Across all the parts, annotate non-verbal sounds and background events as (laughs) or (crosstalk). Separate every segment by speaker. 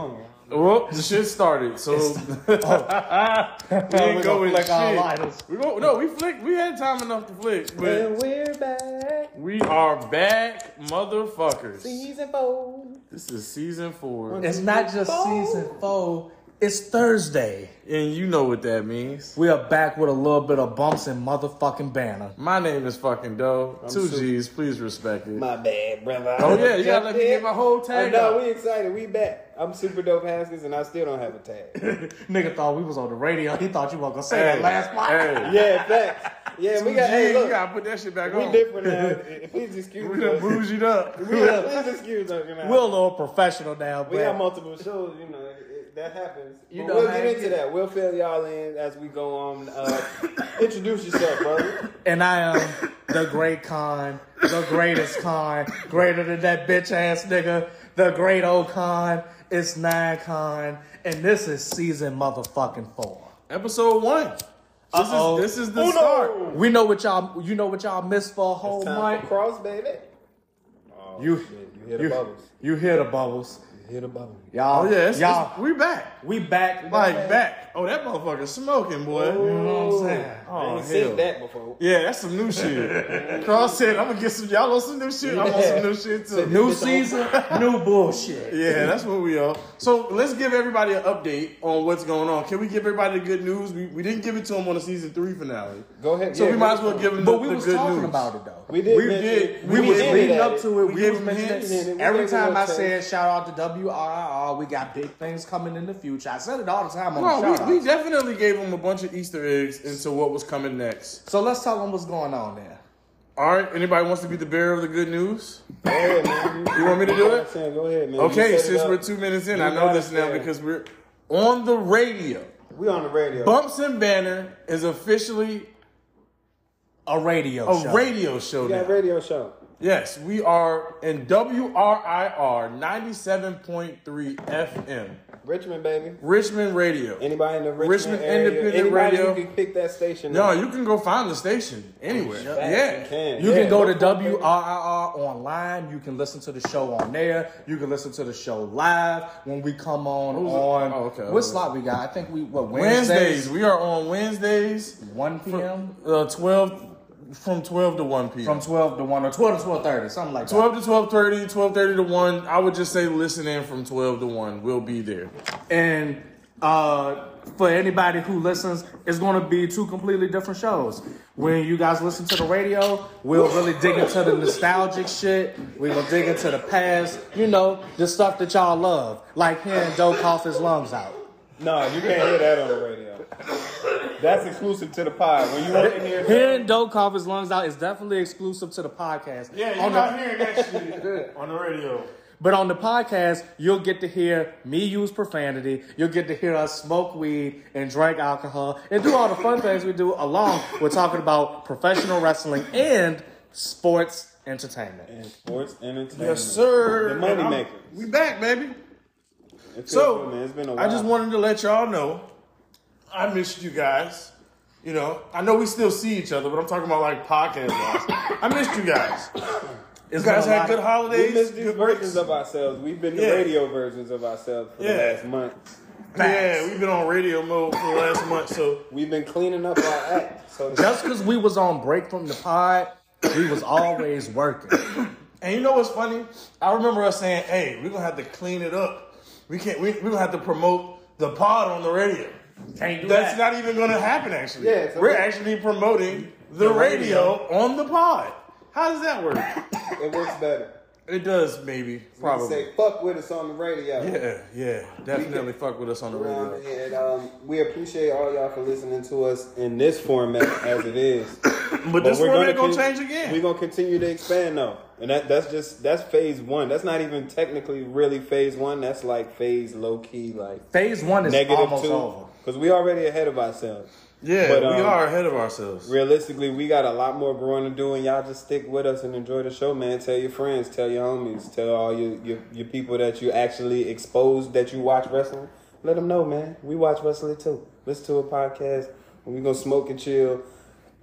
Speaker 1: Well, the shit started, so (laughs) we
Speaker 2: We
Speaker 1: didn't
Speaker 2: oh. gonna
Speaker 1: go with
Speaker 2: flick
Speaker 1: shit.
Speaker 2: our lighters.
Speaker 1: We go, no, we flicked. We had time enough to flick, but
Speaker 2: And we're back.
Speaker 1: we are back, motherfuckers.
Speaker 2: Season four.
Speaker 1: This is season four,
Speaker 3: It's not just season four. It's Thursday.
Speaker 1: and you know what that means.
Speaker 3: We are back with a little bit of bumps and motherfucking banner.
Speaker 1: My name is fucking Doe. Two
Speaker 2: Sue.
Speaker 1: G's, please respect it.
Speaker 2: My bad, brother.
Speaker 1: Oh, yeah, you gotta let me get my whole tag
Speaker 2: Oh,
Speaker 1: out.
Speaker 2: no, we excited. We back. I'm super dope Haskins, and I still don't have a
Speaker 1: (laughs)
Speaker 2: tag.
Speaker 3: (laughs) Nigga thought we was on the radio. He thought you were gonna say that
Speaker 1: Hey,
Speaker 3: last part.
Speaker 1: hey.
Speaker 2: yeah, facts. Yeah, we
Speaker 1: Two
Speaker 2: got.
Speaker 1: G's,
Speaker 2: Hey,
Speaker 1: you
Speaker 2: look,
Speaker 1: gotta put that shit back
Speaker 2: we
Speaker 1: on.
Speaker 2: different now.
Speaker 1: (laughs)
Speaker 2: Please
Speaker 1: We
Speaker 2: excuse
Speaker 1: done
Speaker 2: us.
Speaker 1: bougied up.
Speaker 2: (laughs) We- Please excuse us. You know.
Speaker 3: We're a little professional now, but
Speaker 2: We have multiple shows, you know, it, that happens.
Speaker 3: You
Speaker 2: But
Speaker 3: know
Speaker 2: we'll
Speaker 3: how
Speaker 2: get
Speaker 3: it
Speaker 2: into
Speaker 3: is.
Speaker 2: that. We'll fill y'all in as we go on. Uh, (coughs) introduce yourself, brother.
Speaker 3: and I am the great con, the greatest con, greater than that bitch ass nigga, the great old con. It's nine con, and this is season motherfucking four.
Speaker 1: Episode one. This
Speaker 3: Uh-oh.
Speaker 1: is this is the
Speaker 2: Uno.
Speaker 1: start.
Speaker 3: We know what y'all, you know what y'all missed for a whole
Speaker 1: Oh,
Speaker 2: It's time
Speaker 3: month.
Speaker 2: for cross, baby. Oh,
Speaker 3: You-
Speaker 2: shit, you hear the
Speaker 3: you,
Speaker 2: bubbles.
Speaker 3: You hear the bubbles.
Speaker 2: You hear the bubbles.
Speaker 3: Y'all,
Speaker 1: Oh yeah, it's,
Speaker 3: y'all,
Speaker 1: it's, we back.
Speaker 3: we back.
Speaker 1: Like back. Oh, that motherfucker smoking, boy.
Speaker 3: You know what I'm saying?
Speaker 1: Oh,
Speaker 2: Ain't seen
Speaker 1: hell.
Speaker 2: that before.
Speaker 1: Yeah, that's some new
Speaker 3: (laughs)
Speaker 1: shit. Cross said, I'm gonna get some. Y'all on some new shit. I'm on some new shit too.
Speaker 3: New (laughs) season, new bullshit.
Speaker 1: Yeah, that's what we are. So let's give everybody an update on what's going on. Can we give everybody the good news? We, we didn't give it to them on the season three finale.
Speaker 2: Go ahead.
Speaker 1: So
Speaker 2: yeah,
Speaker 1: we might
Speaker 2: go
Speaker 1: as well
Speaker 2: ahead.
Speaker 1: give them the,
Speaker 3: But we
Speaker 1: the
Speaker 3: was
Speaker 1: good
Speaker 3: talking
Speaker 1: news.
Speaker 3: about it though.
Speaker 2: We did.
Speaker 1: we
Speaker 2: mention-
Speaker 1: did-
Speaker 3: We,
Speaker 1: we
Speaker 3: was
Speaker 1: hinted
Speaker 3: leading
Speaker 2: at
Speaker 3: up
Speaker 2: it.
Speaker 3: to it. We,
Speaker 1: We gave
Speaker 3: was
Speaker 1: them
Speaker 3: mentioning
Speaker 1: hints.
Speaker 3: it.
Speaker 2: We
Speaker 3: Every
Speaker 2: gave them
Speaker 3: time I
Speaker 2: little
Speaker 3: said shout out to WRR, we got big things coming in the future. I said it all the time on the
Speaker 1: No,
Speaker 3: shout
Speaker 1: we,
Speaker 3: outs.
Speaker 1: we definitely gave them a bunch of Easter eggs into what was coming next.
Speaker 3: So let's tell them what's going on there.
Speaker 1: All right, anybody wants to be the bearer of the good news?
Speaker 2: Go ahead, man.
Speaker 1: You want me to do
Speaker 2: Go
Speaker 1: it?
Speaker 2: ahead, Go ahead, man. You set
Speaker 1: Okay,
Speaker 2: it
Speaker 1: since
Speaker 2: up.
Speaker 1: we're two minutes in,
Speaker 2: You
Speaker 1: I know
Speaker 2: gotta
Speaker 1: this now
Speaker 2: say it.
Speaker 1: because we're on the radio.
Speaker 2: we on the radio.
Speaker 1: Bumps and Banner is officially
Speaker 3: A radio
Speaker 1: a
Speaker 3: show.
Speaker 1: radio show
Speaker 2: We got a
Speaker 1: now.
Speaker 2: radio show.
Speaker 1: Yes, we are in WRIR 97.3 FM,
Speaker 2: Richmond, baby.
Speaker 1: Richmond Radio.
Speaker 2: Anybody in the Richmond,
Speaker 1: Richmond
Speaker 2: area,
Speaker 1: Independent
Speaker 2: anybody
Speaker 1: Radio.
Speaker 2: who can pick that station.
Speaker 1: No,
Speaker 2: up.
Speaker 1: you can go find the station anywhere.
Speaker 3: Sure.
Speaker 2: You
Speaker 1: Yeah.
Speaker 2: can.
Speaker 3: You
Speaker 2: yeah.
Speaker 3: can go to WRIR online. You can listen to the show on there. You can listen to the show live when we come on
Speaker 1: Who's it?
Speaker 3: on.
Speaker 1: Oh, okay.
Speaker 3: What slot we got? I think we what Wednesdays,
Speaker 1: Wednesdays, we are on Wednesdays,
Speaker 3: one p.m.
Speaker 1: uh, 12 from 12 to 1 p.m.
Speaker 3: from twelve to one or twelve to twelve thirty, something like
Speaker 1: 12 to 12.30, 12.30 to 1. I would just say listen in from 12 to 1. We'll be there.
Speaker 3: that. And uh, for anybody who listens, it's going to be two completely different shows. When you guys listen to the radio, we'll really dig into the nostalgic shit. We will dig into the past. You know, the stuff that y'all love, like hearing Doe cough his lungs out.
Speaker 2: No, you can't hear that on the radio. That's exclusive to the pod. When you walk in here,
Speaker 3: Hearing Doe cough his lungs out is definitely exclusive to the podcast. on the,
Speaker 1: hearing that
Speaker 2: (laughs)
Speaker 1: shit on the radio.
Speaker 3: but on the podcast, you'll get to hear me use profanity. You'll get to hear us smoke weed and drink alcohol and do all the fun things we do along with talking about professional wrestling and sports entertainment.
Speaker 2: in sports entertainment.
Speaker 1: Yes, sir.
Speaker 2: The money
Speaker 1: And I'm-
Speaker 2: maker.
Speaker 1: We back, baby.
Speaker 2: It feels
Speaker 1: So,
Speaker 2: good, man. it's been a while.
Speaker 1: I just wanted to let y'all know I missed you guys. You know, I know we still see each other, but I'm talking about like podcast wise. I missed you guys.
Speaker 3: It's
Speaker 1: You guys
Speaker 3: been a
Speaker 1: had
Speaker 3: lot
Speaker 1: good
Speaker 3: of-
Speaker 1: holidays.
Speaker 2: we missed these
Speaker 1: good
Speaker 2: versions of ourselves. We've been the
Speaker 1: Yeah.
Speaker 2: radio versions of ourselves for
Speaker 1: Yeah.
Speaker 2: the last month.
Speaker 1: Yeah, we've been on radio mode for the last month, so
Speaker 2: We've been cleaning up our act. So
Speaker 3: Just because we was on break from the pod, we was always working.
Speaker 1: And you know what's funny? I remember us saying, "Hey, we're gonna have to clean it up. We can't. We, we're gonna have to promote the pod on the radio.
Speaker 3: Can't do
Speaker 1: That's
Speaker 3: that.
Speaker 1: not even gonna happen. Actually,
Speaker 2: Yeah, so
Speaker 1: we're
Speaker 2: we-
Speaker 1: actually promoting the, radio, on the pod. How does that work?
Speaker 2: (coughs) it works better.
Speaker 1: it does, maybe,
Speaker 2: We
Speaker 1: probably.
Speaker 2: say fuck with us on the radio.
Speaker 1: Um, Yeah, yeah, definitely fuck with us on the
Speaker 2: around
Speaker 1: radio.
Speaker 2: here. And, um, we appreciate all y'all for listening to us in this format as it is.
Speaker 1: (coughs) But this one ain't gonna
Speaker 2: con-
Speaker 1: change again.
Speaker 2: We're gonna continue to expand though, and that, that's just that's phase one. That's not even technically really phase one. That's like phase low key, like
Speaker 3: Phase one is
Speaker 2: negative
Speaker 3: almost over.
Speaker 2: two, because we already ahead of ourselves.
Speaker 1: yeah,
Speaker 2: But,
Speaker 1: we
Speaker 2: um,
Speaker 1: are ahead of ourselves.
Speaker 2: Realistically, we got a lot more growing to do, and y'all just stick with us and enjoy the show, man. Tell your friends, tell your homies, tell all your your, your people that you actually exposed that you watch wrestling. Let them know, man. We watch wrestling too. Listen to a podcast. and We gonna smoke and chill.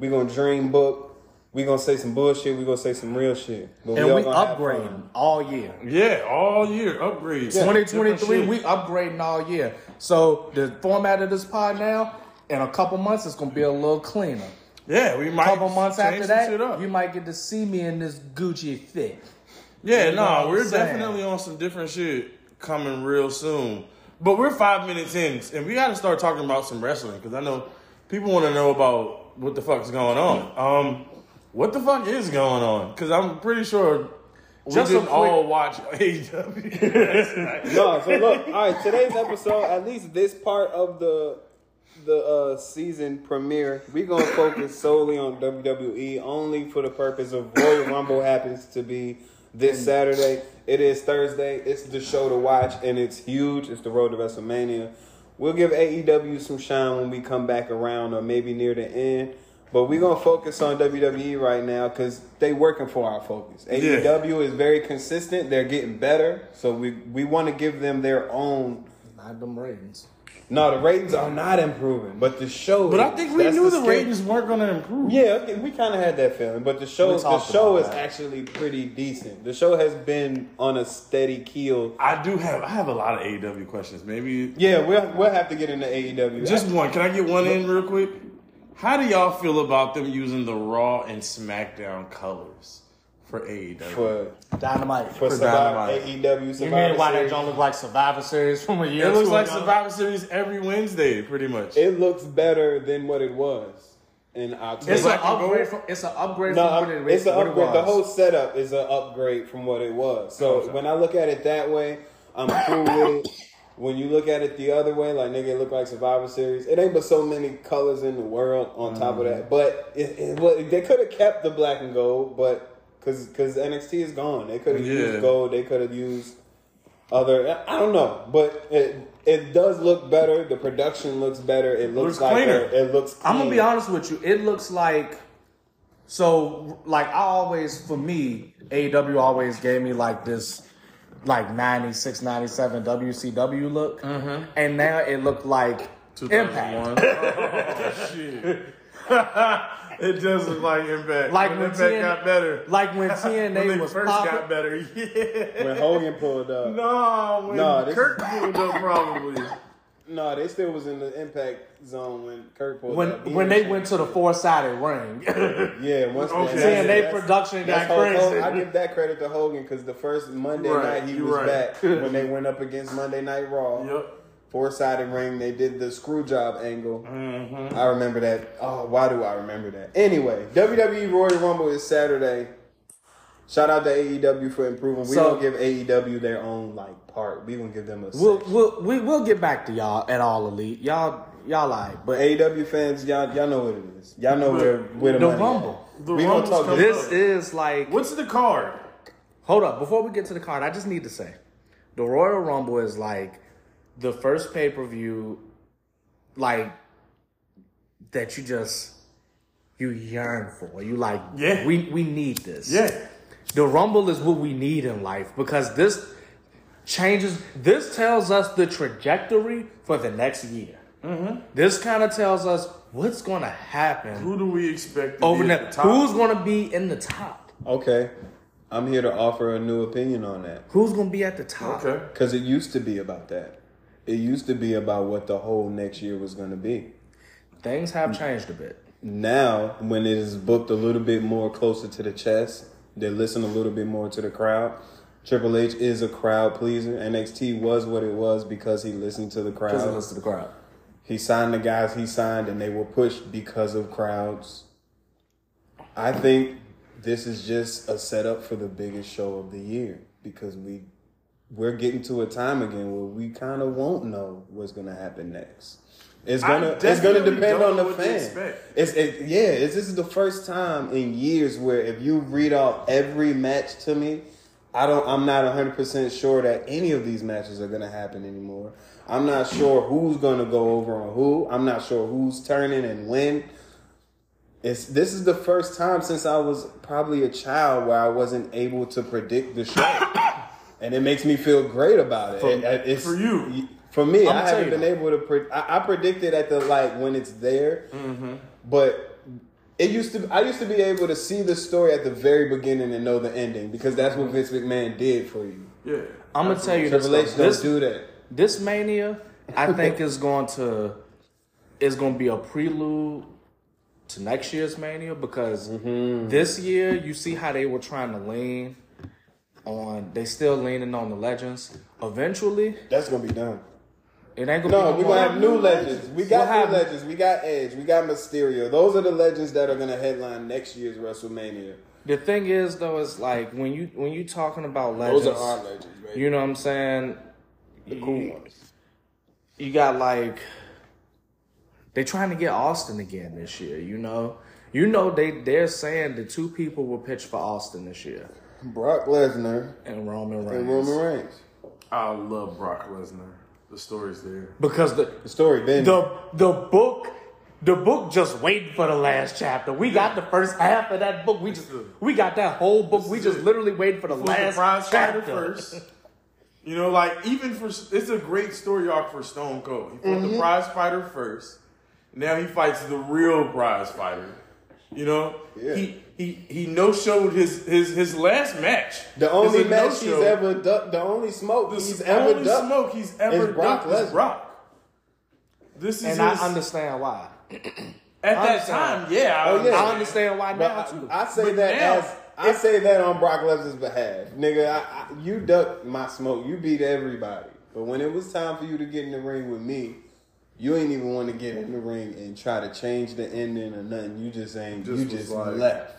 Speaker 2: We gonna dream book. We We gonna say some bullshit. We gonna say some real shit. But
Speaker 3: And
Speaker 2: all
Speaker 3: we
Speaker 2: gonna have fun.
Speaker 3: upgrading all year.
Speaker 1: Yeah, all year upgrades. Different
Speaker 3: 2023,
Speaker 1: shit.
Speaker 3: we upgrading all year. So the format of this pod now, in a couple months, it's gonna be a little cleaner.
Speaker 1: yeah, we might
Speaker 3: A couple months
Speaker 1: change
Speaker 3: after
Speaker 1: some shit
Speaker 3: that,
Speaker 1: up.
Speaker 3: you might get to see me in this Gucci fit.
Speaker 1: Yeah,
Speaker 3: You know what
Speaker 1: no,
Speaker 3: I'm
Speaker 1: we're
Speaker 3: saying?
Speaker 1: definitely on some different shit coming real soon. But we're five minutes in, and we got to start talking about some wrestling because I know people want to know about what the fuck's going on. Um, what the fuck is going on? Because I'm pretty sure we
Speaker 3: Just a
Speaker 1: didn't
Speaker 3: quick-
Speaker 1: all watch (laughs)
Speaker 3: (laughs)
Speaker 1: AEW.
Speaker 2: no, so look, all right, today's episode, at least this part of the the uh, season premiere, we're gonna focus solely on WWE only for the purpose of Royal Rumble happens to be this Saturday. It is Thursday, it's the show to watch, and it's huge. It's the road to WrestleMania. We'll give AEW some shine when we come back around or maybe near the end. But we're gonna focus on WWE right now because they working for our focus. AEW AEW is very consistent. They're getting better, so we we want to give them their own.
Speaker 3: Not them ratings.
Speaker 2: No, the ratings are not improving, but the show.
Speaker 1: but I
Speaker 2: is.
Speaker 1: think we
Speaker 2: That's
Speaker 1: knew the,
Speaker 2: scary-
Speaker 1: ratings weren't going to improve.
Speaker 2: Yeah, okay, we kind of had that feeling, but the show
Speaker 3: We
Speaker 2: the
Speaker 3: talked
Speaker 2: show
Speaker 3: about
Speaker 2: is
Speaker 3: that.
Speaker 2: actually pretty decent. The show has been on a steady keel.
Speaker 1: I do have I have a lot of AEW questions. Maybe
Speaker 2: Yeah, we'll we'll have to get into E AEW.
Speaker 1: Just one. Can I get one in real quick? How do y'all feel about them using the Raw and SmackDown colors for E AEW?
Speaker 2: for
Speaker 3: Dynamite.
Speaker 2: for Survivor,
Speaker 1: Dynamite.
Speaker 2: AEW.
Speaker 3: you
Speaker 2: Survivor
Speaker 3: mean why that
Speaker 2: Series.
Speaker 3: don't look like Survivor Series from a year?
Speaker 1: it looks
Speaker 3: two
Speaker 1: like
Speaker 3: ago?
Speaker 1: Survivor Series every Wednesday, pretty much.
Speaker 2: It looks better than what it was in October.
Speaker 3: It's an
Speaker 1: Black and
Speaker 3: upgrade.
Speaker 1: gold?
Speaker 3: From, it's an upgrade
Speaker 2: No,
Speaker 3: from what
Speaker 2: I'm-
Speaker 3: it,
Speaker 2: it's an
Speaker 3: what it
Speaker 2: upgrade. The
Speaker 3: was.
Speaker 2: whole setup is an upgrade from what it was.
Speaker 1: Oh,
Speaker 2: So
Speaker 1: okay.
Speaker 2: when I look at it that way, I'm cool with it. When you look at it the other way, like nigga, it look like Survivor Series. It ain't but so many colors in the world. On top of
Speaker 3: Mm-hmm.
Speaker 2: that, but it, it, wa- they could have kept the black and gold, but because because NXT is gone, they could have
Speaker 1: Yeah.
Speaker 2: used gold. They could have used other. I- I don't know, but it it does look better. The production looks better. It looks,
Speaker 1: Looks
Speaker 2: like
Speaker 1: cleaner.
Speaker 2: it looks. Clean.
Speaker 3: I'm gonna be honest with you. It looks like so. Like I always, for me, AEW always gave me like this, like 96, 97 WCW look, and now it looked like Impact.
Speaker 1: 2001. Oh,
Speaker 3: (laughs)
Speaker 1: shit. (laughs) it does look like Impact.
Speaker 3: Like
Speaker 1: when
Speaker 3: when
Speaker 1: Impact
Speaker 3: TN
Speaker 1: got better.
Speaker 3: Like when
Speaker 1: when
Speaker 3: TNA
Speaker 1: they
Speaker 3: was
Speaker 1: first got
Speaker 3: popping.
Speaker 1: better. (laughs)
Speaker 3: (laughs)
Speaker 1: Yeah.
Speaker 2: when Hogan pulled up.
Speaker 1: No, when
Speaker 2: No, this
Speaker 1: Kirk pulled
Speaker 3: (laughs)
Speaker 1: up probably.
Speaker 2: No, they still was in the impact zone when Kirk pulled
Speaker 3: When
Speaker 2: up. He
Speaker 3: when
Speaker 2: was-
Speaker 3: they went to the four sided ring, (laughs)
Speaker 2: yeah, once
Speaker 1: Okay.
Speaker 2: that's-
Speaker 1: Saying
Speaker 3: they
Speaker 2: that's-
Speaker 3: production
Speaker 2: that's
Speaker 3: got
Speaker 2: Hulk
Speaker 3: crazy.
Speaker 2: Hogan. I give that credit to Hogan because the first Monday
Speaker 1: Right,
Speaker 2: night he
Speaker 1: you
Speaker 2: was
Speaker 1: right. (laughs)
Speaker 2: back when they went up against Monday Night Raw,
Speaker 1: Yep.
Speaker 2: four sided ring. They did the screw job angle.
Speaker 1: Mm-hmm.
Speaker 2: I remember that. Oh, why do I remember that? Anyway, WWE Royal Rumble is Saturday. Shout out to AEW for improving. We
Speaker 3: So-
Speaker 2: don't give AEW their own like part. We gonna give them a.
Speaker 3: we'll
Speaker 2: section.
Speaker 3: we'll we, we'll get back to y'all at all elite. Y'all y'all like, but E
Speaker 2: But AEW fans, y'all y'all know what it is. Y'all know where where the,
Speaker 3: the
Speaker 2: money
Speaker 3: Rumble.
Speaker 2: At.
Speaker 1: The
Speaker 2: we gonna
Speaker 1: Rumble's
Speaker 2: talk
Speaker 1: coming
Speaker 2: this.
Speaker 3: this is like
Speaker 1: What's the card?
Speaker 3: Hold up, before we get to the card, I just need to say the Royal Rumble is like the first pay per view, like that you just you yearn for. You like,
Speaker 1: Yeah.
Speaker 3: we we need this.
Speaker 1: Yeah.
Speaker 3: the Rumble is what we need in life because this changes. This tells us the trajectory for the next year.
Speaker 1: Mm-hmm.
Speaker 3: This kind of tells us what's going to happen
Speaker 1: Who do we expect to
Speaker 3: over
Speaker 1: be at
Speaker 3: next.
Speaker 1: the top?
Speaker 3: Who's going to be in the top?
Speaker 2: Okay, I'm here to offer a new opinion on that
Speaker 3: Who's going to be at the top?
Speaker 1: Okay.
Speaker 2: because it used to be about that. It used to be about what the whole next year was going to be.
Speaker 3: Things have changed a bit.
Speaker 2: Now, when it is booked a little bit more closer to the chest, they listen a little bit more to the crowd. Triple H is a crowd pleaser. NXT was what it was because he listened to the crowd.
Speaker 3: listen to the crowd.
Speaker 2: He signed the guys he signed, and they were pushed because of crowds. I think this is just a setup for the biggest show of the year because we we're getting to a time again where we kind of won't know what's going to happen next. It's
Speaker 1: I
Speaker 2: gonna it's gonna
Speaker 1: definitely
Speaker 2: depend
Speaker 1: don't
Speaker 2: on
Speaker 1: know
Speaker 2: the
Speaker 1: what to
Speaker 2: fan.
Speaker 1: expect.
Speaker 2: It's it, yeah. It's, this is the first time in years where if you read off every match to me, I don't. I'm not 100 percent sure that any of these matches are gonna happen anymore. I'm not sure who's gonna go over on who. I'm not sure who's turning and when. It's this is the first time since I was probably a child where I wasn't able to predict the show, (coughs) and it makes me feel great about it. It- it's-
Speaker 1: for you.
Speaker 2: for me,
Speaker 3: I'ma
Speaker 2: I
Speaker 3: tell
Speaker 2: haven't
Speaker 3: you
Speaker 2: Mm-hmm. been able to. Pre- I, I predicted at the like when it's there, but It used to. I used to be able to see the story at the very beginning and know the ending because that's what Vince McMahon did for you.
Speaker 1: Yeah.
Speaker 3: I'm gonna tell you
Speaker 2: Triple H
Speaker 3: this,
Speaker 2: don't
Speaker 3: this,
Speaker 2: do that.
Speaker 3: this mania,
Speaker 2: (laughs)
Speaker 3: I think is going to is going to be a prelude to next year's mania because
Speaker 2: Mm-hmm.
Speaker 3: this year you see how they were trying to lean on they still leaning on the legends. Eventually,
Speaker 2: That's gonna be done.
Speaker 3: it ain't gonna
Speaker 2: No, we're
Speaker 3: be no
Speaker 2: gonna
Speaker 3: more-
Speaker 2: have new legends. We got
Speaker 3: We'll have-
Speaker 2: new legends. We got Edge. We got Mysterio. Those are the legends that are gonna headline next year's WrestleMania.
Speaker 3: The thing is though is like when you when you talking about legends,
Speaker 2: Those are our legends, man.
Speaker 3: you know what I'm saying? The
Speaker 2: cool ones.
Speaker 3: you got like they trying to get Austin again this year, you know. You know they they're saying the two people will pitch for Austin this year
Speaker 2: Brock Lesnar
Speaker 3: and Roman Reigns.
Speaker 2: and Roman Reigns.
Speaker 1: I love Brock Lesnar. The story's there.
Speaker 3: Because the
Speaker 2: The story then.
Speaker 3: the the book the book just waiting for the last chapter. We got the first half of that book. We just we got that whole book. We just literally waiting for the
Speaker 1: was the prize
Speaker 3: last
Speaker 1: fighter
Speaker 3: chapter.
Speaker 1: first. You know, like even for it's a great story arc for Stone Cold. He fought
Speaker 2: Mm-hmm.
Speaker 1: the prize fighter first. Now he fights the real prize fighter. You know,
Speaker 2: Yeah.
Speaker 1: he he he no showed his his his last match.
Speaker 2: The only
Speaker 1: Is a
Speaker 2: match he's
Speaker 1: no-show.
Speaker 2: ever ducked, the only smoke
Speaker 1: The
Speaker 2: he's
Speaker 1: only
Speaker 2: ever ducked.
Speaker 1: smoke he's ever
Speaker 2: is Brock
Speaker 1: Brock is
Speaker 2: Lesnar.
Speaker 1: Brock. This is
Speaker 3: And
Speaker 1: his-
Speaker 3: I understand why.
Speaker 1: at that
Speaker 3: understand.
Speaker 1: time. Yeah, I
Speaker 2: Oh, yeah.
Speaker 3: I understand why
Speaker 2: But
Speaker 3: now too.
Speaker 2: I, I say
Speaker 1: But
Speaker 2: that
Speaker 1: now,
Speaker 2: as I say that on Brock Lesnar's behalf, nigga. I, I, you ducked my smoke. You beat everybody. But when it was time for you to get in the ring with me, you ain't even want to get in the ring and try to change the ending or nothing. You just ain't.
Speaker 1: Just
Speaker 2: you
Speaker 1: was
Speaker 2: just
Speaker 1: like-
Speaker 2: left.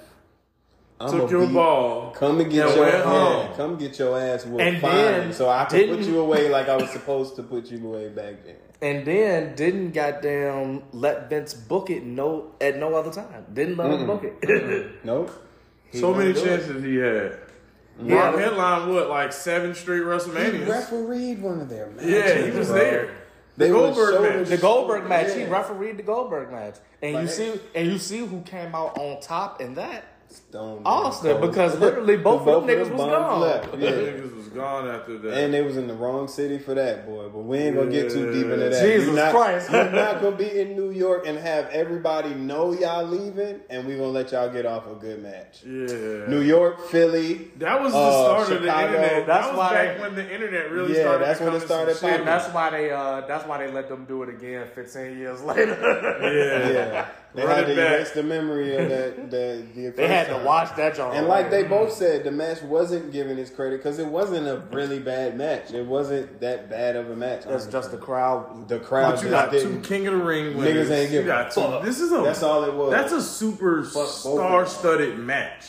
Speaker 2: I'm
Speaker 1: Took your ball.
Speaker 2: Come and get
Speaker 1: and
Speaker 2: your
Speaker 1: went
Speaker 2: yeah,
Speaker 1: home.
Speaker 2: come get your ass whooped
Speaker 3: And
Speaker 2: fine,
Speaker 3: then
Speaker 2: so I can put
Speaker 3: didn't-
Speaker 2: you away like I was supposed to put you away back then.
Speaker 3: And then didn't goddamn let Vince book it no at no other time. Didn't let him book (laughs) it.
Speaker 2: Nope. He
Speaker 1: so
Speaker 2: won't
Speaker 1: many
Speaker 2: do it.
Speaker 1: chances he had.
Speaker 3: Yeah.
Speaker 1: Brock headline what like seven straight
Speaker 2: He
Speaker 1: WrestleManias.
Speaker 2: refereed one of their matches.
Speaker 1: Yeah, he was
Speaker 2: bro.
Speaker 1: there. The
Speaker 2: They was
Speaker 1: Goldberg
Speaker 2: showing
Speaker 1: match.
Speaker 3: the Goldberg match, he
Speaker 2: Yeah.
Speaker 3: refereed the Goldberg match, and you
Speaker 2: Like-
Speaker 3: see, and you see who came out on top in that.
Speaker 2: Stone
Speaker 3: Austin,
Speaker 2: Cold. (laughs)
Speaker 3: because literally both of them niggas was
Speaker 2: bums
Speaker 3: gone.
Speaker 1: That
Speaker 2: Yeah.
Speaker 1: niggas was gone after that.
Speaker 2: And they was in the wrong city for that, boy. But we ain't gonna get too deep into that.
Speaker 3: Jesus
Speaker 2: You're not-
Speaker 3: Christ.
Speaker 2: You're not gonna be in New York and have everybody know y'all leaving, and we gonna let y'all get off a good match.
Speaker 1: yeah.
Speaker 2: New York, Philly.
Speaker 1: That was the
Speaker 2: uh,
Speaker 1: start of the
Speaker 2: Chicago.
Speaker 1: internet.
Speaker 3: That's
Speaker 1: that was
Speaker 3: why-
Speaker 1: back when the internet really
Speaker 2: Yeah,
Speaker 1: started.
Speaker 2: that's when it
Speaker 1: becoming some
Speaker 2: started
Speaker 1: shit.
Speaker 3: That's why they, uh, that's why they let them do it again 15 years (laughs) later.
Speaker 1: Yeah.
Speaker 3: (laughs)
Speaker 2: Yeah, they
Speaker 1: Run
Speaker 2: had to
Speaker 1: it back.
Speaker 2: erase the memory of that. The, the
Speaker 3: they had to
Speaker 2: first
Speaker 3: watch that joint.
Speaker 2: And like they both said, the match wasn't given its credit because it wasn't a really bad match. It wasn't that bad of a match.
Speaker 3: (laughs) that's just the crowd.
Speaker 2: the crowd
Speaker 1: But
Speaker 2: just
Speaker 1: you got two
Speaker 2: didn't.
Speaker 1: King of the Ring winners.
Speaker 2: Niggas ain't
Speaker 1: you
Speaker 2: give
Speaker 1: got
Speaker 2: a
Speaker 1: two.
Speaker 2: fuck.
Speaker 1: This is a
Speaker 2: That's all it was.
Speaker 1: That's a super
Speaker 2: both of them.
Speaker 1: star-studded match.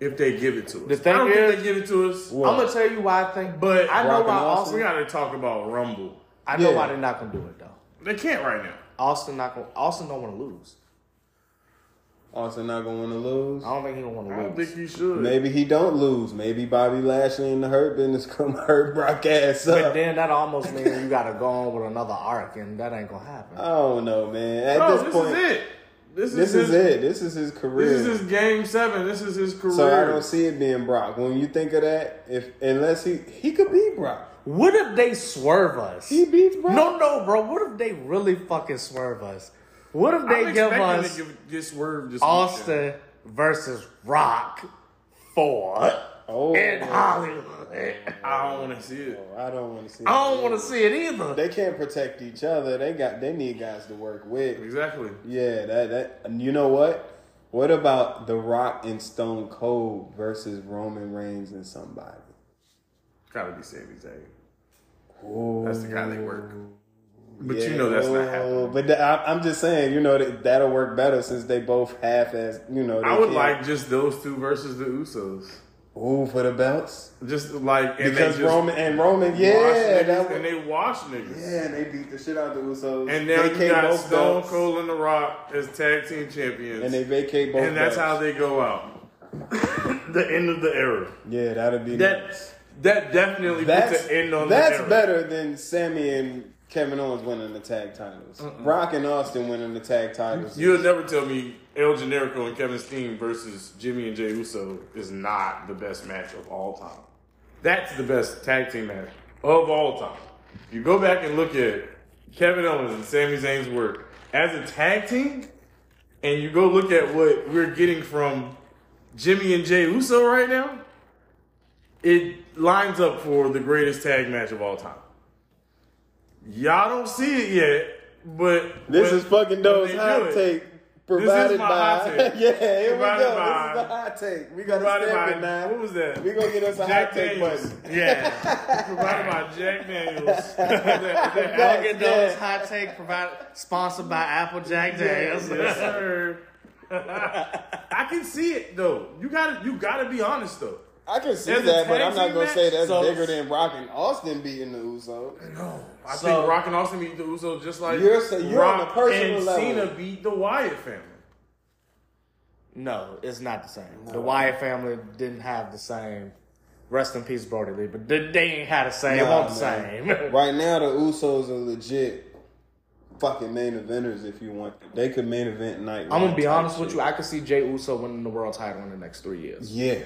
Speaker 1: If they give it to us,
Speaker 3: The thing
Speaker 1: I don't
Speaker 3: is-
Speaker 1: think they give it to us.
Speaker 2: What?
Speaker 3: I'm gonna tell you why I think,
Speaker 1: But
Speaker 3: I know
Speaker 2: Brock and
Speaker 3: why
Speaker 2: Austin?
Speaker 1: We
Speaker 3: Austin.
Speaker 1: got to talk about Rumble.
Speaker 3: I know
Speaker 2: Yeah.
Speaker 3: why they're not gonna do it though.
Speaker 1: They can't right now.
Speaker 3: Austin not gonna. Austin don't want to lose.
Speaker 2: Austin not gonna want to lose.
Speaker 3: I don't think he don't want
Speaker 1: I
Speaker 3: to
Speaker 1: don't
Speaker 3: lose.
Speaker 1: think you should.
Speaker 2: Maybe he don't lose. Maybe Bobby Lashley and the Hurt Business come (laughs) hurt Brock ass
Speaker 3: But
Speaker 2: up.
Speaker 3: then that almost means you gotta go on with another arc, and that ain't gonna happen.
Speaker 2: I don't know, man. At
Speaker 1: No,
Speaker 2: this,
Speaker 1: this,
Speaker 2: point,
Speaker 1: is it. This is
Speaker 2: this is
Speaker 1: his,
Speaker 2: it. This is his career.
Speaker 1: This is his game seven. This is his career.
Speaker 2: so I don't see it being Brock. When you think of that, if unless he he could beat Brock,
Speaker 3: What if they swerve us?
Speaker 2: he beats Brock.
Speaker 3: No, no, bro. What if they really fucking swerve us? What if
Speaker 1: I'm
Speaker 3: they give
Speaker 1: expecting
Speaker 3: us
Speaker 1: to give, get swerved this weekend.
Speaker 3: Austin versus Rock four
Speaker 2: Oh,
Speaker 3: in Hollywood?
Speaker 1: I don't want to see it.
Speaker 2: I don't want to see.
Speaker 3: I
Speaker 2: it.
Speaker 3: don't want to see it either.
Speaker 2: They can't protect each other. They got they need guys to work with.
Speaker 1: Exactly.
Speaker 2: Yeah, that that and you know what? What about The Rock and Stone Cold versus Roman Reigns and somebody?
Speaker 1: Gotta be Sami Zayn.
Speaker 2: Ooh.
Speaker 1: That's the guy they work. But you know that's not happening.
Speaker 2: But th- I, I'm just saying, you know, that, that'll work better since they both half as, you know. They
Speaker 1: I would
Speaker 2: can't-
Speaker 1: like just those two versus the Usos.
Speaker 2: ooh for the belts
Speaker 1: Just like and
Speaker 2: because
Speaker 1: they just
Speaker 2: Roman and Roman,
Speaker 1: wash
Speaker 2: yeah,
Speaker 1: niggas,
Speaker 2: that would,
Speaker 1: and they wash niggas.
Speaker 2: yeah, and they beat the shit out of the Usos.
Speaker 1: And now you
Speaker 2: Vacate
Speaker 1: got
Speaker 2: both
Speaker 1: Stone
Speaker 2: belts,
Speaker 1: Cold and The Rock as tag team champions,
Speaker 2: and they vacate both.
Speaker 1: And that's
Speaker 2: belts.
Speaker 1: how they go out. (coughs) the end of the era.
Speaker 2: yeah, that'll be
Speaker 1: That that definitely puts
Speaker 2: That's
Speaker 1: an end on
Speaker 2: that's
Speaker 1: the era.
Speaker 2: better than Sammy and Kevin Owens winning the tag titles. Brock and Austin winning the tag titles.
Speaker 1: You'll never tell me El Generico and Kevin Steen versus Jimmy and Jay Uso is not the best match of all time. That's the best tag team match of all time. If you go back and look at Kevin Owens and Sami Zayn's work as a tag team, and you go look at what we're getting from Jimmy and Jay Uso right now, it lines up for the greatest tag match of all time. Y'all don't see it yet, but
Speaker 2: This
Speaker 1: when-
Speaker 2: is fucking Doe's
Speaker 1: when they
Speaker 2: hot
Speaker 1: do it,
Speaker 2: take. Provided
Speaker 1: my
Speaker 2: by
Speaker 1: hot
Speaker 2: (laughs)
Speaker 1: take.
Speaker 2: yeah, here
Speaker 1: Provided
Speaker 2: we go.
Speaker 1: by-
Speaker 2: this is the hot take. We got to
Speaker 1: Provided
Speaker 2: stamp
Speaker 1: by
Speaker 2: it now.
Speaker 1: what was that?
Speaker 2: We gonna get us a hot take
Speaker 1: Daniels.
Speaker 2: button.
Speaker 1: Yeah, provided by
Speaker 2: (laughs)
Speaker 1: Jack Daniels. Is that- is that
Speaker 2: Back
Speaker 1: Al-
Speaker 2: in
Speaker 3: Get those hot take provided sponsored by Applejack Daniels.
Speaker 2: (laughs)
Speaker 1: Yes, sir. I can see it though. You gotta, you gotta be honest though.
Speaker 2: I can see
Speaker 1: There's a
Speaker 2: that, but
Speaker 1: tag
Speaker 2: I'm not
Speaker 1: team
Speaker 2: gonna
Speaker 1: match?
Speaker 2: say that's
Speaker 3: So-
Speaker 2: bigger than Rock and Austin beating the Uso.
Speaker 1: I
Speaker 3: So-
Speaker 1: think Rock and Austin beat the Usos just like
Speaker 2: You're so- you're on a
Speaker 1: Rock
Speaker 2: personal
Speaker 1: and
Speaker 2: level.
Speaker 1: Cena beat the Wyatt family.
Speaker 3: No, it's not the same. The Wyatt family didn't have the same. Rest in peace, Brody Lee, but they they ain't had the same. It
Speaker 2: Nah,
Speaker 3: won't the
Speaker 2: man.
Speaker 3: same.
Speaker 2: Right now, the Usos are legit fucking main eventers. If you want, them. they could main event night.
Speaker 3: (laughs) I'm gonna be honest with you. I could see Jay Uso winning the world title in the next three years.
Speaker 2: Yeah,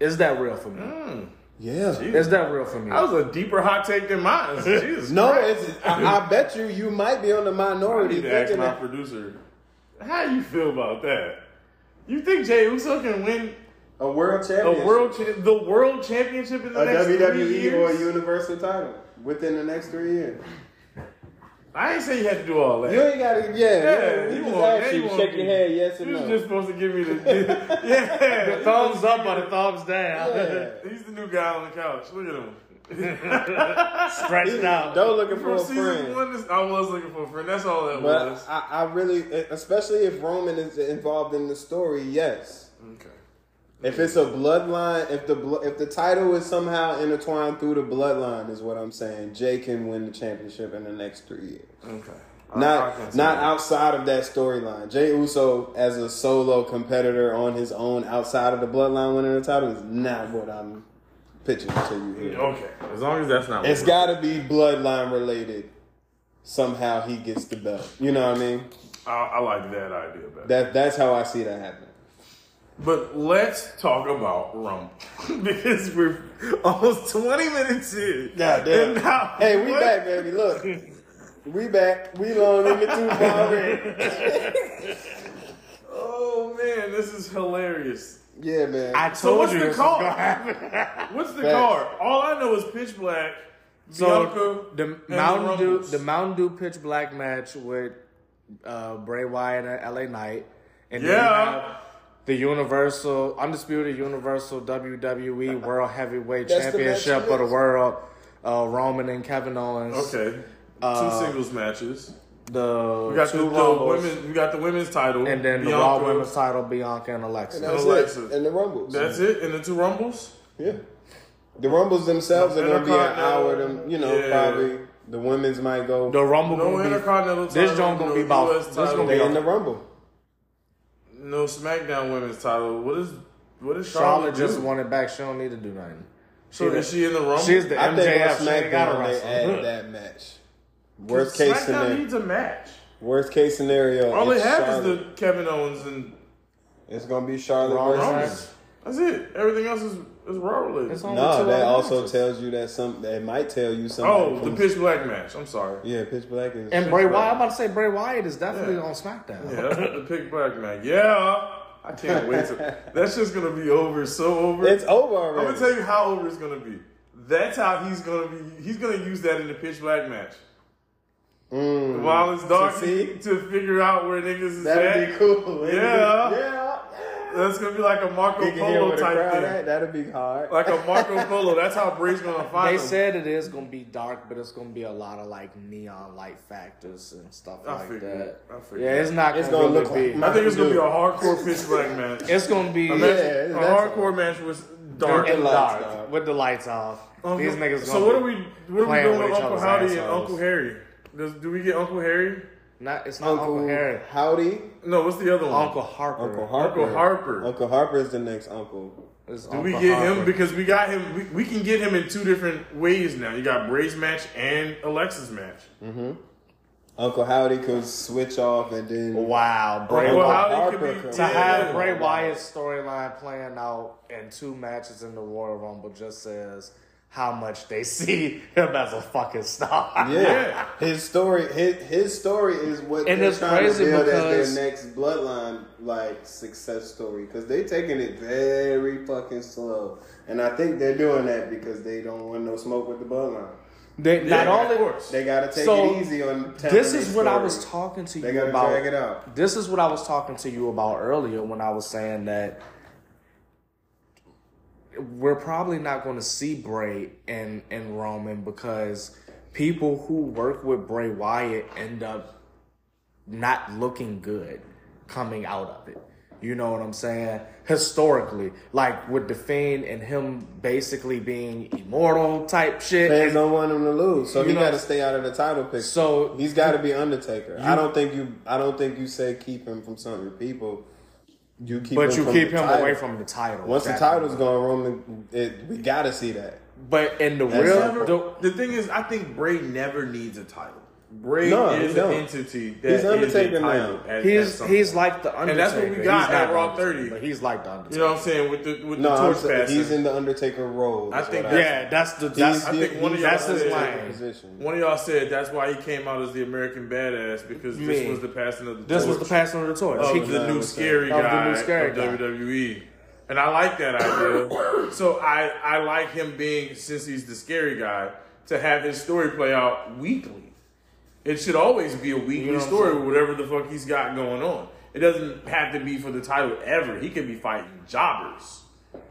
Speaker 3: Is that real for me?
Speaker 2: yeah.
Speaker 3: Is that real for me?
Speaker 1: Hmm. That was a deeper hot take than mine.
Speaker 2: (laughs)
Speaker 1: Jesus,
Speaker 2: No,
Speaker 1: Christ.
Speaker 2: it's, I, I bet you you might be on the
Speaker 1: I
Speaker 2: minority
Speaker 1: need to ask
Speaker 2: thinking
Speaker 1: my
Speaker 2: that.
Speaker 1: producer. How you feel about that? You think Jay Uso can win
Speaker 2: a world
Speaker 1: a
Speaker 2: champion,
Speaker 1: world cha- the world championship in the
Speaker 2: a
Speaker 1: next three
Speaker 2: WWE or E?
Speaker 1: years?
Speaker 2: a universal title within the next three years.
Speaker 1: I ain't say you had to do all that.
Speaker 2: You ain't gotta, yeah. yeah,
Speaker 1: yeah,
Speaker 2: we
Speaker 1: you
Speaker 2: just
Speaker 1: want,
Speaker 2: asked
Speaker 1: yeah,
Speaker 2: you,
Speaker 1: you want
Speaker 2: shake
Speaker 1: to
Speaker 2: your
Speaker 1: be-
Speaker 2: head, yes or
Speaker 1: You was
Speaker 2: no.
Speaker 1: just supposed to give
Speaker 2: (laughs)
Speaker 1: me the (laughs) yeah.
Speaker 3: the thumbs up or the thumbs
Speaker 1: (laughs)
Speaker 3: down?
Speaker 2: Yeah.
Speaker 1: He's the new guy on the couch. Look at him.
Speaker 3: (laughs) Stretched out.
Speaker 2: Don't looking for
Speaker 1: From
Speaker 2: a
Speaker 1: season
Speaker 2: friend.
Speaker 1: one, this- I was looking for a friend. That's all that
Speaker 2: But
Speaker 1: was.
Speaker 2: I, I really, especially if Roman is involved in the story, yes.
Speaker 1: okay.
Speaker 2: If it's a bloodline, if the blo- if the title is somehow intertwined through the bloodline, is what I'm saying. Jay can win the championship in the next three years.
Speaker 1: Okay. I- I can
Speaker 2: Not
Speaker 1: see
Speaker 2: not
Speaker 1: that.
Speaker 2: outside of that storyline. Jay Uso as a solo competitor on his own outside of the bloodline winning the title is not what I'm pitching to you here.
Speaker 1: Okay. As long as that's not.
Speaker 2: It's got to be bloodline related. Somehow he gets the belt. You know what I mean?
Speaker 1: I, I like that idea better.
Speaker 2: That that's how I see that happening.
Speaker 1: But let's talk about Rumble (laughs) because we're almost 20 minutes in.
Speaker 2: God damn.
Speaker 1: And now-
Speaker 2: Hey, we
Speaker 1: what?
Speaker 2: back, baby. Look, we back. We long in the tooth already.
Speaker 1: Oh man, this is hilarious.
Speaker 2: Yeah, man.
Speaker 3: I told
Speaker 1: So what's
Speaker 3: you
Speaker 1: the
Speaker 3: this was
Speaker 1: call?
Speaker 3: gonna
Speaker 2: (laughs)
Speaker 3: happen.
Speaker 1: What's the
Speaker 2: Facts.
Speaker 1: card? All I know is pitch black.
Speaker 3: So
Speaker 1: Bianca,
Speaker 3: the
Speaker 1: and
Speaker 3: Mountain Dew,
Speaker 1: Rumbles.
Speaker 3: the Mountain Dew pitch black match with uh, Bray Wyatt and LA Knight, and then you
Speaker 1: Yeah.
Speaker 3: have the Universal Undisputed
Speaker 2: (laughs)
Speaker 3: Universal WWE World Heavyweight
Speaker 2: That's the match
Speaker 3: Championship
Speaker 2: it
Speaker 3: of the
Speaker 2: is.
Speaker 3: world. Uh, Roman and Kevin Owens.
Speaker 1: Okay.
Speaker 2: uh,
Speaker 1: Two singles matches.
Speaker 3: The
Speaker 1: We got the,
Speaker 3: two
Speaker 1: the
Speaker 3: Rumbles,
Speaker 1: women. We got the women's title,
Speaker 3: and then the Raw
Speaker 1: Bianca.
Speaker 3: Women's title, Bianca and Alexa.
Speaker 2: and that's
Speaker 1: Alexa.
Speaker 2: it. And the rumbles.
Speaker 1: That's it, and the two rumbles.
Speaker 2: yeah. The rumbles themselves are
Speaker 1: And
Speaker 2: gonna
Speaker 1: the
Speaker 2: be an hour.
Speaker 1: Continental.
Speaker 2: Them, you know,
Speaker 1: Yeah.
Speaker 2: probably the women's might go.
Speaker 3: the Rumble
Speaker 1: No
Speaker 3: gonna be
Speaker 1: Intercontinental title.
Speaker 3: this joint gonna
Speaker 1: no
Speaker 3: be about-
Speaker 1: US
Speaker 3: this
Speaker 1: title,
Speaker 3: gonna
Speaker 2: They in the rumble.
Speaker 1: no SmackDown Women's title. What is what is Charlotte,
Speaker 3: Charlotte just
Speaker 1: do?
Speaker 3: won it back. She don't need to do nothing.
Speaker 1: So is she in the rumble?
Speaker 3: She's the
Speaker 2: I think on
Speaker 3: MJF. She ain't gotta
Speaker 2: SmackDown they
Speaker 3: wrestle.
Speaker 2: add that match. Worst case
Speaker 1: SmackDown
Speaker 2: scenario.
Speaker 1: needs a match.
Speaker 2: Worst case scenario.
Speaker 1: All they
Speaker 2: it's
Speaker 1: have
Speaker 2: Charlotte.
Speaker 1: is the Kevin Owens and
Speaker 2: It's gonna be Charlotte
Speaker 3: Raw
Speaker 2: versus.
Speaker 1: Romans. That's it. Everything else is is raw related.
Speaker 3: It's only
Speaker 2: No,
Speaker 3: two
Speaker 2: that
Speaker 3: other
Speaker 2: also
Speaker 3: matches.
Speaker 2: tells you that some. That might tell you something.
Speaker 1: oh, the pitch black match. I'm sorry.
Speaker 2: Yeah, pitch black is.
Speaker 3: And Bray Wyatt, I'm about to say Bray Wyatt is definitely
Speaker 1: Yeah.
Speaker 3: on SmackDown.
Speaker 1: Yeah, that's the pitch black match. Yeah, I can't wait to.
Speaker 3: (laughs)
Speaker 1: That's just gonna be over. So over.
Speaker 2: It's over
Speaker 1: I'm
Speaker 2: already.
Speaker 1: gonna tell you how over it's gonna be. That's how he's gonna be. He's gonna use that in the pitch black match. While it's dark,
Speaker 2: To see?
Speaker 1: to, figure out where niggas is
Speaker 2: That'd
Speaker 1: at.
Speaker 2: be cool. (laughs) It'd be-
Speaker 1: Yeah.
Speaker 2: yeah.
Speaker 1: That's gonna be like a Marco
Speaker 2: You can hear
Speaker 1: Polo
Speaker 2: where the
Speaker 1: type
Speaker 2: crowd
Speaker 1: thing.
Speaker 2: at. That'd be hard.
Speaker 1: Like a Marco Polo. That's how Bray's gonna find
Speaker 3: They
Speaker 1: him.
Speaker 3: said it is gonna be dark, but it's gonna be a lot of like neon light factors and stuff
Speaker 1: I
Speaker 3: like
Speaker 1: figured
Speaker 3: that.
Speaker 1: it. I figured
Speaker 3: Yeah,
Speaker 1: it.
Speaker 3: it's not
Speaker 2: It's
Speaker 3: gonna,
Speaker 2: gonna
Speaker 3: really
Speaker 2: look
Speaker 3: be.
Speaker 2: like-
Speaker 1: I think it's gonna be
Speaker 2: Dude.
Speaker 1: a hardcore pitch black match.
Speaker 3: It's gonna be
Speaker 1: a
Speaker 2: Yeah,
Speaker 1: match,
Speaker 2: that's
Speaker 1: a
Speaker 2: all.
Speaker 1: hardcore match was dark.
Speaker 3: dark, and
Speaker 2: the lights
Speaker 3: dark
Speaker 2: off.
Speaker 3: with the lights off.
Speaker 1: Uncle-
Speaker 3: These niggas.
Speaker 1: So
Speaker 3: gonna
Speaker 1: what
Speaker 3: be
Speaker 1: are we? What are we
Speaker 3: playing
Speaker 1: doing
Speaker 3: with
Speaker 1: with
Speaker 3: each
Speaker 1: Uncle
Speaker 3: other's
Speaker 1: Howdy and
Speaker 3: assholes.
Speaker 1: Uncle Harry? Does, do we get Uncle Harry?
Speaker 3: Not it's not Uncle,
Speaker 2: Uncle
Speaker 3: Harry.
Speaker 2: Howdy.
Speaker 1: No, what's the other one?
Speaker 3: Uncle Harper.
Speaker 2: Uncle Harper.
Speaker 1: Uncle Harper.
Speaker 2: Uncle Harper is the next uncle.
Speaker 3: It's
Speaker 1: Do we
Speaker 3: Uncle
Speaker 1: get
Speaker 3: Harper.
Speaker 1: him because we got him? We, we can get him in two different ways now. You got Bray's match and Alexa's match.
Speaker 2: Mm-hmm. Uncle Howdy could switch off and then.
Speaker 3: Wow, Bray
Speaker 1: Uncle
Speaker 2: Uncle
Speaker 1: Howdy
Speaker 3: Wyatt.
Speaker 1: could
Speaker 2: Harper
Speaker 1: be-
Speaker 2: could-
Speaker 3: To
Speaker 1: Yeah.
Speaker 3: have Bray Wyatt's storyline playing out in two matches in the Royal Rumble just says
Speaker 4: how much
Speaker 3: (laughs)
Speaker 4: they see him as a fucking star.
Speaker 2: Yeah. His story his his story is what
Speaker 4: And
Speaker 2: they're
Speaker 4: it's
Speaker 2: trying
Speaker 4: crazy
Speaker 2: to build
Speaker 4: because-
Speaker 2: as their next bloodline like success story because they taking it very fucking slow. And I think they're doing that because they don't want no smoke with the bloodline.
Speaker 3: They, not
Speaker 1: Yeah,
Speaker 3: only
Speaker 1: of course.
Speaker 2: They gotta take
Speaker 3: So,
Speaker 2: it easy on telling
Speaker 3: this
Speaker 2: their
Speaker 3: is what I
Speaker 2: story.
Speaker 3: was talking to
Speaker 2: They
Speaker 3: you
Speaker 2: gotta
Speaker 3: about.
Speaker 2: drag it out.
Speaker 3: This is what I was talking to you about earlier when I was saying that we're probably not going to see Bray and and Roman because people who work with Bray Wyatt end up not looking good coming out of it. You know what I'm saying? Historically, like with the Fiend and him basically being immortal type shit.
Speaker 2: Fans don't want him to lose, so
Speaker 3: You
Speaker 2: he
Speaker 3: know-
Speaker 2: got to stay out of the title picture.
Speaker 3: So-
Speaker 2: he's got to be Undertaker. I don't think you. I don't think you say keep him from some of your people. You keep,
Speaker 3: but
Speaker 2: him
Speaker 3: you
Speaker 2: from
Speaker 3: keep
Speaker 2: the
Speaker 3: him
Speaker 2: title.
Speaker 3: away from the title.
Speaker 2: Once the
Speaker 3: Exactly.
Speaker 2: title's gone, Roman, it, we got to see that.
Speaker 3: But in the
Speaker 2: never-
Speaker 3: real, the,
Speaker 1: The, the thing is, I think Bray never needs a title. Bray
Speaker 2: No, he
Speaker 1: is an
Speaker 2: don't.
Speaker 1: entity that
Speaker 2: He's
Speaker 1: is
Speaker 2: Undertaker
Speaker 1: a title.
Speaker 2: now.
Speaker 1: at- at
Speaker 3: he's
Speaker 1: some
Speaker 3: he's
Speaker 1: point.
Speaker 3: like the Undertaker.
Speaker 1: that's what we
Speaker 3: He's
Speaker 1: got
Speaker 3: not
Speaker 1: at Raw
Speaker 3: the Undertaker,
Speaker 1: 30.
Speaker 3: But he's like the Undertaker.
Speaker 1: You know what I'm saying? With the with
Speaker 2: No,
Speaker 1: the
Speaker 2: I'm
Speaker 1: torch
Speaker 2: saying
Speaker 1: passing.
Speaker 2: he's in the Undertaker role.
Speaker 1: I
Speaker 2: is
Speaker 1: think
Speaker 2: what
Speaker 1: that-
Speaker 3: yeah, that's the
Speaker 2: He's
Speaker 3: that's
Speaker 1: I
Speaker 2: the-
Speaker 1: think one of
Speaker 2: he's
Speaker 1: y'all
Speaker 2: in the
Speaker 1: said-
Speaker 2: Undertaker
Speaker 3: his
Speaker 2: Position.
Speaker 1: One of y'all said that's why he came out as the American badass because this
Speaker 3: Man.
Speaker 1: was the passing of the
Speaker 3: this
Speaker 1: torch
Speaker 3: was
Speaker 1: Oh,
Speaker 3: the passing of the torch.
Speaker 1: of
Speaker 3: He-
Speaker 1: the new scary
Speaker 3: Of the
Speaker 1: guy
Speaker 3: new scary
Speaker 1: of
Speaker 3: guy.
Speaker 1: WWE. And I like that idea. (coughs) so I, I like him being since he's the scary guy to have his story play out weekly. It should always be a weekly
Speaker 3: know what I'm
Speaker 1: story with whatever the fuck he's got going on. It doesn't have to be for the title ever. He could be fighting jobbers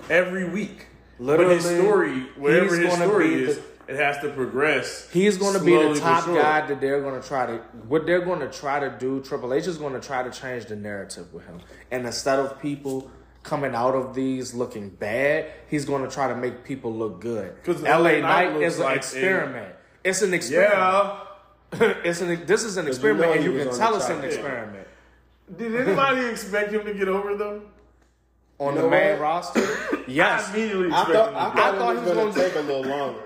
Speaker 1: every week. but his
Speaker 3: Literally,
Speaker 1: story, whatever
Speaker 3: he's
Speaker 1: his
Speaker 3: gonna
Speaker 1: story
Speaker 3: be the-
Speaker 1: is, it has to progress.
Speaker 3: He's going to be
Speaker 1: slowly
Speaker 3: the
Speaker 1: but
Speaker 3: top
Speaker 1: surely.
Speaker 3: guy that they're going to try to. What they're going to try to do, Triple H is going to try to change the narrative with him. And instead of people coming out of these looking bad, he's going to try to make people look good.
Speaker 1: 'Cause
Speaker 3: LA
Speaker 1: LA Knight
Speaker 3: Knight is
Speaker 1: looks
Speaker 3: an
Speaker 1: like a-
Speaker 3: experiment. it's an experiment. (laughs)
Speaker 1: Yeah.
Speaker 3: it's an, this is an experiment,
Speaker 2: know
Speaker 3: and
Speaker 2: he
Speaker 3: you
Speaker 2: was
Speaker 3: can
Speaker 2: on
Speaker 3: tell
Speaker 2: the
Speaker 3: it's an
Speaker 2: chopping
Speaker 3: experiment
Speaker 1: Did anybody expect him to get over though?
Speaker 3: on
Speaker 2: You
Speaker 3: the
Speaker 2: know
Speaker 3: main
Speaker 2: what?
Speaker 3: roster.
Speaker 1: (clears throat) I
Speaker 3: Yes,
Speaker 1: immediately
Speaker 2: I
Speaker 1: expected
Speaker 2: thought
Speaker 1: him to
Speaker 2: I
Speaker 1: get
Speaker 2: thought,
Speaker 3: thought
Speaker 2: it was
Speaker 3: he was
Speaker 2: going to
Speaker 3: gonna-
Speaker 2: take a little longer.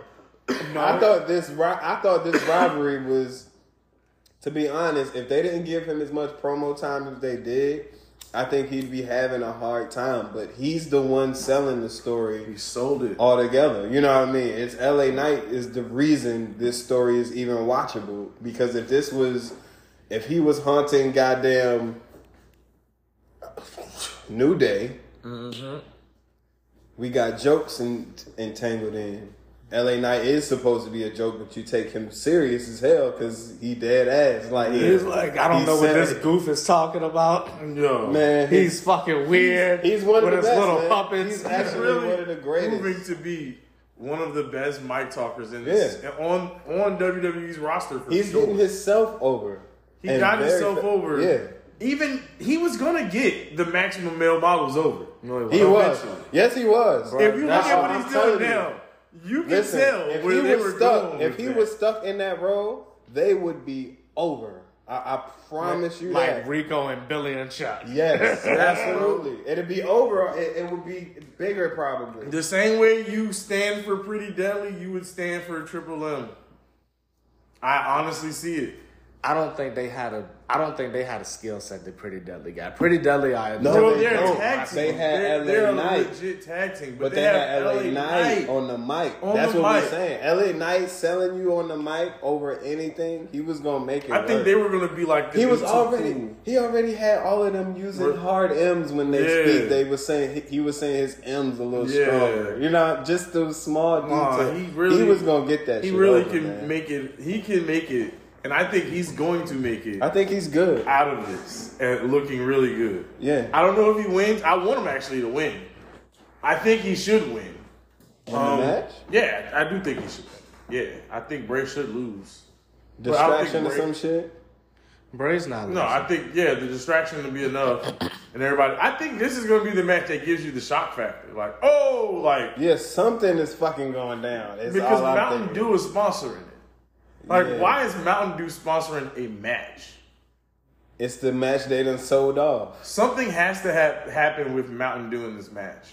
Speaker 2: I thought this ri- I thought this rivalry was. To be honest, if they didn't give him as much promo time as they did, I think he'd be having a hard time. But he's the one selling the story
Speaker 1: sold
Speaker 2: Oh.
Speaker 1: it.
Speaker 2: altogether. You know what I mean? It's LA Knight is the reason this story is even watchable because if this was, if he was haunting goddamn New Day, we got jokes en- entangled in. LA Knight is supposed to be a joke, but you take him serious as hell because he dead ass. Like
Speaker 3: he's like, I don't
Speaker 2: he
Speaker 3: know what
Speaker 2: said
Speaker 3: this
Speaker 2: it.
Speaker 3: goof is talking about.
Speaker 1: Yo,
Speaker 2: man. He's
Speaker 3: He's fucking weird.
Speaker 2: he's one of
Speaker 3: with
Speaker 2: the
Speaker 3: his
Speaker 2: best,
Speaker 3: little
Speaker 2: man.
Speaker 3: puppets.
Speaker 2: He's actually one of the greatest.
Speaker 1: proving to be one of the best mic talkers in
Speaker 2: Yeah.
Speaker 1: this and on on WWE's roster. For
Speaker 2: he's
Speaker 1: sure.
Speaker 2: getting himself over.
Speaker 1: he
Speaker 2: And
Speaker 1: got
Speaker 2: very
Speaker 1: himself
Speaker 2: fa-
Speaker 1: over.
Speaker 2: Yeah.
Speaker 1: even he was gonna get the maximum male models over.
Speaker 3: No,
Speaker 2: He
Speaker 3: wasn't.
Speaker 2: was. Yes, he was.
Speaker 1: If you look
Speaker 2: That's
Speaker 1: at
Speaker 2: what
Speaker 1: what
Speaker 2: I'm
Speaker 1: he's
Speaker 2: telling
Speaker 1: doing
Speaker 2: you.
Speaker 1: now, you can
Speaker 2: Listen,
Speaker 1: tell
Speaker 2: if
Speaker 1: where
Speaker 2: he
Speaker 1: they
Speaker 2: was
Speaker 1: were
Speaker 2: stuck,
Speaker 1: going.
Speaker 2: if
Speaker 1: with
Speaker 2: he
Speaker 1: that.
Speaker 2: was stuck in that role, they would be over. I, I promise you
Speaker 3: like
Speaker 2: that.
Speaker 3: Rico and Billy and Chuck.
Speaker 1: (laughs)
Speaker 2: yes, absolutely. It'd be over. It, it would be bigger probably.
Speaker 1: the same way you stand for Pretty Deadly, you would stand for Triple M. I honestly see it.
Speaker 3: (laughs) I don't think they had a. I don't think they had a skill set that Pretty Deadly got. Pretty Deadly, I
Speaker 2: No,
Speaker 1: Bro,
Speaker 2: they
Speaker 1: they're a
Speaker 2: don't.
Speaker 1: tag team.
Speaker 2: They had
Speaker 1: they're,
Speaker 2: LA
Speaker 1: they're a
Speaker 2: Knight.
Speaker 1: legit tag team, but,
Speaker 2: But they,
Speaker 1: have
Speaker 2: had LA, Knight on the mic.
Speaker 1: On
Speaker 2: That's
Speaker 1: the
Speaker 2: what
Speaker 1: mic.
Speaker 2: we're saying. LA Knight selling you on the mic over anything, he was gonna make it.
Speaker 1: I think
Speaker 2: work.
Speaker 1: they were gonna be like the
Speaker 2: He
Speaker 1: new
Speaker 2: was
Speaker 1: Too
Speaker 2: already
Speaker 1: Cool.
Speaker 2: he already had all of them using
Speaker 1: Right.
Speaker 2: hard M's when they
Speaker 1: Yeah.
Speaker 2: speak. They was saying he, he was saying his M's a little
Speaker 1: Yeah.
Speaker 2: stronger. You know, just those small
Speaker 1: Nah,
Speaker 2: details.
Speaker 1: he
Speaker 2: he,
Speaker 1: really-
Speaker 2: was gonna get that.
Speaker 1: He
Speaker 2: shit
Speaker 1: really
Speaker 2: over,
Speaker 1: can
Speaker 2: man.
Speaker 1: make it. He can make it, and I think he's going to make it
Speaker 2: I think he's good.
Speaker 1: out of this and looking really good.
Speaker 2: Yeah.
Speaker 1: I don't know if he wins. I want him actually to win. I think he should win.
Speaker 2: In
Speaker 1: Um,
Speaker 2: the match,
Speaker 1: Yeah, I do think he should. win. Yeah, I think Bray should lose. but I don't think
Speaker 2: distraction or
Speaker 1: Bray-
Speaker 2: some shit.
Speaker 3: Bray's not.
Speaker 1: No, I think yeah, the distraction will be enough, and everybody. I think this is going to be the match that gives you the shock factor. Like, oh, like
Speaker 2: Yeah, something is fucking going down. It's
Speaker 1: because
Speaker 2: all I'm
Speaker 1: Mountain
Speaker 2: thinking.
Speaker 1: Dew is sponsoring it. Like,
Speaker 2: Yeah.
Speaker 1: why is Mountain Dew sponsoring a match?
Speaker 2: It's the match they done sold off.
Speaker 1: Something has to ha- happen with Mountain Dew in this match.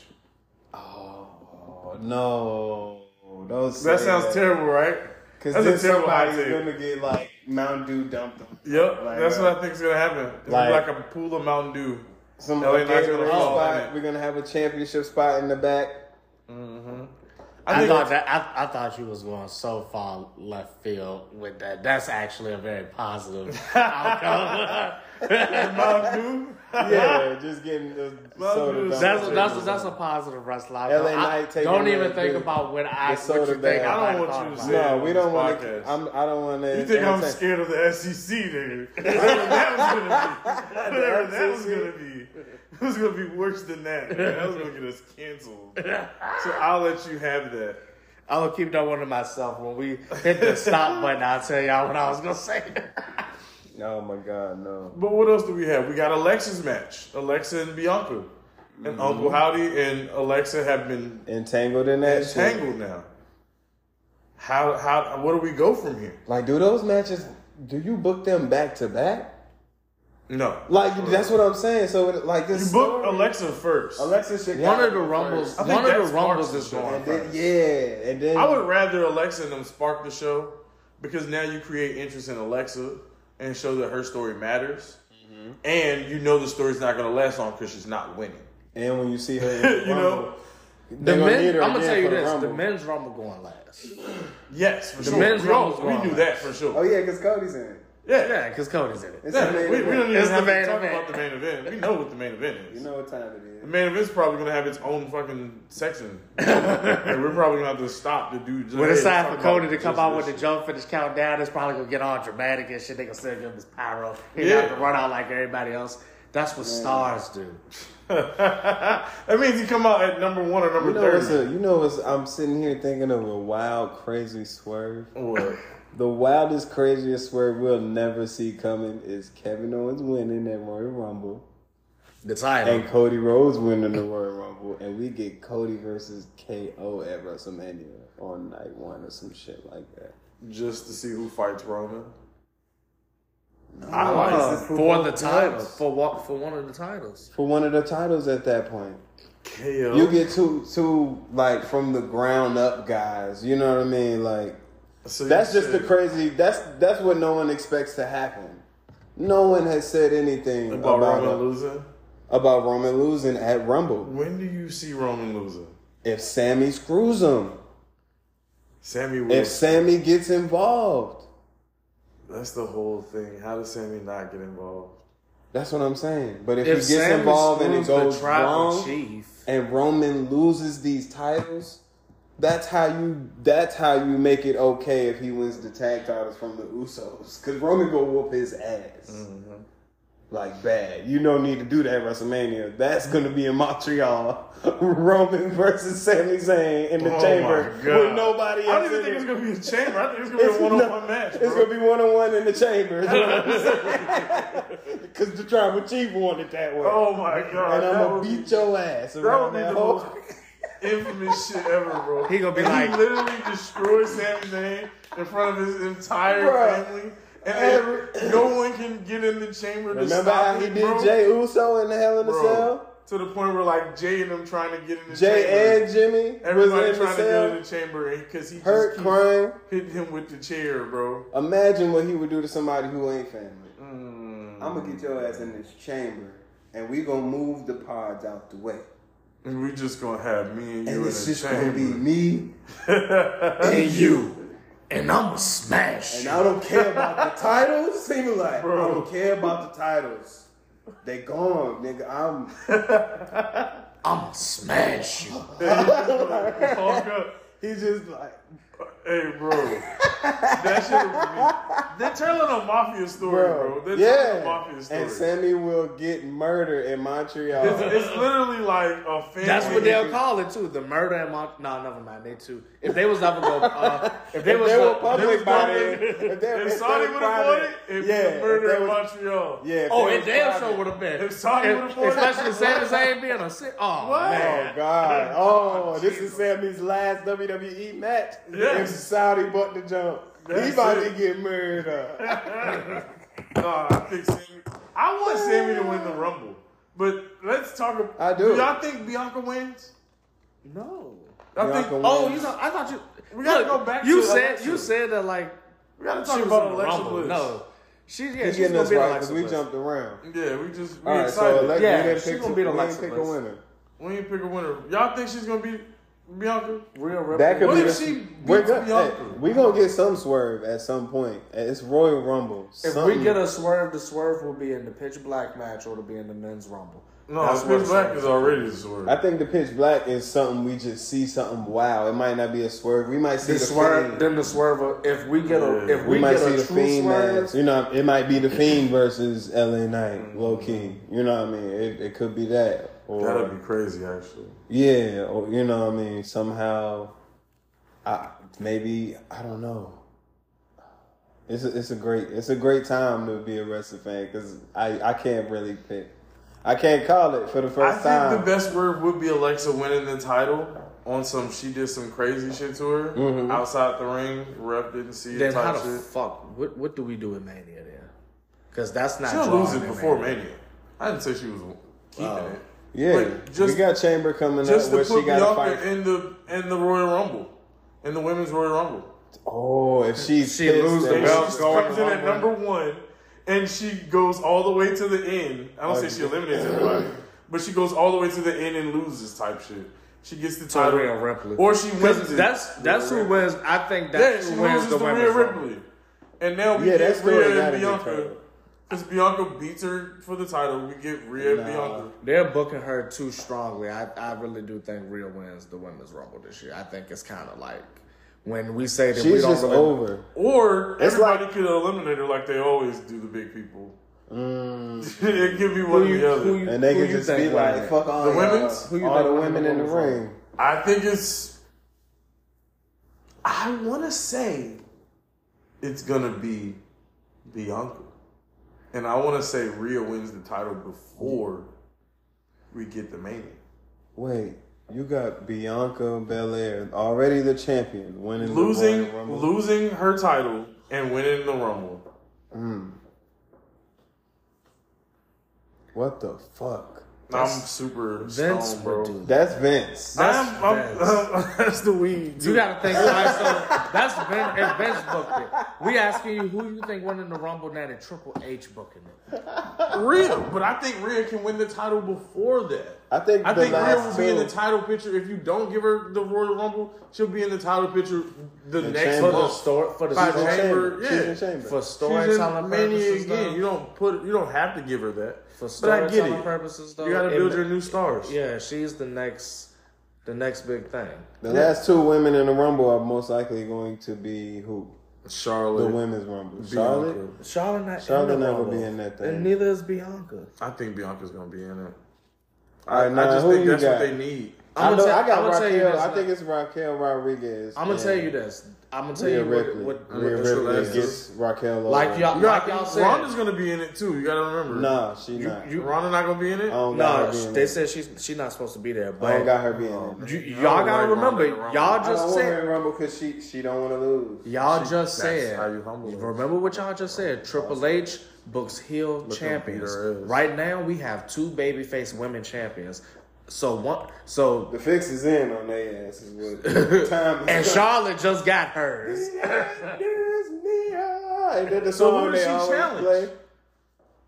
Speaker 2: Oh no, don't say
Speaker 1: That sounds terrible, right?
Speaker 2: Because
Speaker 1: That's
Speaker 2: then
Speaker 1: a terrible hot
Speaker 2: somebody's
Speaker 1: take.
Speaker 2: gonna get like Mountain Dew dumped on.
Speaker 1: Yep,
Speaker 2: Like,
Speaker 1: that's
Speaker 2: uh,
Speaker 1: what I think is gonna happen. It's gonna be
Speaker 2: like-
Speaker 1: like a pool of Mountain Dew.
Speaker 2: Some
Speaker 1: LA Knights
Speaker 2: Gatorade
Speaker 1: gonna fall in
Speaker 2: spot.
Speaker 1: it.
Speaker 2: We're gonna have a championship spot in the back.
Speaker 1: I
Speaker 3: I,
Speaker 1: think
Speaker 3: thought that I, I thought you was going so far left field with that. That's actually a very (laughs) positive outcome.
Speaker 2: (laughs)
Speaker 1: Mountain Dew.
Speaker 2: Yeah, just getting the
Speaker 1: Well,
Speaker 2: soda.
Speaker 1: dude,
Speaker 3: That's that's that's a positive wrestling life.
Speaker 2: LA
Speaker 3: I-
Speaker 2: Knight taking
Speaker 3: don't even
Speaker 2: the-
Speaker 3: think
Speaker 2: the-
Speaker 3: about what I
Speaker 2: the
Speaker 3: what you
Speaker 2: soda
Speaker 3: think.
Speaker 2: bag.
Speaker 3: I
Speaker 1: I don't
Speaker 3: don't
Speaker 1: want you to
Speaker 3: want
Speaker 1: say-
Speaker 3: you to
Speaker 2: No, we don't want
Speaker 1: Podcast.
Speaker 2: to. I'm. I don't want to.
Speaker 1: You think I'm scared of the
Speaker 2: (laughs)
Speaker 1: SEC, nigga? Whatever that was gonna be, whatever that
Speaker 2: E
Speaker 1: was gonna be, it was gonna be worse than that. Man. That was gonna get us canceled.
Speaker 2: (laughs)
Speaker 1: So I'll let you have that.
Speaker 3: I'm gonna keep that one to myself. When we hit the stop button, I'll tell y'all what I was gonna say. (laughs)
Speaker 2: Oh my God, no.
Speaker 1: But what else do we have? We got Alexa's match, Alexa and Bianca, and Uncle Howdy and Alexa have been
Speaker 2: Entangled in that shit.
Speaker 1: tangled now. How how where do we go from here?
Speaker 2: Like, do those matches? Do you book them back to back?
Speaker 1: No,
Speaker 2: Like, that's what I'm saying. So, like
Speaker 1: you
Speaker 2: this.
Speaker 1: book
Speaker 2: story-
Speaker 1: Alexa first.
Speaker 2: Alexa should
Speaker 3: One
Speaker 2: got
Speaker 3: of the
Speaker 2: it
Speaker 3: rumbles,
Speaker 2: first.
Speaker 1: think
Speaker 3: one of
Speaker 1: that's
Speaker 3: the rumbles
Speaker 1: Mark's
Speaker 3: is going.
Speaker 2: And then, yeah, and then
Speaker 1: I would rather Alexa and them spark the show because now you create interest in Alexa and show that her story matters. And you know the story's not going to last long because she's not winning. (laughs)
Speaker 2: and when you see her, in the
Speaker 1: You know?
Speaker 2: Rumble,
Speaker 3: The
Speaker 2: they gonna need
Speaker 3: men,
Speaker 2: her
Speaker 3: I'm gonna
Speaker 2: again
Speaker 3: tell you
Speaker 2: for the
Speaker 3: this: the
Speaker 2: Rumble.
Speaker 3: men's rumble going last.
Speaker 1: Yes, for sure.
Speaker 3: men's
Speaker 1: we, all-
Speaker 3: rumble's
Speaker 1: we
Speaker 3: wrong.
Speaker 1: knew that for
Speaker 2: Oh
Speaker 1: sure.
Speaker 2: yeah, because Cody's in. it.
Speaker 1: Yeah, yeah.
Speaker 3: Yeah, because Cody's in it.
Speaker 2: It's the main
Speaker 1: we, we
Speaker 2: event.
Speaker 1: don't even
Speaker 3: It's the
Speaker 1: have to
Speaker 3: main
Speaker 1: talk
Speaker 3: event.
Speaker 1: about the main event. We know what the main event is.
Speaker 2: You know what time it
Speaker 1: the
Speaker 2: is.
Speaker 1: main event's probably going to have its own fucking
Speaker 2: (laughs)
Speaker 1: section. and we're probably going to have to stop the dude.
Speaker 3: When it's time for Cody to come out with the jump finish countdown, it's probably gonna get all dramatic and shit. They gonna still give him his pyro. (laughs) He
Speaker 1: Yeah.
Speaker 3: have to run out like everybody else. That's what stars do.
Speaker 1: (laughs) that means he come out at number one or number
Speaker 2: You know, what's
Speaker 1: thirty.
Speaker 2: a, you know what's, I'm sitting here thinking of a wild, crazy swerve.
Speaker 1: What?
Speaker 2: The wildest, craziest swerve we'll never see coming is Kevin Owens winning at Royal Rumble
Speaker 3: The title.
Speaker 2: and Cody Rhodes winning the Royal Rumble, and we get Cody versus KO at WrestleMania on night one or some shit like that.
Speaker 1: Just to see who fights Rona.
Speaker 3: I like
Speaker 2: Uh,
Speaker 3: for the title. For what? For one of the titles.
Speaker 2: For one of the titles at that point.
Speaker 1: KO.
Speaker 2: You get two, two like from the ground up guys. You know what I mean? Like
Speaker 1: So you
Speaker 2: that's just the
Speaker 1: said-
Speaker 2: crazy. That's that's what no one expects to happen. No one has said anything
Speaker 1: about,
Speaker 2: about
Speaker 1: Roman
Speaker 2: about,
Speaker 1: losing.
Speaker 2: Roman losing at Rumble.
Speaker 1: When do you see Roman losing?
Speaker 2: If Sammy screws him,
Speaker 1: Sammy
Speaker 2: if
Speaker 1: was.
Speaker 2: Sammy gets involved,
Speaker 1: That's the whole thing. How does Sammy not get involved?
Speaker 2: that's what I'm saying. But if,
Speaker 3: If
Speaker 2: he gets
Speaker 3: Sammy
Speaker 2: involved and it
Speaker 3: screws the
Speaker 2: goes
Speaker 3: tribal
Speaker 2: wrong,
Speaker 3: chief,
Speaker 2: and Roman loses these titles, that's how you that's how you make it okay if he wins the tag titles from the Usos. Cause Roman go whoop his ass.
Speaker 1: Mm-hmm.
Speaker 2: Like bad. You don't need to do that at WrestleMania. That's gonna be in Montreal. (laughs) Roman versus Sami Zayn in the
Speaker 1: Oh
Speaker 2: chamber
Speaker 1: my God.
Speaker 2: with nobody
Speaker 1: I don't
Speaker 2: else
Speaker 1: even
Speaker 2: in
Speaker 1: think it's
Speaker 2: it.
Speaker 1: gonna be a chamber. I think it's gonna be a one on one match.
Speaker 2: It's
Speaker 1: bro.
Speaker 2: gonna be one on one in the
Speaker 1: (laughs)
Speaker 2: chamber. (laughs) is what I'm saying. Cause the tribal chief wanted that way.
Speaker 1: oh my
Speaker 2: and
Speaker 1: god!
Speaker 2: I'm
Speaker 1: that
Speaker 2: gonna
Speaker 1: would
Speaker 2: beat
Speaker 1: be-
Speaker 2: your ass
Speaker 1: That would
Speaker 2: around
Speaker 1: be
Speaker 2: that,
Speaker 1: the
Speaker 2: whole (laughs)
Speaker 1: most infamous shit ever, bro.
Speaker 3: He gonna be
Speaker 1: And he
Speaker 3: like-
Speaker 1: literally destroyed Sami Zayn in front of his entire
Speaker 2: Bruh.
Speaker 1: family, and every, no one can get in the chamber to
Speaker 2: Remember
Speaker 1: stop
Speaker 2: how he
Speaker 1: him,
Speaker 2: did
Speaker 1: bro?
Speaker 2: Jay Uso in the Hell in the
Speaker 1: Bro,
Speaker 2: Cell?
Speaker 1: To the point where like Jay and them trying to get in the chamber.
Speaker 2: Jay and Jimmy
Speaker 1: Everybody
Speaker 2: was in the
Speaker 1: trying to go
Speaker 2: cell,
Speaker 1: to the chamber because he
Speaker 2: hurt,
Speaker 1: just keeps
Speaker 2: crying.
Speaker 1: hitting him with the chair, bro.
Speaker 2: Imagine what he would do to somebody who ain't family.
Speaker 1: Mm.
Speaker 2: I'm gonna get your ass in this chamber, and we gonna move the pods out the way.
Speaker 1: And we just gonna have me and you
Speaker 2: And
Speaker 1: in
Speaker 2: it's
Speaker 1: the
Speaker 2: just gonna be
Speaker 1: (laughs) chamber.
Speaker 2: me and you.
Speaker 3: and I'm a smash.
Speaker 2: And I don't care about the titles. Seem like I don't care about the titles. They gone, nigga. I'm
Speaker 3: I'm a smash. you.
Speaker 1: Hulk up.
Speaker 2: he just like
Speaker 1: Hey, bro. that shit. would be- They're telling a mafia story, bro. They're telling a mafia story.
Speaker 2: And Sammy will get murdered in
Speaker 1: it's, (laughs)
Speaker 2: Montreal.
Speaker 1: it's literally like a family.
Speaker 3: That's what they'll call it too. The murder and Mont. No, never mind. They too. If they was ever
Speaker 2: (laughs)
Speaker 3: going, uh, if they
Speaker 2: If
Speaker 3: was
Speaker 2: they were
Speaker 3: gonna-
Speaker 2: public by then,
Speaker 1: If,
Speaker 2: they- (laughs) if
Speaker 1: Saudi
Speaker 2: they
Speaker 1: would have
Speaker 2: private-
Speaker 1: bought it, it'd
Speaker 2: yeah,
Speaker 1: be a murder
Speaker 2: if they
Speaker 1: in
Speaker 2: was-
Speaker 1: Montreal.
Speaker 2: yeah. if
Speaker 3: (laughs) Oh,
Speaker 2: they
Speaker 3: and
Speaker 2: was
Speaker 3: damn
Speaker 2: private-
Speaker 3: sure would have been.
Speaker 1: If Saudi would've bought it- (laughs)
Speaker 3: especially Sami Zayn being a sit. Oh
Speaker 1: What?
Speaker 2: Oh
Speaker 3: man.
Speaker 2: God! Oh, this is Sammy's last WWE match.
Speaker 1: Yes.
Speaker 2: If Saudi bought the jump, he
Speaker 1: That's
Speaker 2: about
Speaker 1: it.
Speaker 2: to get murdered. up.
Speaker 1: Uh, I think Sammy. I want Sammy to win the Rumble, but let's talk. ab-
Speaker 2: I do.
Speaker 1: y'all think Bianca wins?
Speaker 3: No.
Speaker 1: I
Speaker 2: Bianca
Speaker 1: think.
Speaker 2: wins.
Speaker 3: Oh, you know, I thought you.
Speaker 1: We gotta go back
Speaker 3: You
Speaker 1: to
Speaker 2: uh,
Speaker 3: said
Speaker 1: Alexa.
Speaker 3: you said that like
Speaker 1: We gotta
Speaker 3: she
Speaker 1: talk
Speaker 3: was
Speaker 1: about
Speaker 3: in the
Speaker 1: Alexa
Speaker 3: Rumble.
Speaker 1: Bliss.
Speaker 3: No, she yeah
Speaker 2: You're
Speaker 3: she's
Speaker 2: getting
Speaker 3: gonna
Speaker 2: us
Speaker 3: be the
Speaker 2: right because
Speaker 3: Alexa
Speaker 2: we
Speaker 3: Bliss.
Speaker 2: jumped around.
Speaker 1: Yeah, we just we
Speaker 2: All right,
Speaker 1: excited.
Speaker 2: so Alexa,
Speaker 3: Yeah,
Speaker 2: we didn't
Speaker 3: she
Speaker 2: pick,
Speaker 3: gonna
Speaker 2: we
Speaker 3: be the
Speaker 2: didn't
Speaker 3: Alexa
Speaker 2: pick a
Speaker 3: Bliss.
Speaker 2: winner.
Speaker 1: we ain't pick a winner. Y'all think she's gonna be? Bianca?
Speaker 5: Real rep.
Speaker 2: That could
Speaker 1: What
Speaker 2: be.
Speaker 1: if
Speaker 2: the-
Speaker 1: she beats
Speaker 2: we're gonna,
Speaker 1: Bianca?
Speaker 2: hey, we gonna get some swerve at some point. It's Royal Rumble.
Speaker 5: if we get a swerve, the swerve will be in the pitch black match or it'll be in the men's rumble.
Speaker 1: No,
Speaker 5: That's where
Speaker 1: Spin Black
Speaker 5: it's-
Speaker 1: is already the swerve.
Speaker 2: I think the pitch black is something we just see something wow. It might not be a swerve. We might see
Speaker 5: The
Speaker 2: the,
Speaker 5: swerve,
Speaker 2: Fiend.
Speaker 5: then the swerve. will- If we get a,
Speaker 1: Yeah.
Speaker 5: if
Speaker 2: We,
Speaker 5: we,
Speaker 2: might
Speaker 5: get
Speaker 2: see
Speaker 5: a
Speaker 2: the
Speaker 5: true
Speaker 2: fiend
Speaker 5: swerve,
Speaker 2: match. You know, it might be the fiend versus LA Knight, low key. You know what I mean? It, it could be that, or
Speaker 1: That'd be crazy, actually.
Speaker 2: yeah, or you know what I mean? Somehow, I maybe I don't know. It's a, it's a great it's a great time to be a wrestling fan because I I can't really pick. I can't call it for the
Speaker 1: I
Speaker 2: first
Speaker 1: think
Speaker 2: time.
Speaker 1: the best word would be Alexa winning the title on some. She did some crazy shit to her
Speaker 2: Mm-hmm.
Speaker 1: outside the ring. Ref didn't see it.
Speaker 3: Then how
Speaker 1: type
Speaker 3: the
Speaker 1: shit.
Speaker 3: fuck? What what do we do in Mania then? Because that's not
Speaker 1: She'll
Speaker 3: drawing
Speaker 1: lose it
Speaker 3: in
Speaker 1: before
Speaker 3: Mania.
Speaker 1: Mania. I didn't say she was keeping it.
Speaker 2: yeah,
Speaker 1: Like,
Speaker 2: we
Speaker 1: just-
Speaker 2: got Chamber coming
Speaker 1: Just
Speaker 2: up
Speaker 1: to
Speaker 2: Oh. where
Speaker 1: put
Speaker 2: she got to fight.
Speaker 1: Bianca in the in the Royal Rumble, in the Women's Royal Rumble.
Speaker 2: oh, if she
Speaker 3: She
Speaker 2: pissed,
Speaker 3: lose the
Speaker 2: then
Speaker 1: And
Speaker 3: belt,
Speaker 1: she just
Speaker 2: she's-
Speaker 1: comes in at number one, and she goes all the way to the end.
Speaker 2: Oh,
Speaker 1: I don't say she eliminates everybody, but she goes all the way to the end and loses type shit. She gets the title,
Speaker 5: Rhea Ripley.
Speaker 1: or she wins.
Speaker 3: Because
Speaker 1: it.
Speaker 3: that's that's who wins. I think
Speaker 1: yeah,
Speaker 3: that's
Speaker 1: she
Speaker 3: who wins
Speaker 1: loses
Speaker 3: the
Speaker 1: to
Speaker 3: women's
Speaker 1: Rhea
Speaker 3: rumble.
Speaker 1: Ripley, and now we
Speaker 2: Yeah,
Speaker 1: get
Speaker 2: that story
Speaker 1: Rhea
Speaker 2: gotta
Speaker 1: and
Speaker 2: get
Speaker 1: Bianca
Speaker 2: told.
Speaker 1: because Bianca beats her for the title. We get Rhea and
Speaker 2: Nah.
Speaker 1: Bianca.
Speaker 3: They're booking her too strongly. I, I really do think Rhea wins the women's rumble this year. I think it's kind of like when we say that we
Speaker 2: she's
Speaker 3: don't
Speaker 2: just
Speaker 3: really-
Speaker 2: over.
Speaker 1: Or
Speaker 2: It's
Speaker 1: everybody could eliminate her like they always do the big people.
Speaker 2: Mm.
Speaker 1: (laughs) it could be one or
Speaker 3: Who you,
Speaker 1: the other.
Speaker 3: who you,
Speaker 2: And they
Speaker 3: who
Speaker 2: can
Speaker 3: you
Speaker 2: just
Speaker 3: think
Speaker 2: be
Speaker 3: wins
Speaker 2: like,
Speaker 3: it?
Speaker 2: "Fuck all
Speaker 1: The
Speaker 2: y'all.
Speaker 1: women's?
Speaker 5: Who you
Speaker 2: all
Speaker 5: think
Speaker 2: the
Speaker 5: wins
Speaker 2: women
Speaker 5: the
Speaker 2: in the
Speaker 5: women's?
Speaker 2: ring."
Speaker 1: I think it's. I want to say it's gonna be Bianca, and I want to say Rhea wins the title before we get the Mania.
Speaker 2: Wait, you got Bianca Belair already the champion, winning the Royal
Speaker 1: Losing,
Speaker 2: Rumble.
Speaker 1: losing her title and winning the Rumble.
Speaker 2: what the fuck?
Speaker 1: I'm super
Speaker 3: Vince
Speaker 1: stoned,
Speaker 3: would
Speaker 1: bro.
Speaker 3: do.
Speaker 2: That's Vince.
Speaker 1: I'm, I'm, (laughs) that's the weed.
Speaker 3: You gotta think. Right, so that's Vin, if Vince booked it. We asking you who you think winning the Rumble now that Triple H booking it.
Speaker 1: Rhea, but I think Rhea can win the title before that.
Speaker 2: I think
Speaker 1: I
Speaker 2: the
Speaker 1: think Rhea will
Speaker 2: last
Speaker 1: be in the
Speaker 2: two-
Speaker 1: title picture. If you don't give her the Royal Rumble, she'll be in the title picture the
Speaker 2: And
Speaker 1: next
Speaker 3: For
Speaker 2: Chamber.
Speaker 3: the
Speaker 1: month.
Speaker 3: story, for the
Speaker 1: By
Speaker 2: She's in
Speaker 1: the
Speaker 3: story,
Speaker 1: way-
Speaker 2: chamber.
Speaker 1: yeah.
Speaker 2: She's in chamber.
Speaker 3: for
Speaker 1: She's in
Speaker 3: storytelling
Speaker 1: Mania
Speaker 3: purposes,
Speaker 1: again. You
Speaker 3: though.
Speaker 1: don't put. You don't have to give her that.
Speaker 3: For
Speaker 1: but I get
Speaker 3: storytelling
Speaker 1: it.
Speaker 3: purposes, though,
Speaker 1: you got to
Speaker 3: it
Speaker 1: build
Speaker 3: ma-
Speaker 1: your new stars.
Speaker 3: Yeah, she's the next, the next big thing.
Speaker 2: the last two women in the Rumble are most likely going to be who the
Speaker 1: Charlotte.
Speaker 2: women's Rumble. Charlotte.
Speaker 3: Charlotte not.
Speaker 2: Charlotte
Speaker 3: in the
Speaker 2: not gonna
Speaker 3: Rumble,
Speaker 2: be in that thing.
Speaker 3: and neither is Bianca.
Speaker 1: I think Bianca's gonna be in it.
Speaker 2: All right,
Speaker 1: I
Speaker 2: now,
Speaker 1: just
Speaker 2: who
Speaker 1: think
Speaker 2: you
Speaker 1: that's
Speaker 2: got?
Speaker 1: what they need.
Speaker 2: I know.
Speaker 3: I'ma
Speaker 2: I got
Speaker 3: I'ma
Speaker 2: Raquel.
Speaker 3: this,
Speaker 2: I think it's Raquel Rodriguez.
Speaker 3: I'm gonna tell you this. I'm gonna tell
Speaker 2: Rhea
Speaker 3: you what.
Speaker 2: Ripley.
Speaker 3: what, what
Speaker 2: Rhea
Speaker 3: the
Speaker 1: Ripley
Speaker 3: truth
Speaker 2: Ripley
Speaker 3: is.
Speaker 2: gets Raquel. Over.
Speaker 3: Like y'all,
Speaker 1: You
Speaker 3: like
Speaker 1: got,
Speaker 3: y'all said,
Speaker 1: Ronda's gonna be in it too. You got to remember.
Speaker 2: Nah, Um, she not.
Speaker 3: you-
Speaker 1: Ronda not gonna be in it.
Speaker 2: I don't got
Speaker 3: no,
Speaker 2: her being
Speaker 3: they
Speaker 2: there.
Speaker 3: said she's she's not supposed to be there.
Speaker 2: I
Speaker 3: But
Speaker 2: don't got her being
Speaker 1: oh,
Speaker 2: there.
Speaker 3: you,
Speaker 1: I
Speaker 3: y'all
Speaker 1: don't
Speaker 3: gotta
Speaker 1: like
Speaker 3: remember,
Speaker 1: Ronda Rousey.
Speaker 3: y'all
Speaker 2: I don't
Speaker 3: just
Speaker 2: want her
Speaker 3: said,
Speaker 2: in Rumble because she she don't want to lose.
Speaker 3: y'all just
Speaker 1: that's
Speaker 3: said.
Speaker 1: how you humble her.
Speaker 3: remember what y'all just said. Triple H books heel champions.
Speaker 1: beat her ass.
Speaker 3: Right now, we have two babyface women champions. So one, so
Speaker 2: The fix is in on their asses.
Speaker 1: (laughs)
Speaker 2: With time (laughs)
Speaker 3: and Charlotte just got hers.
Speaker 2: There's Mia. And then ah. the
Speaker 1: So
Speaker 2: song
Speaker 1: who does
Speaker 2: they
Speaker 1: she
Speaker 2: always
Speaker 1: challenge?
Speaker 2: Play.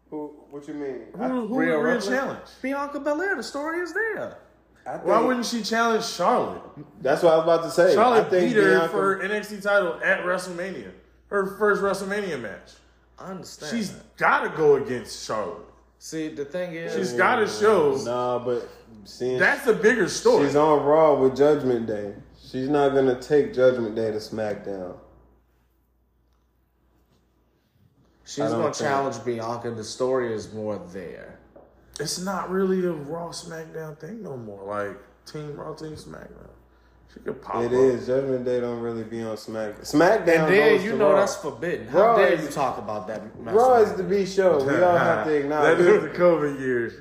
Speaker 2: Who? What you mean?
Speaker 1: Who, who
Speaker 3: Rhea
Speaker 1: would Rhea
Speaker 3: Ripley?
Speaker 1: challenge?
Speaker 3: Bianca Belair. The story is there.
Speaker 2: I, I think,
Speaker 1: Why wouldn't she challenge Charlotte?
Speaker 2: that's what I was about to say. I
Speaker 1: Charlotte
Speaker 2: think
Speaker 1: beat her
Speaker 2: Bianca-
Speaker 1: for her NXT title at WrestleMania, her first WrestleMania match.
Speaker 3: I understand.
Speaker 1: She's
Speaker 3: that.
Speaker 1: got to go against Charlotte.
Speaker 3: see the thing is,
Speaker 1: She's got to show.
Speaker 2: Nah, but seeing
Speaker 1: That's the bigger story.
Speaker 2: she's on Raw with Judgment Day, she's not gonna take Judgment Day to SmackDown.
Speaker 3: she's
Speaker 2: I don't
Speaker 3: gonna
Speaker 2: think-
Speaker 3: challenge Bianca. The story is more there.
Speaker 1: it's not really a Raw SmackDown thing no more. Like Team Raw, Team SmackDown. She could pop up.
Speaker 2: It is Judgment Day. Don't really be on SmackDown. SmackDown.
Speaker 3: And then
Speaker 2: goes
Speaker 3: you
Speaker 2: to
Speaker 3: know
Speaker 2: Raw.
Speaker 3: that's forbidden. How
Speaker 2: Raw
Speaker 3: dare
Speaker 2: is-
Speaker 3: you talk about that? mess
Speaker 2: Raw
Speaker 3: with
Speaker 2: is
Speaker 3: me?
Speaker 2: the B show. We all have to acknowledge.
Speaker 1: that is
Speaker 2: it.
Speaker 1: the COVID years.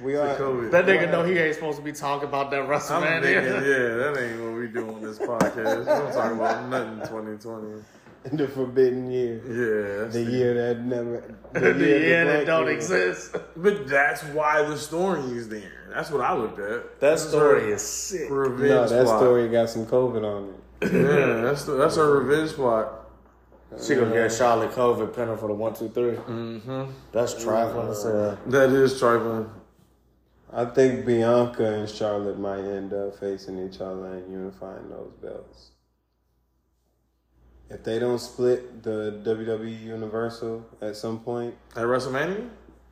Speaker 2: We
Speaker 1: Yeah,
Speaker 2: are. (laughs)
Speaker 1: the COVID.
Speaker 3: That nigga know he ain't supposed to be talking about that
Speaker 1: I'm
Speaker 3: WrestleMania.
Speaker 1: thinking, yeah, that ain't what we do on this podcast. We don't talk about nothing 2020.
Speaker 2: The forbidden year.
Speaker 1: Yeah, that's
Speaker 2: The year that never.
Speaker 3: (laughs) the year
Speaker 2: black
Speaker 3: that don't
Speaker 2: year.
Speaker 3: exist.
Speaker 1: But that's why the story is there. That's what I looked at.
Speaker 3: That
Speaker 1: That's
Speaker 3: story
Speaker 1: her
Speaker 3: is sick.
Speaker 1: Revenge
Speaker 2: No, that
Speaker 1: plot.
Speaker 2: story got some COVID on it.
Speaker 1: Yeah, that's the, that's her revenge plot.
Speaker 3: She gonna get Charlotte COVID pinning for the one, two, three. Mm-hmm. That's trifling as hell.
Speaker 1: That is trifling.
Speaker 2: I think Bianca and Charlotte might end up facing each other and unifying those belts. If they don't split the WWE Universal at some point,
Speaker 1: At WrestleMania,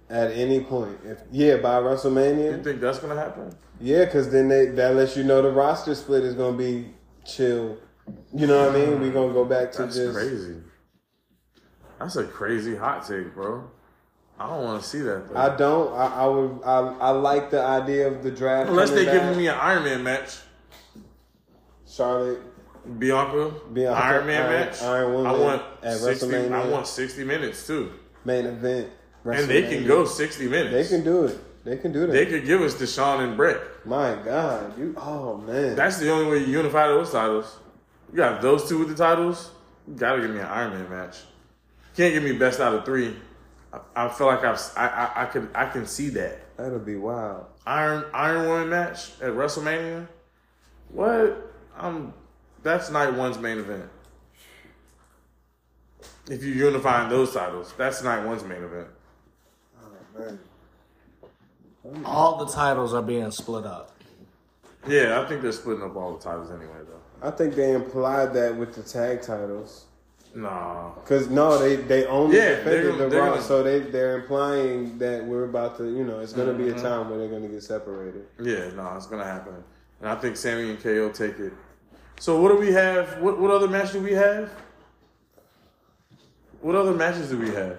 Speaker 2: at any point, if yeah, by
Speaker 1: you
Speaker 2: WrestleMania,
Speaker 1: think that's gonna happen?
Speaker 2: yeah, because then they that lets you know the roster split is gonna be chill. You know what I mean? We're gonna go back to
Speaker 1: That's
Speaker 2: just
Speaker 1: crazy. That's a crazy hot take, bro. I don't want to see that. Though.
Speaker 2: I don't. I, I would. I, I like the idea of the draft.
Speaker 1: Unless
Speaker 2: coming
Speaker 1: they
Speaker 2: back.
Speaker 1: giving me an Iron Man match,
Speaker 2: Charlotte.
Speaker 1: Bianca,
Speaker 2: Bianca,
Speaker 1: Iron Man
Speaker 2: Iron-
Speaker 1: match.
Speaker 2: Iron Woman
Speaker 1: I want
Speaker 2: at
Speaker 1: sixty. I
Speaker 2: WrestleMania.
Speaker 1: want sixty minutes too,
Speaker 2: main event.
Speaker 1: and they can
Speaker 2: WrestleMania.
Speaker 1: go sixty
Speaker 2: They
Speaker 1: minutes.
Speaker 2: can do it. They can do that.
Speaker 1: They could give us Deshaun and Brett.
Speaker 2: My God, you. Oh man.
Speaker 1: That's the only way you unify those titles. You got those two with the titles. You gotta give me an Iron Man match. Can't give me best out of three. I, I feel like I've, si I, I could I can see that
Speaker 2: That'll be wild.
Speaker 1: Iron Iron Woman match at WrestleMania. What? Um, that's night one's main event. If you unifying those titles, that's night one's main event.
Speaker 2: Man.
Speaker 4: All the titles are being split up.
Speaker 1: Yeah, I think they're splitting up all the titles anyway, though.
Speaker 2: I think they implied that with the tag titles.
Speaker 1: Nah,
Speaker 2: Cause no, they they only
Speaker 1: Yeah, they're
Speaker 2: defended
Speaker 1: gonna-
Speaker 2: the
Speaker 1: they're
Speaker 2: Raw,
Speaker 1: gonna-
Speaker 2: so they they're implying that we're about to, you know, it's gonna
Speaker 1: Mm-hmm.
Speaker 2: be a time where they're gonna get separated.
Speaker 1: yeah, nah, it's gonna happen, and I think Sammy and KO take it. So what do we have? What what other match do we have? What other matches do we have?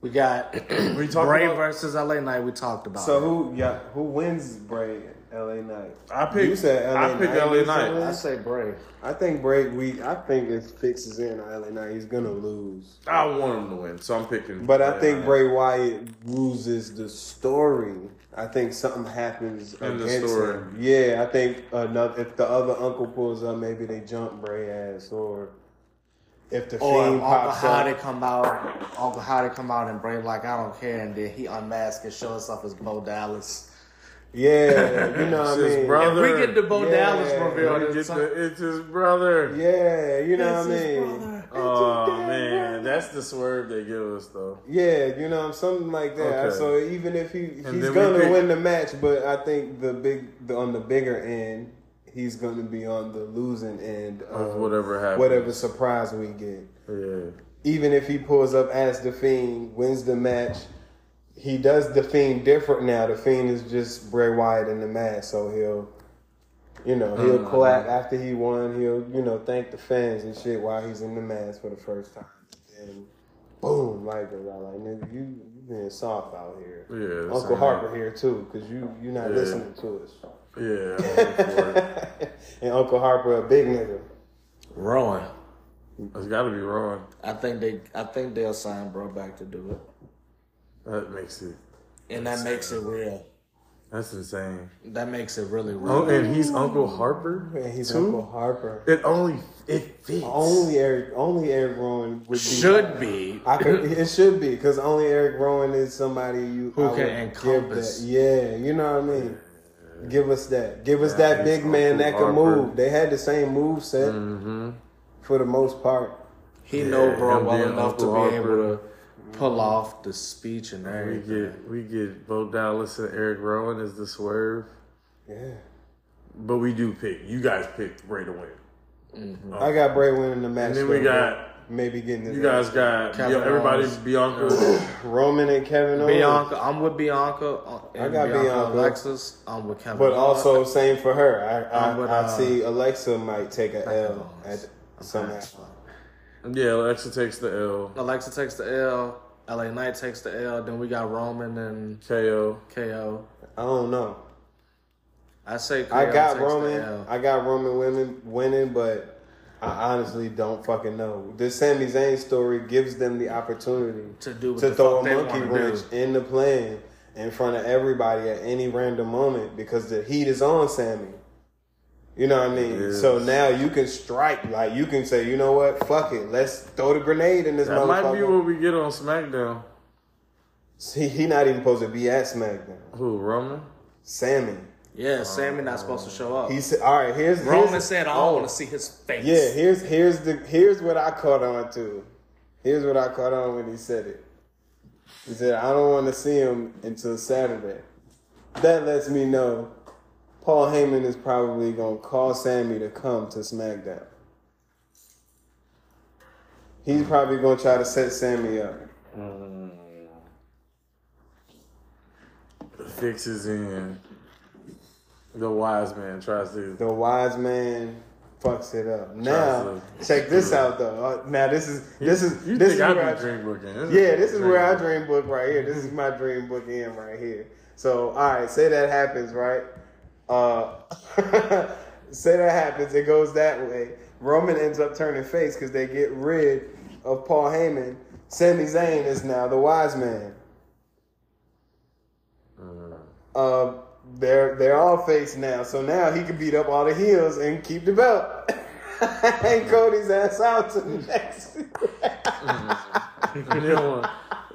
Speaker 4: We got
Speaker 1: We
Speaker 4: (clears throat)
Speaker 1: talking
Speaker 4: Bray
Speaker 1: about.
Speaker 4: versus LA Knight. We talked about.
Speaker 2: So
Speaker 4: it.
Speaker 2: who, yeah, who wins Bray LA Knight?
Speaker 1: I picked.
Speaker 2: You said LA
Speaker 1: I picked
Speaker 2: Knight,
Speaker 1: LA
Speaker 2: you
Speaker 1: Knight.
Speaker 2: said?
Speaker 4: I say Bray.
Speaker 2: I think Bray. We I think if Fix is in on LA Knight, he's gonna lose.
Speaker 1: I want him to win, so I'm picking.
Speaker 2: But I think Bray Wyatt loses the story. I think something happens
Speaker 1: In the
Speaker 2: against
Speaker 1: story.
Speaker 2: him. Yeah, I think another if the other uncle pulls up, maybe they jump Bray ass, or if the
Speaker 4: Or
Speaker 2: fiend
Speaker 4: Uncle
Speaker 2: pops
Speaker 4: Howdy
Speaker 2: up.
Speaker 4: come out, Uncle Howdy come out and Bray like I don't care, and then he unmasked and show us up as Bo Dallas.
Speaker 2: Yeah,
Speaker 1: (laughs)
Speaker 2: you know what I
Speaker 1: His
Speaker 2: mean.
Speaker 1: brother.
Speaker 4: If we get the Bo
Speaker 2: Yeah.
Speaker 4: Dallas reveal,
Speaker 1: Gotta
Speaker 4: then
Speaker 1: get
Speaker 4: some-
Speaker 1: the- it's his brother.
Speaker 2: Yeah, you know
Speaker 4: This is
Speaker 2: what I mean.
Speaker 4: brother.
Speaker 1: Oh man, that's the swerve they give us though.
Speaker 2: Yeah, you know something like that.
Speaker 1: Okay.
Speaker 2: So even if he he's
Speaker 1: then we
Speaker 2: gonna
Speaker 1: pick-
Speaker 2: win the match, but I think the big the, on the bigger end, he's gonna be on the losing end
Speaker 1: Of whatever happens.
Speaker 2: whatever surprise we get.
Speaker 1: Yeah.
Speaker 2: Even if he pulls up as the fiend, wins the match, he does the fiend different now. The fiend is just Bray Wyatt in the mask, so he'll. You know, he'll
Speaker 1: Mm-hmm.
Speaker 2: clap after he won. He'll, you know, thank the fans and shit while he's in the mask for the first time. And boom, like, goes out. like, nigga, you, you being soft out here.
Speaker 1: Yeah, that's
Speaker 2: Uncle
Speaker 1: how-
Speaker 2: Harper here too, because you, you not
Speaker 1: Yeah.
Speaker 2: listening to us.
Speaker 1: Yeah. I'm here for it. (laughs)
Speaker 2: (laughs) and Uncle Harper a big nigga.
Speaker 4: Rowan.
Speaker 1: It's gotta be Rowan.
Speaker 4: I think they, I think they'll sign Bro back to do it,
Speaker 1: That makes it.
Speaker 4: and that makes it real.
Speaker 1: That's insane.
Speaker 4: That makes it really real.
Speaker 1: Oh, and he's Uncle Harper.
Speaker 2: And he's
Speaker 1: Two?
Speaker 2: Uncle Harper.
Speaker 1: It only it fits.
Speaker 2: Only Eric, only Eric Rowan would be.
Speaker 4: Should be.
Speaker 2: I could, it should be because only Eric Rowan is somebody you
Speaker 4: Who
Speaker 2: I
Speaker 4: can
Speaker 2: would
Speaker 4: encompass.
Speaker 2: Give that. Yeah, you know what I mean. Give us that. Give us that
Speaker 1: he's
Speaker 2: big man
Speaker 1: Uncle
Speaker 2: that can
Speaker 1: Harper. Mm-hmm.
Speaker 2: move. They had the same move set for the most part.
Speaker 4: He know Bro
Speaker 1: him
Speaker 4: well
Speaker 1: being
Speaker 4: enough to be
Speaker 1: Uncle
Speaker 4: able to pull off the speech and
Speaker 1: We
Speaker 4: everything.
Speaker 1: get we get Bo Dallas and Eric Rowan as the swerve.
Speaker 2: Yeah,
Speaker 1: But we do pick. You guys picked Bray to win.
Speaker 2: I got Bray winning the match.
Speaker 1: And then we
Speaker 2: though,
Speaker 1: got
Speaker 2: maybe getting the
Speaker 1: you guys got
Speaker 4: Kevin
Speaker 1: Yo, everybody
Speaker 4: Owens.
Speaker 1: Bianca.
Speaker 2: Roman and Kevin Owens.
Speaker 4: Bianca, I'm with Bianca. uh, And
Speaker 2: got Bianca.
Speaker 4: Alexis, I'm with Kevin.
Speaker 2: But
Speaker 4: Owens.
Speaker 2: also, same for her. I I,
Speaker 4: I'm with,
Speaker 2: I
Speaker 4: uh,
Speaker 2: see Alexa might take a L
Speaker 4: Owens.
Speaker 2: at some
Speaker 4: That's
Speaker 2: aspect.
Speaker 4: fine.
Speaker 1: yeah, Alexa takes the L.
Speaker 4: Alexa takes the L. LA Knight takes the L. Then we got Roman and
Speaker 1: KO.
Speaker 4: KO.
Speaker 2: I don't know.
Speaker 4: I say KO
Speaker 2: I got
Speaker 4: takes The
Speaker 2: Roman.
Speaker 4: L.
Speaker 2: I got Roman women winning, but I honestly don't fucking know. This Sami Zayn story gives them the opportunity
Speaker 4: To do what
Speaker 2: to
Speaker 4: the
Speaker 2: throw
Speaker 4: fuck
Speaker 2: a
Speaker 4: they
Speaker 2: monkey
Speaker 4: wanna do.
Speaker 2: wrench in the plan in front of everybody at any random moment because the heat is on Sammy. You know what I mean?
Speaker 1: Yes.
Speaker 2: So now you can strike. Like you can say, you know what? Fuck it. Let's throw the grenade in this
Speaker 1: That might be
Speaker 2: motherfucker.
Speaker 1: what we get on SmackDown.
Speaker 2: See, he not even supposed to be at SmackDown.
Speaker 1: Who Roman?
Speaker 2: Sammy. Uh,
Speaker 4: yeah, Sammy not supposed to show up.
Speaker 2: He said, all right. Here's
Speaker 4: Roman
Speaker 2: here's-
Speaker 4: said, "I don't want to see his face."
Speaker 2: Yeah, here's here's the here's what I caught on to. Here's what I caught on when he said it. He said, I don't want to see him until Saturday. That lets me know Paul Heyman is probably going to call Sammy to come to SmackDown. He's probably going to try to set Sammy up.
Speaker 1: Fixes in. The wise man tries to.
Speaker 2: The wise man fucks it up. Now, check this out though. Uh, Now this is this is
Speaker 1: You
Speaker 2: this
Speaker 1: think
Speaker 2: is
Speaker 1: I
Speaker 2: where
Speaker 1: do
Speaker 2: I-
Speaker 1: dream booking?
Speaker 2: Yeah, this is where I dream book right here. This is my dream book in right here. So, all right, say that happens, right? Uh, (laughs) say that happens. It goes that way. Roman ends up turning face because they get rid of Paul Heyman. Sami Zayn is now the wise man. Uh, they're they're all face now. So now he can beat up all the heels and keep the belt. (laughs) and Cody's ass out to the next.
Speaker 1: yeah, (laughs) yeah, nah,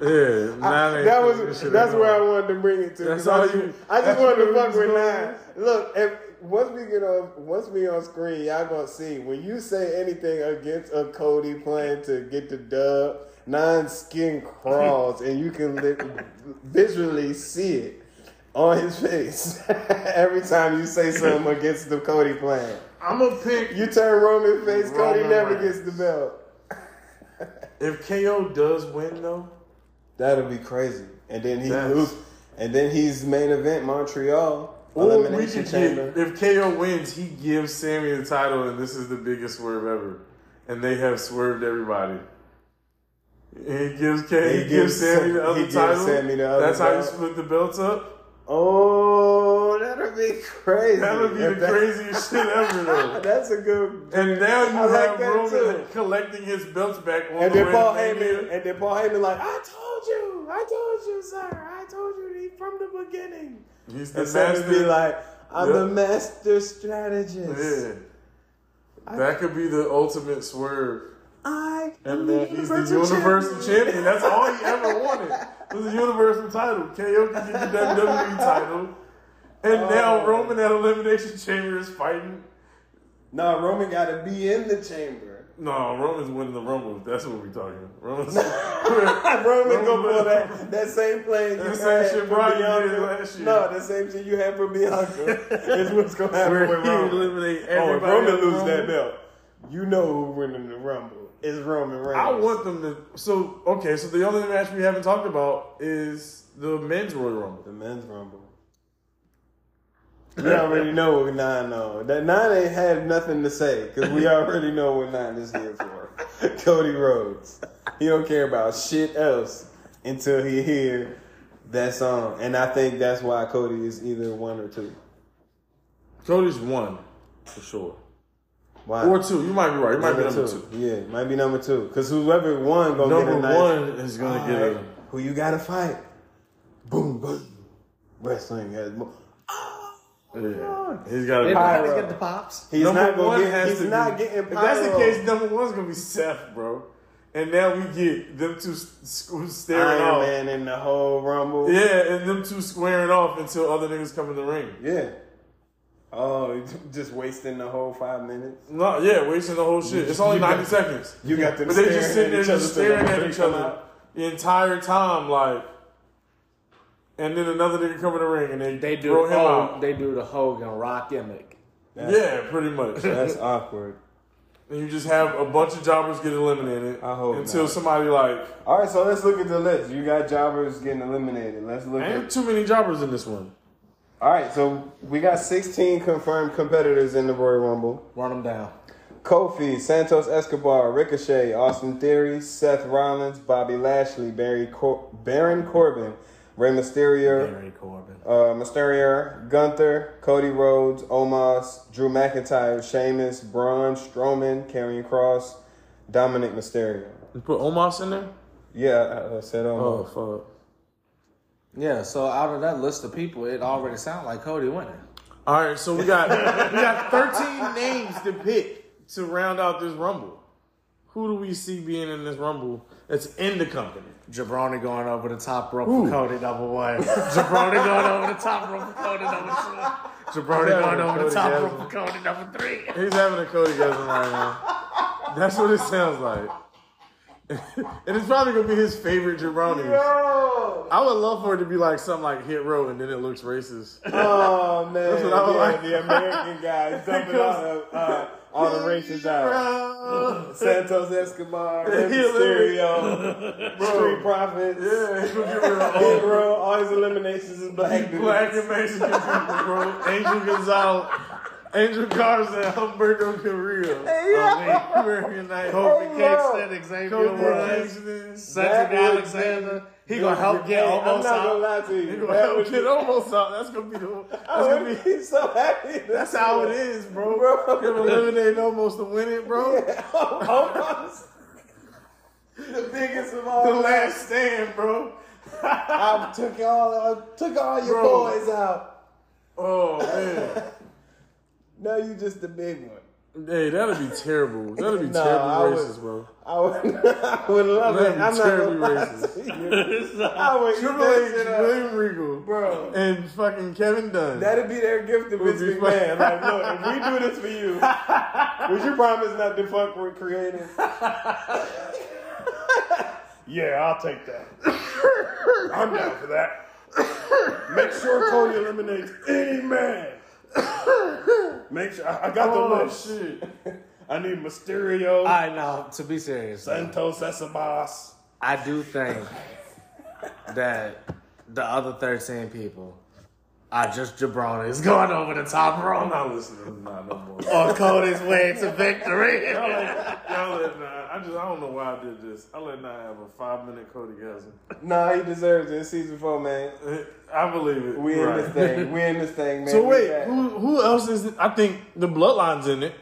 Speaker 2: that
Speaker 1: they-
Speaker 2: was
Speaker 1: shit
Speaker 2: that's
Speaker 1: ain't
Speaker 2: where I
Speaker 1: going.
Speaker 2: wanted to bring it to.
Speaker 1: That's
Speaker 2: 'cause I
Speaker 1: all
Speaker 2: just,
Speaker 1: you-
Speaker 2: I just
Speaker 1: that's
Speaker 2: wanted to
Speaker 1: where
Speaker 2: fuck
Speaker 1: we was
Speaker 2: with
Speaker 1: going?
Speaker 2: nine. Look, if once we get on, once we on screen, y'all gonna see when you say anything against a Cody plan to get the dub, nine skin crawls, and you can li- visually see it on his face (laughs) every time you say something against the Cody plan.
Speaker 1: I'm gonna pick.
Speaker 2: You turn Roman face, Cody
Speaker 1: Roman
Speaker 2: never
Speaker 1: Reigns.
Speaker 2: gets the belt.
Speaker 1: If KO does win though,
Speaker 2: That'll be crazy. And then he
Speaker 1: That's-
Speaker 2: lose. And then he's main event Montreal
Speaker 1: or we
Speaker 2: elimination
Speaker 1: could
Speaker 2: chamber.
Speaker 1: get, if KO wins, he gives Sammy the title, and this is the biggest swerve ever. And they have swerved everybody. And he gives K, he,
Speaker 2: He gives
Speaker 1: gives, Sammy
Speaker 2: Sam-
Speaker 1: the other
Speaker 2: he gives
Speaker 1: title.
Speaker 2: Sammy the other
Speaker 1: That's how you
Speaker 2: belt.
Speaker 1: split the belts up.
Speaker 2: Oh, that'll be crazy.
Speaker 1: That would be
Speaker 2: If (laughs)
Speaker 1: the craziest shit ever, though.
Speaker 2: That's a good.
Speaker 1: And now you
Speaker 2: I like
Speaker 1: have
Speaker 2: that,
Speaker 1: Roman
Speaker 2: too.
Speaker 1: collecting his belts back on
Speaker 2: And
Speaker 1: the
Speaker 2: then
Speaker 1: way
Speaker 2: Paul
Speaker 1: to Mania.
Speaker 2: Heyman, and then Paul Heyman, like I told you, I told you, sir, I told you he- from the beginning.
Speaker 1: He's the
Speaker 2: And Sammy
Speaker 1: master.
Speaker 2: be like, I'm the
Speaker 1: Yeah.
Speaker 2: master strategist.
Speaker 1: yeah. That could be the ultimate swerve.
Speaker 2: I am
Speaker 1: And
Speaker 2: the
Speaker 1: that he's the
Speaker 2: universal
Speaker 1: universal
Speaker 2: champion.
Speaker 1: champion. That's all he ever wanted. Was a universal title. KO can get the WWE E title. And
Speaker 2: Oh.
Speaker 1: now Roman at Elimination Chamber is fighting.
Speaker 2: Nah, Roman got to be in the chamber.
Speaker 1: No, Roman's winning the Rumble. That's what we're talking. about.
Speaker 2: (laughs)
Speaker 1: Roman's
Speaker 2: Roman
Speaker 1: Roman
Speaker 2: gonna pull
Speaker 1: win.
Speaker 2: that that same plan you
Speaker 1: That same
Speaker 2: had
Speaker 1: shit
Speaker 2: from
Speaker 1: Brian did
Speaker 2: Bianca.
Speaker 1: last year.
Speaker 2: No, the same shit you had for Bianca is what's gonna happen
Speaker 1: Where
Speaker 2: with
Speaker 1: he
Speaker 2: Roman.
Speaker 1: eliminate
Speaker 2: oh, if
Speaker 1: everybody
Speaker 2: Roman
Speaker 1: at the
Speaker 2: lose that
Speaker 1: Rumble.
Speaker 2: belt, you know who winning the Rumble is Roman Reigns.
Speaker 1: I want them to. So okay, so the only match we haven't talked about is the men's Royal Rumble.
Speaker 2: the men's Rumble. We already know what nine on. That nine ain't had nothing to say because we already know what nine is here for. (laughs) Cody Rhodes. He don't care about shit else until he hear that song, and I think that's why Cody is either one or two.
Speaker 1: Cody's one for sure,
Speaker 2: Why?
Speaker 1: or two. You might be right. You might be number two.
Speaker 2: Yeah, might be number two. Cause whoever won gonna get
Speaker 1: Number
Speaker 2: a nice.
Speaker 1: one is gonna get
Speaker 2: All
Speaker 1: a.
Speaker 2: right, Who you gotta fight? Boom, boom. Wrestling has more.
Speaker 1: Yeah. He's got to be.
Speaker 2: Pyro.
Speaker 4: Everybody's got the pops.
Speaker 2: He's
Speaker 1: number
Speaker 2: not
Speaker 1: one
Speaker 2: gonna get.
Speaker 1: has
Speaker 2: He's
Speaker 1: to
Speaker 2: not
Speaker 1: be,
Speaker 2: getting.
Speaker 1: If that's the
Speaker 2: pyro.
Speaker 1: case, number one's gonna be Seth, bro. And now we get them two s- squ- staring
Speaker 2: Iron
Speaker 1: off.
Speaker 2: Man in the whole Rumble.
Speaker 1: Yeah, and them two squaring off until other niggas come in the ring.
Speaker 2: Yeah. Oh, just wasting the whole five minutes.
Speaker 1: No, yeah, wasting the whole shit. It's only ninety seconds.
Speaker 2: You got them
Speaker 1: But they
Speaker 2: staring
Speaker 1: just sitting
Speaker 2: at each other till the
Speaker 1: there just staring at
Speaker 2: three
Speaker 1: each
Speaker 2: come
Speaker 1: other
Speaker 2: out.
Speaker 1: the entire time, like. And then another nigga come in the ring and they,
Speaker 4: They do.
Speaker 1: throw him
Speaker 4: oh,
Speaker 1: out.
Speaker 4: They do the Hogan Rock gimmick.
Speaker 1: Yeah,
Speaker 2: (laughs)
Speaker 1: pretty much.
Speaker 2: That's awkward.
Speaker 1: and you just have a bunch of jobbers get eliminated
Speaker 2: I hope
Speaker 1: until
Speaker 2: not.
Speaker 1: somebody like
Speaker 2: All right, so let's look at the list. You got jobbers getting eliminated. Let's look
Speaker 1: ain't
Speaker 2: at.
Speaker 1: too many jobbers in this one.
Speaker 2: All right, so we got 16 confirmed competitors in the Royal Rumble.
Speaker 4: Run them down.
Speaker 2: Kofi, Santos Escobar, Ricochet, Austin Theory, Seth Rollins, Bobby Lashley, Barry Cor- Baron Corbin, Rey Mysterio,
Speaker 4: Barry Corbin.
Speaker 2: uh, Mysterio, Gunther, Cody Rhodes, Omos, Drew McIntyre, Sheamus, Braun, Strowman, Karrion Cross, Dominic Mysterio.
Speaker 1: You put Omos in there?
Speaker 2: Yeah, I, I said Omos.
Speaker 1: Oh fuck.
Speaker 4: Yeah. So out of that list of people, it already sounded like Cody winning.
Speaker 1: All right, so we got we got 13 names to pick to round out this rumble. Who do we see being in this rumble that's in the company?
Speaker 4: Jabroni going over the top rope for Cody number one. Jabroni going over the top rope for Cody number two. Jabroni
Speaker 1: Yeah,
Speaker 4: going over the
Speaker 1: Cody
Speaker 4: top
Speaker 1: has
Speaker 4: rope
Speaker 1: him.
Speaker 4: for Cody number three.
Speaker 1: He's having a Cody Gasm right now. That's what it sounds like. (laughs) and it's probably gonna be his favorite jabronis. I would love for it to be like something like Hit Row, and then it looks racist.
Speaker 2: (laughs) Oh man,
Speaker 1: what I was
Speaker 2: yeah,
Speaker 1: like.
Speaker 2: the American guy (laughs) dumping all the uh, all the races out.
Speaker 1: Bro. (laughs)
Speaker 2: Santos (laughs) Escobar, Rey
Speaker 1: He literally-
Speaker 2: Mysterio, Street Profits,
Speaker 1: Yeah, it's gonna get rid of all
Speaker 2: Big Bro. All his eliminations is black dudes.
Speaker 1: black and Mexican people, bro. Angel Gonzalez, Angel Garza, Humberto Carrillo.
Speaker 2: Yeah.
Speaker 1: Oh, wait, American Night.
Speaker 4: Kobe
Speaker 2: Oh, no.
Speaker 4: Kingston, Xavier
Speaker 1: Kobe
Speaker 4: Woods,
Speaker 1: Kingston.
Speaker 2: That
Speaker 4: Cedric
Speaker 2: would be-
Speaker 4: Alexander. He gonna help get
Speaker 2: I'm
Speaker 4: almost
Speaker 2: not gonna
Speaker 4: out.
Speaker 2: lie to
Speaker 1: He
Speaker 2: you.
Speaker 1: gonna
Speaker 2: That
Speaker 1: help
Speaker 2: would
Speaker 1: Kid
Speaker 2: be,
Speaker 1: Almost out. That's gonna be the. That's
Speaker 2: (laughs) I
Speaker 1: gonna be
Speaker 2: would be so happy.
Speaker 1: That's how it is, bro.
Speaker 2: Bro.
Speaker 1: Him eliminating almost to win it, bro.
Speaker 2: Almost the biggest of all.
Speaker 1: The last stand, bro.
Speaker 2: I took all I took all your
Speaker 1: Bro.
Speaker 2: boys out. (laughs)
Speaker 1: Oh man,
Speaker 2: Now you just the big one.
Speaker 1: hey, that'd be terrible. That'd be
Speaker 2: Nah, I
Speaker 1: terribly
Speaker 2: would-
Speaker 1: racist, bro.
Speaker 2: I would, (laughs) I would love
Speaker 1: That'd
Speaker 2: it.
Speaker 1: be
Speaker 2: I'm
Speaker 1: terribly
Speaker 2: not gonna lie to you. (laughs) I would eat
Speaker 1: Triple
Speaker 2: that
Speaker 1: H,
Speaker 2: shit up.
Speaker 1: William Regal,
Speaker 2: uh, Bro.
Speaker 1: and fucking Kevin Dunn.
Speaker 2: That'd be their gift to
Speaker 1: Would
Speaker 2: Vince
Speaker 1: be fun.
Speaker 2: McMahon. Like, look, if we do this for you,
Speaker 1: (laughs)
Speaker 2: would you promise not to fuck with creative? yeah, I'll take that. I'm down for that. Make sure Tony eliminates any man. Make sure I, I got
Speaker 1: oh shit.
Speaker 2: (laughs) I need Mysterio,
Speaker 4: I know. To be serious,
Speaker 2: Santos Escobar.
Speaker 4: I do think that the other thirteen people are just jabronis going over the top rope.
Speaker 1: not listening. Not no more.
Speaker 2: (laughs)
Speaker 4: on Cody's way to victory.
Speaker 1: Y'all let Nye- I just I don't know why I did this. I let not have a five minute Cody
Speaker 2: (laughs)
Speaker 1: Gasm.
Speaker 2: Nah, he deserves it. It's season four, man.
Speaker 1: I believe it.
Speaker 2: We
Speaker 1: Right.
Speaker 2: in this thing. We in this
Speaker 1: (laughs)
Speaker 2: thing, man.
Speaker 1: So
Speaker 2: We
Speaker 1: wait,
Speaker 2: back.
Speaker 1: who who else is? I think the Bloodline's in it.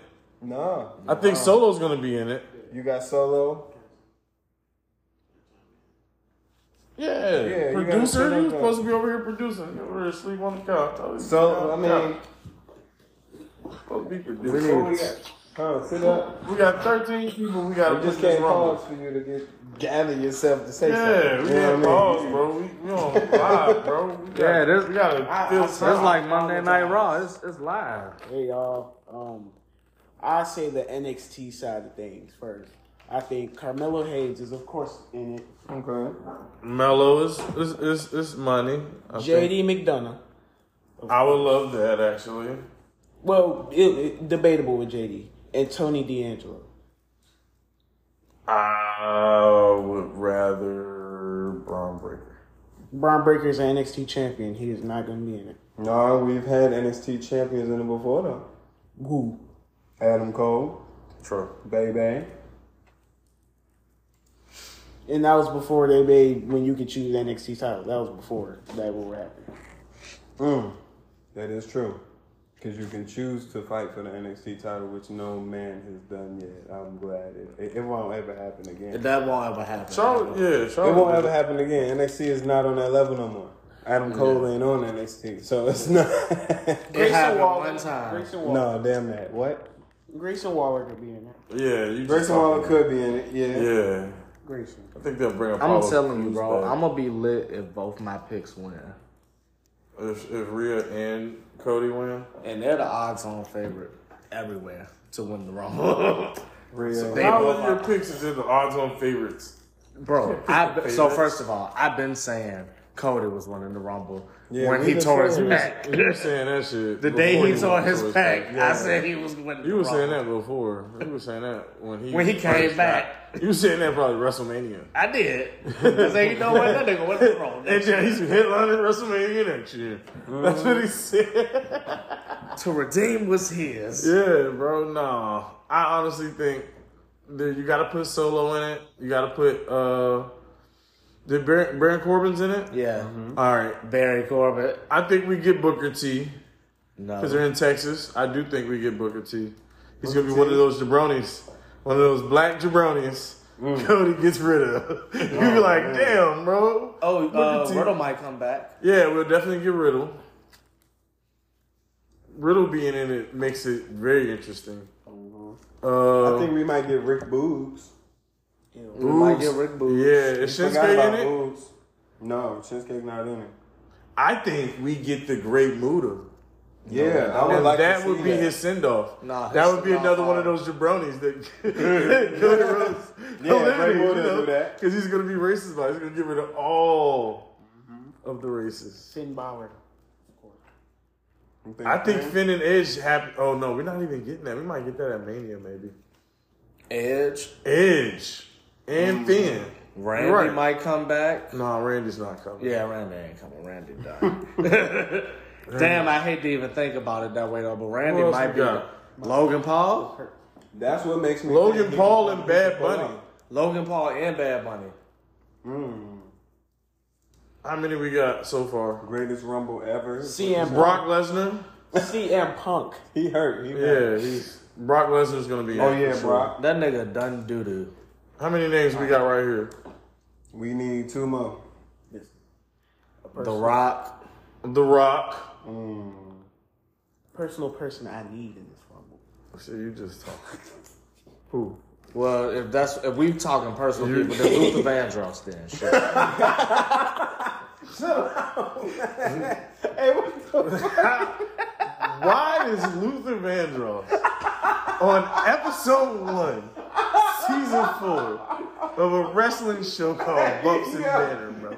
Speaker 2: No.
Speaker 1: I think Solo's gonna be in it.
Speaker 2: You got Solo.
Speaker 1: Yeah,
Speaker 2: Yeah, you gotta sit
Speaker 1: producer.
Speaker 2: up
Speaker 1: He
Speaker 2: there.
Speaker 1: was supposed to be over here producing. He over here asleep on the couch. Oh, I was-
Speaker 2: So, I mean,
Speaker 1: supposed to be
Speaker 2: we
Speaker 1: producing.
Speaker 2: need.
Speaker 1: Oh,
Speaker 2: Huh, sit up.
Speaker 1: We got thirteen people. We got
Speaker 2: We just
Speaker 1: this
Speaker 2: can't
Speaker 1: wrong.
Speaker 2: pause for you to get gather yourself to say
Speaker 1: Yeah, we
Speaker 2: something. You know
Speaker 1: can't
Speaker 2: what I mean?
Speaker 1: pause, bro. We, we on live, bro.
Speaker 2: (laughs)
Speaker 1: We got,
Speaker 4: Yeah, this-
Speaker 1: we gotta
Speaker 6: I-
Speaker 1: feel
Speaker 6: I-
Speaker 4: That's
Speaker 1: something.
Speaker 4: like Monday Night Raw. It's, it's live.
Speaker 6: Hey y'all. Um, I say the NXT side of things first. I think Carmelo Hayes is of course in it.
Speaker 2: Okay.
Speaker 1: Mello is is is, is money. I, think.
Speaker 6: JD McDonough.
Speaker 1: I would love that actually.
Speaker 6: Well, it, it- debatable with JD and Tony D'Angelo.
Speaker 1: I would rather Braun Breaker.
Speaker 6: Braun Breaker is an NXT champion. He is not going to be in it.
Speaker 2: No, we've had NXT champions in it before though.
Speaker 6: Who?
Speaker 2: Adam Cole,
Speaker 1: True.
Speaker 2: Bay Bay.
Speaker 6: And that was before they made when you could choose NXT title. That was before that what happened.
Speaker 2: Mm. That is true. Because you can choose to fight for the NXT title, which no man has done yet. I'm glad it, it, it won't ever happen again.
Speaker 4: That won't ever happen.
Speaker 1: Charlotte, yeah,
Speaker 2: It
Speaker 1: Charlotte.
Speaker 2: won't ever happen again. NXT is not on that level no more. Adam Cole ain't on NXT, so it's (laughs) not.
Speaker 4: It happened one time.
Speaker 6: Grayson Waller.
Speaker 2: no, damn that. What?
Speaker 6: Grayson Waller could be in it.
Speaker 1: Yeah, you. just
Speaker 2: Grayson
Speaker 1: talking-
Speaker 2: Waller could be in it. Yeah.
Speaker 1: Yeah,
Speaker 6: Grayson.
Speaker 1: I think they'll bring up.
Speaker 4: I'm
Speaker 1: Apollo
Speaker 4: telling you,
Speaker 1: Crews
Speaker 4: bro.
Speaker 1: back.
Speaker 4: I'm gonna be lit if both my picks win,
Speaker 1: If if Rhea and Cody win,
Speaker 4: and they're the odds-on favorite everywhere to win the
Speaker 1: (laughs)
Speaker 4: Rumble.
Speaker 2: Real.
Speaker 4: They
Speaker 1: how
Speaker 4: both
Speaker 1: are your
Speaker 4: are-
Speaker 1: picks is in the odds on favorites? (laughs)
Speaker 4: bro. I be- so first of all, I've been saying Cody was winning the Rumble
Speaker 2: Yeah,
Speaker 4: when
Speaker 2: we
Speaker 4: he
Speaker 2: been
Speaker 4: tore his
Speaker 2: saying
Speaker 4: back.
Speaker 1: You (laughs) were saying that shit.
Speaker 4: The day
Speaker 1: before
Speaker 4: he tore
Speaker 1: went
Speaker 4: his
Speaker 1: to
Speaker 4: back, I
Speaker 1: Yeah.
Speaker 4: said he was winning.
Speaker 1: You
Speaker 4: the
Speaker 1: were saying
Speaker 4: Rumble.
Speaker 1: that before. You were saying that when he
Speaker 4: when he
Speaker 1: first
Speaker 4: came
Speaker 1: got-
Speaker 4: back.
Speaker 1: You were saying that probably (laughs) WrestleMania.
Speaker 4: I did. I said, you know what? That nigga went
Speaker 1: (laughs)
Speaker 4: the Rumble.
Speaker 1: And yeah, he's headlining WrestleMania next year. That's what he said.
Speaker 4: (laughs) To redeem was his.
Speaker 1: yeah, bro. Nah, I honestly think that you got to put Solo in it. You got to put uh, did Baron, Baron Corbin's in it?
Speaker 4: Yeah.
Speaker 1: All right,
Speaker 4: Barry Corbett.
Speaker 1: I think we get Booker T
Speaker 4: No.
Speaker 1: because they're in Texas. I do think we get Booker T. He's gonna be one of those jabronis, one of those black jabronis.
Speaker 4: Mm.
Speaker 1: (laughs) Cody gets rid of. (laughs) you be like, damn, bro.
Speaker 4: Oh,
Speaker 1: Booker
Speaker 4: uh,
Speaker 1: T.
Speaker 4: Riddle might come back.
Speaker 1: Yeah, we'll definitely get Riddle. Riddle being in it makes it very interesting. Uh,
Speaker 2: I think we might get Rick Boobs.
Speaker 4: We might
Speaker 1: Boobs.
Speaker 4: get Rick Boogs.
Speaker 1: yeah, is Shinsuke in it?
Speaker 2: Boobs. No, Shinsuke's not in it.
Speaker 1: I think we get the Great Muda.
Speaker 2: Yeah, I would
Speaker 1: And
Speaker 2: like
Speaker 1: that
Speaker 2: to
Speaker 1: would
Speaker 2: see
Speaker 1: be
Speaker 2: that.
Speaker 1: his send off.
Speaker 4: Nah,
Speaker 1: that
Speaker 4: his
Speaker 1: would be
Speaker 2: uh,
Speaker 4: send-off
Speaker 1: another one of
Speaker 4: hard.
Speaker 2: (laughs)
Speaker 1: (laughs) those jabronis that Cody Rhodes (laughs)
Speaker 2: Yeah, Great They would do that.
Speaker 1: Because he's gonna be racist, but he's gonna get rid of all
Speaker 2: Mm-hmm.
Speaker 1: of the racists.
Speaker 6: Finn Bauer.
Speaker 2: You
Speaker 1: I think Finn and Edge happen. Oh no, we're not even getting that. We might get that at Mania, maybe.
Speaker 3: Edge.
Speaker 1: Edge and
Speaker 2: Mm-hmm.
Speaker 1: Finn.
Speaker 3: Randy
Speaker 1: You're right.
Speaker 3: might come back.
Speaker 1: No, Randy's not coming.
Speaker 3: Yeah, Randy ain't coming. Randy died. (laughs) Damn, I hate to even think about it that way though. But Randy
Speaker 1: Who else
Speaker 3: might
Speaker 1: we
Speaker 3: be
Speaker 1: got?
Speaker 3: Logan Paul.
Speaker 2: That's what makes me think
Speaker 1: Logan
Speaker 2: he-
Speaker 1: Paul and Bad
Speaker 2: pull
Speaker 1: Bunny.
Speaker 2: up.
Speaker 3: Logan Paul and Bad Bunny.
Speaker 1: How many we got so far?
Speaker 2: greatest rumble ever.
Speaker 6: CM
Speaker 1: Brock Lesnar.
Speaker 6: CM Punk.
Speaker 2: He hurt. He hurt.
Speaker 1: Yeah, he's Brock Lesnar's gonna be.
Speaker 2: Oh
Speaker 1: in,
Speaker 2: yeah,
Speaker 1: for sure.
Speaker 2: Brock.
Speaker 3: That nigga done doo doo.
Speaker 1: How many names we got right here?
Speaker 2: We need two more.
Speaker 3: The Rock.
Speaker 1: The Rock.
Speaker 6: Personal person I need in this rumble.
Speaker 1: Shit, you just talking.
Speaker 3: Well, if that's if we talking personal people, then (laughs) Luther Vandross then. Shit.
Speaker 2: Hey, what the
Speaker 1: Why is Luther Vandross on episode one, season four of a wrestling show called Bumps and Banner, bro?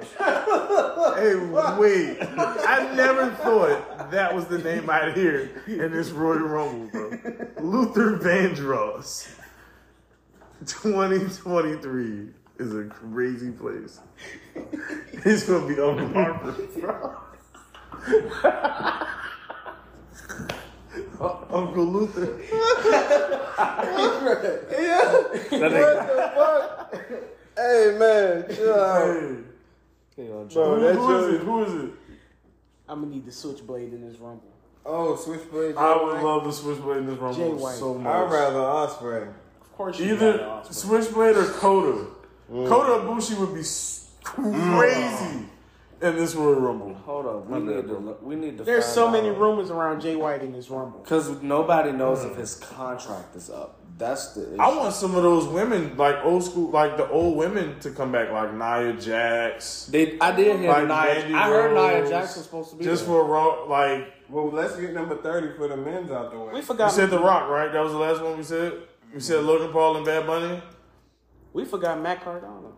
Speaker 1: Hey, wait. I never thought that was the name I'd hear in this Royal Rumble, bro. Luther Vandross. 2023 is a crazy place. He's gonna be on Harper, bro. Uncle Luther.
Speaker 2: fuck? Hey
Speaker 1: (laughs)
Speaker 2: man, chill out. Bro, that
Speaker 1: Who is
Speaker 2: joint-
Speaker 1: it? Who is it?
Speaker 6: I'm gonna need the switchblade in this rumble.
Speaker 2: Oh, switchblade.
Speaker 1: I would love the Switchblade in this
Speaker 6: Jay
Speaker 1: rumble
Speaker 6: White.
Speaker 1: Oh, so much.
Speaker 2: I'd rather Osprey.
Speaker 6: Of course you got
Speaker 1: Either
Speaker 6: it, Osprey.
Speaker 1: Switchblade or Kota. Kota Ibushi would be s- crazy Mm. in this Royal Rumble.
Speaker 3: Hold up, we need to look- we need to.
Speaker 6: There's
Speaker 3: find
Speaker 6: so many
Speaker 3: out.
Speaker 6: rumors around Jay White in this rumble.
Speaker 3: Because nobody knows if his contract is up. That's the issue.
Speaker 1: I want some of those women, like old school, like the old women, to come back, like Nia Jax.
Speaker 3: they, I did hear
Speaker 1: Like
Speaker 3: Nia.
Speaker 1: Mandy
Speaker 3: I heard Nia
Speaker 1: Rose,
Speaker 3: Jackson was supposed to be
Speaker 1: Just
Speaker 3: there.
Speaker 1: for Raw, like
Speaker 2: Well, let's get number thirty for the men's out the way.
Speaker 6: We
Speaker 1: we
Speaker 6: forgot.
Speaker 1: said, The Rock, right? That was the last one we said. We said Logan Paul and Bad Bunny.
Speaker 6: we forgot Matt Cardona.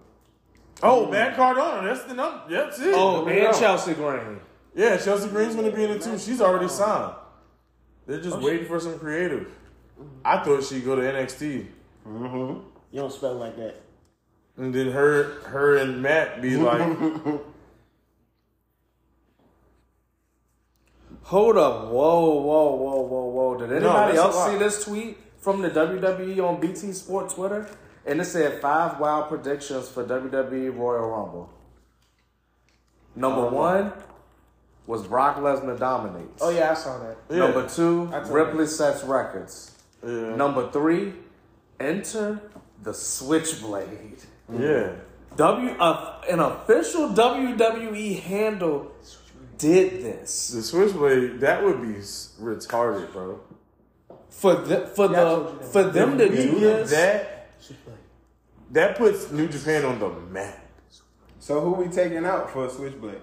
Speaker 1: Oh, Matt Cardona, that's the number. Yep, that's it.
Speaker 3: Oh,
Speaker 1: There
Speaker 3: and
Speaker 1: we go.
Speaker 3: Chelsea Green.
Speaker 1: Yeah, Chelsea Green's gonna be in it too. She's already signed. They're
Speaker 6: Oh,
Speaker 1: just waiting for some creative. I thought she'd go to NXT,
Speaker 6: You don't spell it like that.
Speaker 1: and then her, her and Matt (laughs) be like,
Speaker 3: Hold up. Whoa, whoa, whoa, whoa, whoa. Did anybody
Speaker 1: that's a
Speaker 3: else
Speaker 1: lot.
Speaker 3: see this tweet from the WWE on BT Sport Twitter? And it said five wild predictions for WWE Royal Rumble. Number
Speaker 1: Uh-huh.
Speaker 3: one was Brock Lesnar dominates.
Speaker 6: Oh yeah, I saw that.
Speaker 1: yeah.
Speaker 3: Number two, Ripley sets records.
Speaker 1: Yeah.
Speaker 3: Number three, enter the Switchblade.
Speaker 1: yeah,
Speaker 3: W uh, an official WWE handle did this
Speaker 1: the Switchblade that would be s- retarded, (laughs) bro.
Speaker 3: for the for the for them to
Speaker 1: If we
Speaker 3: do
Speaker 1: get
Speaker 3: this.
Speaker 1: That that puts New Japan on the map.
Speaker 2: so who we taking out for a switchblade?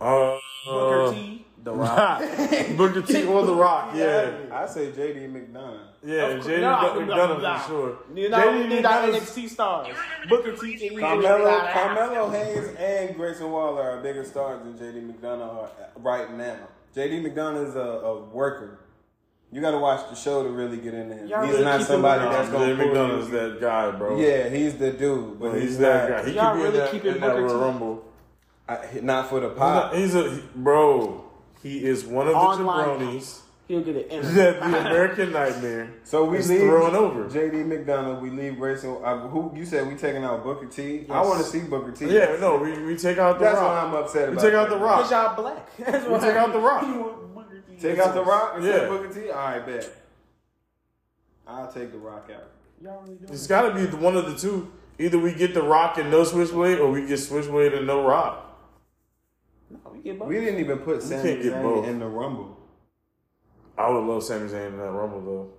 Speaker 1: Uh,
Speaker 6: Booker T.
Speaker 3: The Rock.
Speaker 1: (laughs) Booker T or The Rock, yeah,
Speaker 2: I say JD McDonough.
Speaker 1: yeah,
Speaker 6: course-
Speaker 1: JD
Speaker 6: no,
Speaker 1: Duck
Speaker 6: no,
Speaker 1: McDonough
Speaker 6: no.
Speaker 1: for sure.
Speaker 6: You know, we
Speaker 1: JD
Speaker 6: need our
Speaker 1: McDonough's-
Speaker 6: NXT stars. Booker T. and
Speaker 2: Carmelo, Carmelo Hayes and Grayson Waller are bigger stars than JD McDonough are right now. JD McDonough is a, a worker. You got to watch the show to really get into him.
Speaker 6: Y'all
Speaker 2: he's
Speaker 6: really
Speaker 2: not
Speaker 6: keep
Speaker 2: somebody
Speaker 1: Nah,
Speaker 2: that's
Speaker 1: JD
Speaker 2: going to
Speaker 1: McDonough's that guy, bro.
Speaker 2: Yeah, he's the dude, but
Speaker 1: He's
Speaker 2: he's,
Speaker 1: that
Speaker 2: not,
Speaker 1: guy. He
Speaker 6: Y'all
Speaker 1: could be
Speaker 6: really
Speaker 1: in that,
Speaker 6: keep it
Speaker 1: in that
Speaker 6: Booker
Speaker 1: Royal
Speaker 6: T?
Speaker 1: Rumble.
Speaker 2: I, not for the
Speaker 1: He's,
Speaker 2: pop.
Speaker 1: not- he's a he- bro. He is one of the
Speaker 6: Online.
Speaker 1: jabronis (laughs)
Speaker 6: He'll get an interview.
Speaker 1: that the American Nightmare
Speaker 2: So we
Speaker 1: is
Speaker 2: leave
Speaker 1: throwing over.
Speaker 2: JD McDonough. We leave Grayson. Uh, who you said we taking out Booker T? I want to see Booker T.
Speaker 1: yeah, no, we, we take out the
Speaker 2: that's
Speaker 1: rock.
Speaker 2: why I'm upset
Speaker 1: we
Speaker 2: about.
Speaker 1: take out
Speaker 2: that.
Speaker 1: the rock.
Speaker 6: Cause y'all black. (laughs) That's
Speaker 1: We
Speaker 6: why.
Speaker 1: take out the rock.
Speaker 6: (laughs) You want Booker T.
Speaker 2: Take out the rock and
Speaker 1: Yeah.
Speaker 2: yeah. Booker T. All right, bet. I'll take the rock out.
Speaker 6: Y'all really doing
Speaker 1: It's got to be the- one of the two. Either we get the rock and no switchblade, or we get switchblade and no rock.
Speaker 6: it? We get both.
Speaker 2: We didn't even put Sami
Speaker 1: can't get both.
Speaker 2: Zayn in the Rumble.
Speaker 1: I would love Sami Zayn in that Rumble though.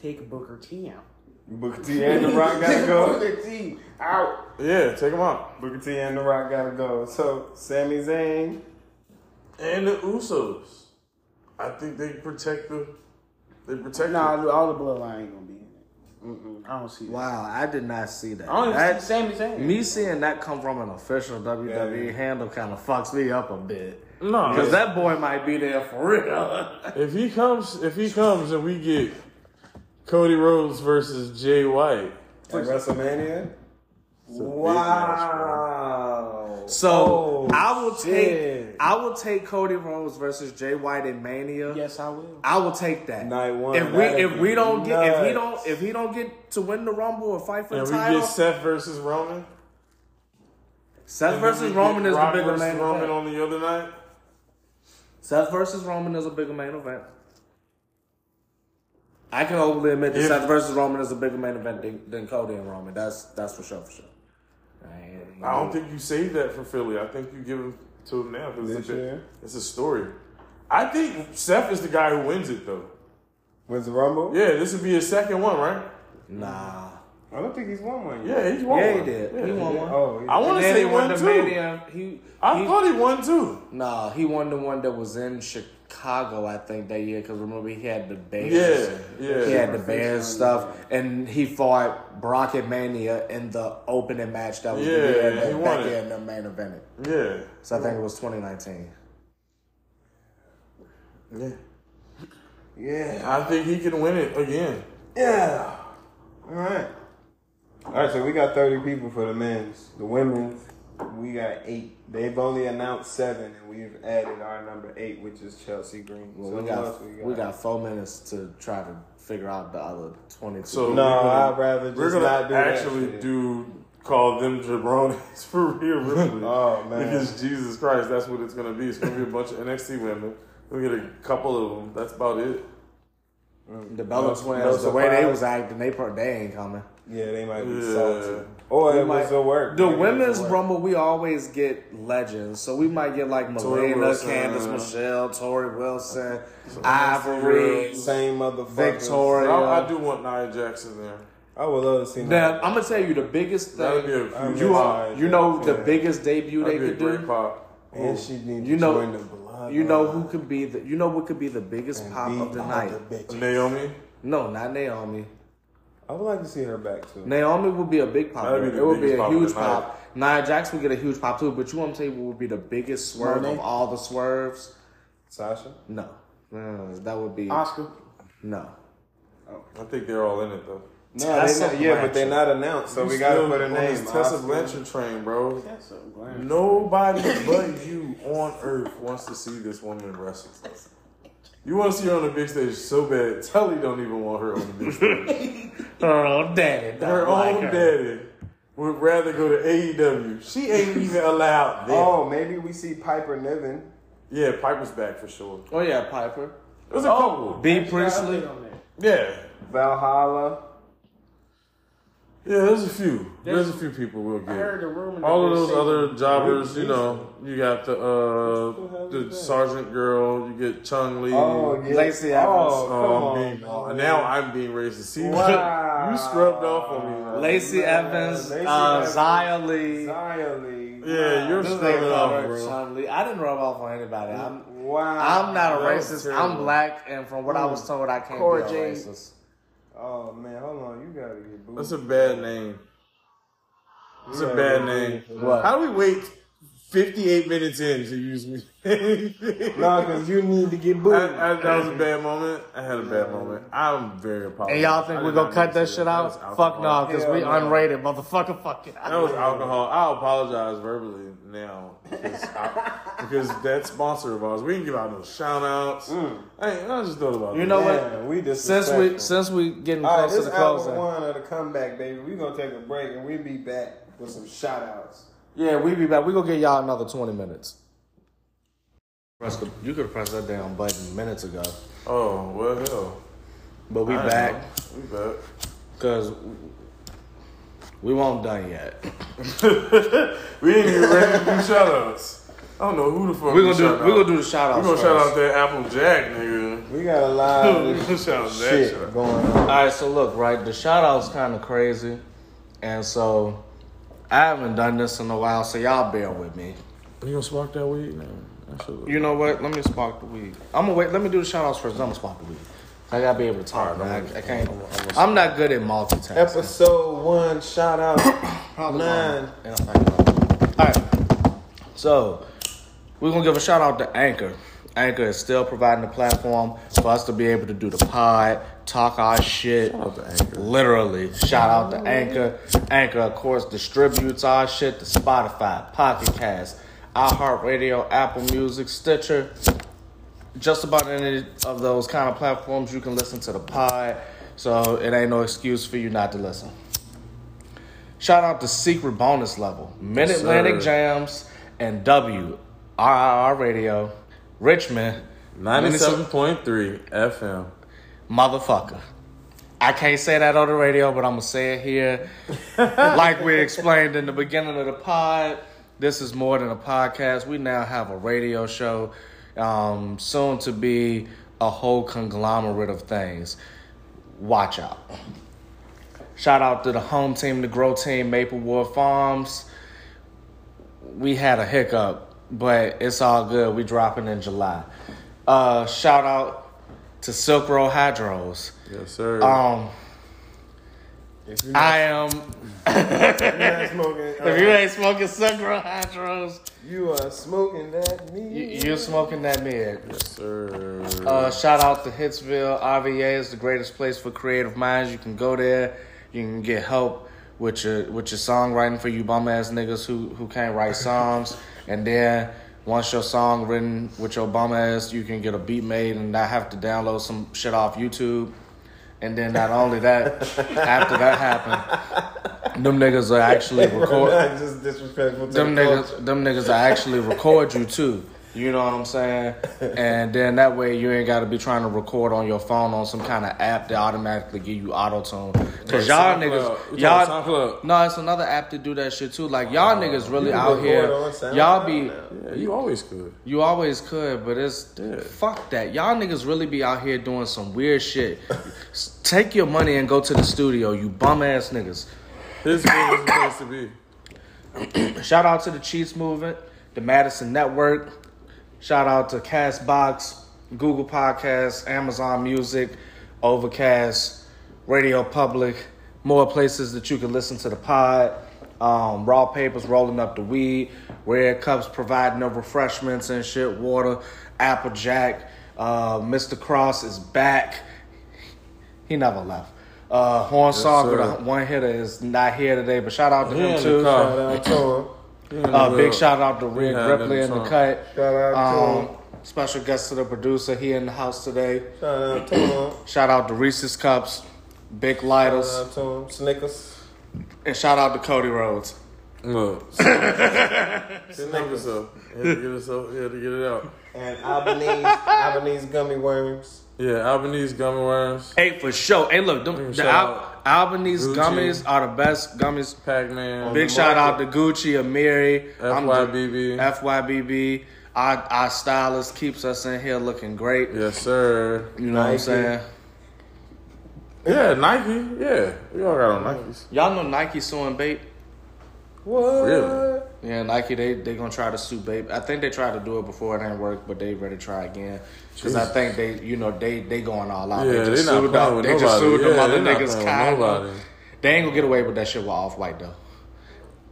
Speaker 6: Take Booker T out.
Speaker 2: Booker T and the Rock gotta go.
Speaker 6: Booker T out.
Speaker 1: Yeah, take him out.
Speaker 2: Booker T and the Rock gotta go. So Sami Zayn.
Speaker 1: And the Usos. I think they protect the. They protect.
Speaker 6: Nah,
Speaker 1: the-
Speaker 6: all the bloodline ain't gonna be in it. I don't see that.
Speaker 3: Wow, I did not see that.
Speaker 6: I don't even
Speaker 3: That-
Speaker 6: see Sami Zayn.
Speaker 3: me seeing that come from an official WWE
Speaker 2: Yeah.
Speaker 3: handle kind of fucks me up a bit.
Speaker 1: No,
Speaker 3: Because that boy might be there for real. (laughs)
Speaker 1: If he comes, if he comes, and we get Cody Rhodes versus Jay White,
Speaker 2: At WrestleMania?
Speaker 4: Wow.
Speaker 3: So
Speaker 2: Oh,
Speaker 3: I will
Speaker 2: shit.
Speaker 3: take I will take Cody Rhodes versus Jay White in Mania.
Speaker 6: Yes, I will.
Speaker 3: I will take that.
Speaker 2: Night one,
Speaker 3: If we
Speaker 2: that'd
Speaker 3: if we
Speaker 2: be
Speaker 3: don't get if he
Speaker 2: nuts.
Speaker 3: don't if he don't get to win the Rumble or fight for
Speaker 1: and
Speaker 3: the
Speaker 1: we
Speaker 3: title,
Speaker 1: get Seth versus Roman,
Speaker 3: Seth
Speaker 1: and then we
Speaker 3: versus
Speaker 1: get
Speaker 3: Roman is the
Speaker 1: Rock
Speaker 3: bigger
Speaker 1: versus
Speaker 3: main
Speaker 1: Roman
Speaker 3: event.
Speaker 1: on the other night.
Speaker 3: Seth versus Roman is a bigger main event. I can openly admit that
Speaker 1: If-
Speaker 3: Seth versus Roman is a bigger main event than, than Cody and Roman. That's that's for sure, for sure. I-
Speaker 1: I don't think you save that for Philly. I think you give it to him now because
Speaker 2: This
Speaker 1: it's, a bit-
Speaker 2: year?
Speaker 1: it's a story. I think Seth is the guy who wins it though.
Speaker 2: Wins the Rumble?
Speaker 1: Yeah, this would be his second one, right?
Speaker 3: Nah.
Speaker 2: I don't think he's won one yet.
Speaker 1: Yeah, he's won.
Speaker 3: Yeah, he
Speaker 1: one.
Speaker 3: did.
Speaker 1: Yeah,
Speaker 3: He won
Speaker 1: did.
Speaker 3: one.
Speaker 2: Oh, he's
Speaker 1: I want to
Speaker 3: And
Speaker 1: say
Speaker 3: he
Speaker 1: he won
Speaker 3: won the
Speaker 1: too.
Speaker 3: Mania. He,
Speaker 1: I
Speaker 3: he-
Speaker 1: thought he won too.
Speaker 3: Nah, he won the one that was in Chicago, I think, that year. Because remember, he had the Bears.
Speaker 1: Yeah, yeah.
Speaker 3: He had the Bears stuff, and he fought Brock at Mania in the opening match that was
Speaker 1: Yeah,
Speaker 3: yeah,
Speaker 1: he
Speaker 3: that
Speaker 1: won
Speaker 3: Becky
Speaker 1: it.
Speaker 3: and the main event.
Speaker 1: Yeah.
Speaker 3: So I think it was 2019.
Speaker 1: Yeah. Yeah. I think he can win it again.
Speaker 2: Yeah. All right. All right, so we got 30 people for the men's. The women's, we got eight. They've only announced seven, and we've added our number eight, which is Chelsea Green.
Speaker 3: Well,
Speaker 2: So
Speaker 3: we
Speaker 2: who
Speaker 3: got
Speaker 2: else
Speaker 3: we got, four minutes to try to figure out the other 22.
Speaker 1: So
Speaker 2: No,
Speaker 1: we're gonna-
Speaker 2: I'd rather just
Speaker 1: we're gonna
Speaker 2: not do that
Speaker 1: actually
Speaker 2: shit.
Speaker 1: do call them jabronis (laughs) for real,
Speaker 2: (laughs)
Speaker 1: really.
Speaker 2: Oh, man.
Speaker 1: Because Jesus Christ, that's what it's gonna be. It's gonna be a bunch of NXT women. We get a couple of them. That's about it.
Speaker 3: the Bella
Speaker 2: no
Speaker 3: twins, the way they
Speaker 2: surprise.
Speaker 3: was acting, they pro- they ain't coming.
Speaker 2: Yeah, they might be
Speaker 1: Yeah.
Speaker 2: salty. Or it was the work.
Speaker 3: The
Speaker 2: Maybe it was
Speaker 3: women's
Speaker 2: the work.
Speaker 3: rumble, we always get legends, so we might get like
Speaker 1: Tori
Speaker 3: Melina,
Speaker 1: Wilson.
Speaker 3: Candace Michelle, Tori Wilson, Ivory,
Speaker 2: Same motherfuckers.
Speaker 1: But
Speaker 3: Victoria.
Speaker 1: I,
Speaker 2: uh,
Speaker 1: I do want Nia Jackson there.
Speaker 2: I would love to see
Speaker 3: Now,
Speaker 2: that.
Speaker 3: I'm gonna tell you the biggest
Speaker 1: That'd be a
Speaker 3: thing.
Speaker 1: huge
Speaker 3: You,
Speaker 2: pop.
Speaker 3: you know the
Speaker 2: Yeah.
Speaker 3: biggest debut
Speaker 1: That'd be
Speaker 3: they
Speaker 1: a
Speaker 3: could
Speaker 1: great
Speaker 3: do.
Speaker 1: pop.
Speaker 2: And she needs
Speaker 3: You
Speaker 2: to
Speaker 3: know-
Speaker 2: join the blood.
Speaker 3: You know who could be the. You know what could be the biggest pop of the night.
Speaker 1: Naomi.
Speaker 3: No, not Naomi.
Speaker 2: I would like to see her back too.
Speaker 3: Naomi would be a big pop.
Speaker 1: That'd be the
Speaker 3: It would be
Speaker 1: biggest
Speaker 3: a
Speaker 1: pop of
Speaker 3: huge
Speaker 1: the night.
Speaker 3: pop. Nia Jax would get a huge pop too. But you want to tell you what would be the biggest swerve
Speaker 6: Monet?
Speaker 3: of all the swerves?
Speaker 2: Sasha?
Speaker 3: No, Mm, that would be
Speaker 6: Oscar.
Speaker 3: no.
Speaker 1: I think they're all in it though.
Speaker 2: No,
Speaker 3: Tessa
Speaker 2: they not, yeah, but
Speaker 3: Blanchard.
Speaker 2: they're not announced, so we
Speaker 1: You
Speaker 2: gotta
Speaker 1: still
Speaker 2: put her
Speaker 1: on
Speaker 2: name.
Speaker 1: this Tessa
Speaker 2: Oscar.
Speaker 1: Blanchard train, bro.
Speaker 6: That's so grand.
Speaker 1: Nobody but you on earth wants to see this woman wrestle. You want to see her on the big stage so bad. Tully don't even want her on the big stage.
Speaker 3: Her own daddy. don't
Speaker 1: Her
Speaker 3: like
Speaker 1: own
Speaker 3: her.
Speaker 1: daddy would rather go to AEW. She ain't even allowed there.
Speaker 2: Oh, maybe we see Piper Niven.
Speaker 1: Yeah, Piper's back for sure.
Speaker 3: Oh yeah, Piper.
Speaker 1: There's a couple.
Speaker 3: B Priestley.
Speaker 1: Yeah.
Speaker 2: Valhalla.
Speaker 1: Yeah, there's a few. There's a few people we'll
Speaker 6: I heard the
Speaker 1: get.
Speaker 6: rumor. that
Speaker 1: All of
Speaker 6: they're
Speaker 1: those
Speaker 6: saying-
Speaker 1: other jobbers, you know, you got the uh the sergeant girl, you get Chung Lee.
Speaker 2: Oh, yeah.
Speaker 3: Lacey Evans.
Speaker 2: Oh, come
Speaker 1: Oh,
Speaker 2: on,
Speaker 1: I'm being-
Speaker 2: man.
Speaker 1: now I'm being racist. See, (laughs)
Speaker 2: Wow.
Speaker 1: you scrubbed off on me. man.
Speaker 3: Lacey
Speaker 2: Man,
Speaker 3: Evans.
Speaker 2: Lacey
Speaker 3: uh,
Speaker 2: Evans.
Speaker 3: Zia Lee.
Speaker 2: Zion Lee.
Speaker 1: Yeah, you're
Speaker 3: This
Speaker 1: scrubbing
Speaker 3: nigga
Speaker 1: off,
Speaker 3: called her
Speaker 1: bro.
Speaker 3: Chun Lee. I didn't rub off on anybody. I'm,
Speaker 2: Wow.
Speaker 3: I'm not a
Speaker 1: That was
Speaker 3: racist.
Speaker 1: terrible.
Speaker 3: I'm black, and from what I was told, I can't
Speaker 6: Cora
Speaker 3: be a
Speaker 6: Jade.
Speaker 3: racist.
Speaker 2: Oh man, hold on. You gotta get booed.
Speaker 1: That's a bad name. That's a bad name.
Speaker 3: What?
Speaker 1: How do we wait 58 minutes in to use me? (laughs)
Speaker 2: No, because you need to get booed.
Speaker 1: I, I, that was a bad moment. I had a bad moment. I'm very apologetic.
Speaker 3: And y'all
Speaker 1: I
Speaker 3: think
Speaker 1: did
Speaker 3: we're gonna
Speaker 1: not
Speaker 3: cut
Speaker 1: mean
Speaker 3: that
Speaker 1: to.
Speaker 3: shit
Speaker 1: was
Speaker 3: out? Fuck no,
Speaker 1: alcohol.
Speaker 3: because we
Speaker 2: Hell no.
Speaker 3: unrated, motherfucker. Fuck it.
Speaker 1: That was alcohol. I'll apologize verbally now because,
Speaker 3: (laughs)
Speaker 1: I- because that sponsor of ours, we didn't give out no shout outs.
Speaker 3: Mm.
Speaker 1: Hey, I just thought about
Speaker 3: You
Speaker 1: that.
Speaker 3: know what?
Speaker 2: Man, we
Speaker 3: Since
Speaker 2: disrespectful.
Speaker 3: we since we getting
Speaker 2: All right,
Speaker 3: close to
Speaker 2: this
Speaker 3: the
Speaker 2: is
Speaker 3: closing,
Speaker 2: hour one of the comeback, baby. We're going to take a break and we'll be back with some shout outs.
Speaker 3: yeah, we be back. We gonna get y'all another twenty minutes. Press the- You could press that damn button minutes ago,
Speaker 1: Oh, well, hell.
Speaker 3: but we
Speaker 1: I don't
Speaker 3: back
Speaker 1: know. We back.
Speaker 3: because we won't done yet.
Speaker 1: (laughs) We ain't even ready to do shout outs. I don't know who the fuck
Speaker 3: We gonna do
Speaker 1: shout
Speaker 3: we
Speaker 1: out.
Speaker 3: gonna do the shout outs.
Speaker 1: We gonna shout out that Apple Jack, nigga.
Speaker 2: We got a lot
Speaker 1: We
Speaker 2: of
Speaker 1: (laughs) gonna shout out that
Speaker 2: shit
Speaker 1: shit.
Speaker 2: going on.
Speaker 3: All right, so look, right, the shout out's kind of crazy. And so I haven't done this in a while, so y'all bear with me.
Speaker 1: You gonna spark that weed? No.
Speaker 3: You know what? Let me spark the weed. I'm gonna wait. Let me do the shout outs first. then I'm gonna spark the weed. I gotta be able to talk. man. I, I can't. I'm not good at multitasking.
Speaker 2: Episode one, shout out.
Speaker 3: Probably
Speaker 2: Nine.
Speaker 3: wrong. And I'm not- All right. So we're gonna give a shout out to Anchor. Anchor is still providing the platform for us to be able to do the pod, talk our shit. Literally, shout out to Anchor. Anchor, of course, distributes our shit to Spotify, Pocket Cast, iHeartRadio, Apple Music, Stitcher, just about any of those kind of platforms. You can listen to the pod, so it ain't no excuse for you not to listen. Shout out to Secret Bonus Level, Mid Atlantic Jams, and WRR Radio, Richmond,
Speaker 1: 97.3 FM.
Speaker 3: motherfucker. I can't say that on the radio, but I'm gonna say it here. like we explained in the beginning of the pod, this is more than a podcast. We now have a radio show, um, soon to be a whole conglomerate of things. Watch out. Shout out to the home team, the grow team, Maplewood Farms. We had a hiccup, but it's all good. We dropping in July. Uh, shout out to Silk Road Hydros.
Speaker 1: Yes, sir.
Speaker 3: Um,
Speaker 2: If you're
Speaker 3: I am.
Speaker 2: not smoking, uh,
Speaker 3: If you ain't smoking Silk Road Hydros,
Speaker 2: you are smoking that
Speaker 3: you,
Speaker 2: meat. (laughs)
Speaker 3: you're smoking that mid.
Speaker 1: yes, sir.
Speaker 3: Uh, shout out to Hitsville. RVA is the greatest place for creative minds. You can go there. You can get help with your with your songwriting for you bum ass niggas who who can't write songs. and then once your song written with your bum ass, you can get a beat made and not have to download some shit off YouTube. And then not only
Speaker 1: (laughs)
Speaker 3: that, after that happened, them niggas are
Speaker 1: (laughs)
Speaker 3: actually record
Speaker 2: Not just disrespectful to
Speaker 3: them
Speaker 2: the culture.
Speaker 3: niggas, them niggas will actually record you too. You know what I'm saying? And then that way you ain't got to be trying to record on your phone on some kind of app that automatically give you auto tune. Cause y'all
Speaker 1: SoundCloud.
Speaker 3: niggas,
Speaker 1: We
Speaker 3: y'all
Speaker 1: talking SoundCloud.
Speaker 3: no, it's another app to do that shit too. Like y'all niggas really
Speaker 2: can
Speaker 3: out
Speaker 2: record
Speaker 3: here.
Speaker 2: on SoundCloud
Speaker 3: Y'all be.
Speaker 2: now.
Speaker 1: yeah, you always could.
Speaker 3: You always could, but it's fuck that. Y'all niggas really be out here doing some weird shit. S- Take your money and go to the studio, you bum ass niggas.
Speaker 1: This is where it's supposed to be.
Speaker 3: Shout out to the Chiefs Movement, the Madison Network. Shout out to Castbox, Google Podcasts, Amazon Music, Overcast, Radio Public, more places that you can listen to the pod. Um, raw papers rolling up the weed, red cups providing the refreshments and shit, water, Applejack. Uh, Mr. Cross is back. He never left. Uh, Horn Song with
Speaker 1: sir.
Speaker 3: a one hitter is not here today, but shout out to
Speaker 1: Yeah,
Speaker 3: him
Speaker 1: in
Speaker 3: too.
Speaker 1: the car.
Speaker 2: Shout out to him.
Speaker 3: (laughs) Uh, big shout out to Rick
Speaker 1: had
Speaker 3: Ripley
Speaker 1: them
Speaker 3: in
Speaker 1: songs.
Speaker 3: the cut.
Speaker 2: Shout out to
Speaker 3: Um,
Speaker 2: him.
Speaker 3: special guest to the producer. He in the house today.
Speaker 2: Shout out to him.
Speaker 3: Shout out to Reese's Cups, Big
Speaker 2: Shout
Speaker 3: Lighters,
Speaker 2: out to him. Snickers.
Speaker 3: and shout out to Cody Rhodes.
Speaker 1: (laughs) Look, sit down yourself. You had to get us up. You had to get it out.
Speaker 2: And
Speaker 3: (laughs)
Speaker 2: Albanese, Albanese gummy worms.
Speaker 1: Yeah, Albanese gummy worms,
Speaker 3: Hey, for sure. Hey, look,
Speaker 2: Mm,
Speaker 3: them, the
Speaker 1: shout
Speaker 3: Al- Albanese
Speaker 1: Gucci.
Speaker 3: gummies are the best gummies.
Speaker 1: Pac Man,
Speaker 3: Big shout out to Gucci, Amiri, I'm the-
Speaker 1: FYBB.
Speaker 3: FYBB. Our, our stylist keeps us in here looking great.
Speaker 1: yes, sir.
Speaker 3: You know what I'm
Speaker 2: Nike.
Speaker 3: saying?
Speaker 1: Yeah, Nike. Yeah, we all got on Nikes.
Speaker 3: Y'all know Nike suing bait.
Speaker 2: What?
Speaker 1: Really?
Speaker 3: Yeah, Nike they they gonna try to sue Babe. I think they tried to do it before it ain't work, but they ready to try again. Cause I think they you know they they going all out.
Speaker 1: Yeah,
Speaker 3: just
Speaker 1: they not
Speaker 3: sued
Speaker 1: playing
Speaker 3: the-
Speaker 1: with
Speaker 3: They just
Speaker 1: nobody.
Speaker 3: sued
Speaker 1: Yeah,
Speaker 3: them other
Speaker 1: they not
Speaker 3: niggas.
Speaker 1: playing with
Speaker 3: kinda.
Speaker 1: nobody.
Speaker 3: They ain't gonna get away with that shit with off white though.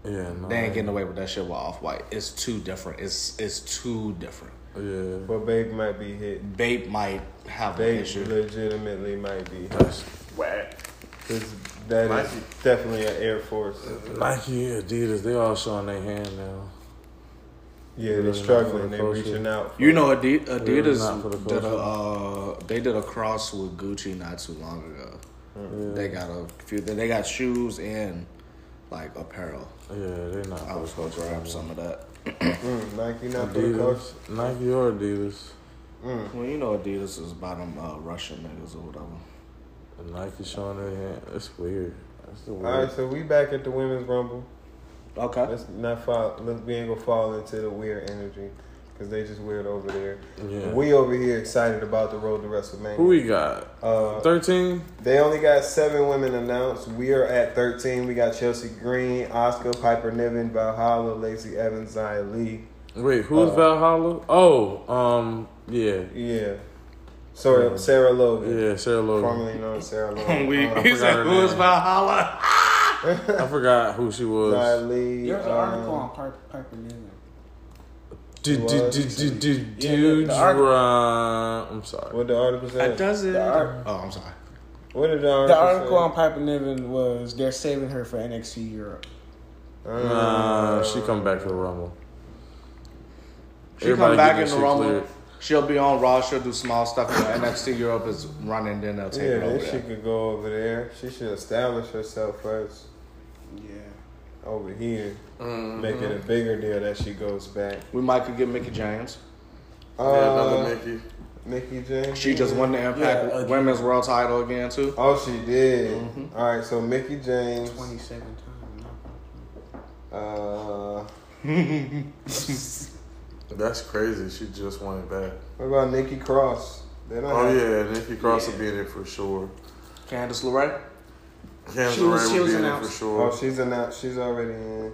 Speaker 1: Yeah, no.
Speaker 3: They ain't getting away with that shit with off white. It's too different. It's it's too different.
Speaker 1: Yeah,
Speaker 2: But Babe might be hit.
Speaker 3: Babe might have an
Speaker 2: Babe
Speaker 3: issue.
Speaker 2: legitimately might be hit.
Speaker 1: that's whack.
Speaker 2: 'Cause that
Speaker 1: Might Uh-huh.
Speaker 2: is definitely an Air Force.
Speaker 1: Nike, Adidas, they all showing their hand now.
Speaker 2: Yeah, they're
Speaker 1: not for
Speaker 2: struggling.
Speaker 1: the
Speaker 2: They're
Speaker 1: culture.
Speaker 2: reaching out.
Speaker 3: You know, Adi-
Speaker 1: not for the
Speaker 3: Adidas
Speaker 1: culture.
Speaker 3: did a uh, they did a cross with Gucci not too long ago. They got a few. They got shoes and like apparel.
Speaker 1: Yeah, they not.
Speaker 3: I was gonna grab some of that.
Speaker 2: Mm, Nike not for the culture.
Speaker 1: Adidas, Nike or Adidas.
Speaker 3: Well, you know Adidas is by them uh, Russian niggas or whatever.
Speaker 1: And Nike showing their hand. That's weird. That's the
Speaker 2: All
Speaker 1: weird.
Speaker 2: right, so we back at the women's rumble.
Speaker 3: (laughs) Okay.
Speaker 2: Let's not fall. Let's we ain't gonna fall into the weird energy because they just weird over there.
Speaker 1: Yeah.
Speaker 2: We over here excited about the road to WrestleMania.
Speaker 1: Who we got?
Speaker 2: Uh,
Speaker 1: Thirteen.
Speaker 2: They only got seven women announced. We are at 13. We got Chelsea Green, Oscar, Piper Niven, Valhalla, Lacey Evans, Zia Lee.
Speaker 1: Wait, who's Valhalla? Oh, um, yeah,
Speaker 2: Yeah. Sorry, Sarah Logan.
Speaker 1: Yeah, Sarah Logan.
Speaker 2: Formerly known as
Speaker 6: (laughs)
Speaker 2: Sarah Logan.
Speaker 7: We,
Speaker 2: Oh, I
Speaker 7: he
Speaker 2: forgot
Speaker 7: said,
Speaker 2: her
Speaker 7: who is
Speaker 2: name.
Speaker 7: Valhalla?
Speaker 1: I forgot who she
Speaker 2: (laughs) Zara
Speaker 1: was.
Speaker 2: Lee,
Speaker 6: There was an
Speaker 2: um,
Speaker 6: article on Piper, Piper Music.
Speaker 1: Du- du- du- du- du- du-
Speaker 6: the article.
Speaker 1: Dra- I'm sorry.
Speaker 2: What the article said?
Speaker 7: Does it?
Speaker 8: Oh, I'm sorry.
Speaker 2: What did the article
Speaker 6: The article
Speaker 2: say?
Speaker 6: on Piper Niven was they're saving her for NXT Europe.
Speaker 2: Uh,
Speaker 1: Nah, she come back to the Rumble.
Speaker 3: She
Speaker 1: Everybody
Speaker 3: come back
Speaker 1: get
Speaker 3: in the
Speaker 1: their shit
Speaker 3: Rumble.
Speaker 1: cleared.
Speaker 3: She'll be on Raw. She'll do small stuff. And when NXT Europe is running, then they'll take
Speaker 2: Yeah,
Speaker 3: it over.
Speaker 2: then she
Speaker 3: there.
Speaker 2: could go over there. She should establish herself first
Speaker 6: Yeah.
Speaker 2: over here. Make
Speaker 6: Mm-hmm.
Speaker 2: it a bigger deal that she goes back.
Speaker 3: We might could get Mickey James.
Speaker 2: Uh,
Speaker 1: Mickey.
Speaker 2: Mickey James.
Speaker 3: She just won the Impact
Speaker 6: Yeah, again.
Speaker 3: Women's World Title again too.
Speaker 2: Oh, she did.
Speaker 6: Mm-hmm.
Speaker 2: All right, so Mickey James.
Speaker 6: 27 times.
Speaker 2: Uh,
Speaker 1: That's crazy. She just won it back.
Speaker 2: what about Nikki Cross? They don't
Speaker 1: Oh
Speaker 2: have-
Speaker 1: yeah, Nikki Cross will be in it for sure.
Speaker 3: Candice LeRae.
Speaker 1: Candace
Speaker 6: She was-
Speaker 1: LeRae
Speaker 6: she
Speaker 1: will
Speaker 6: was
Speaker 1: be in it for
Speaker 6: announced.
Speaker 1: sure.
Speaker 2: Oh, she's announced. She's already in.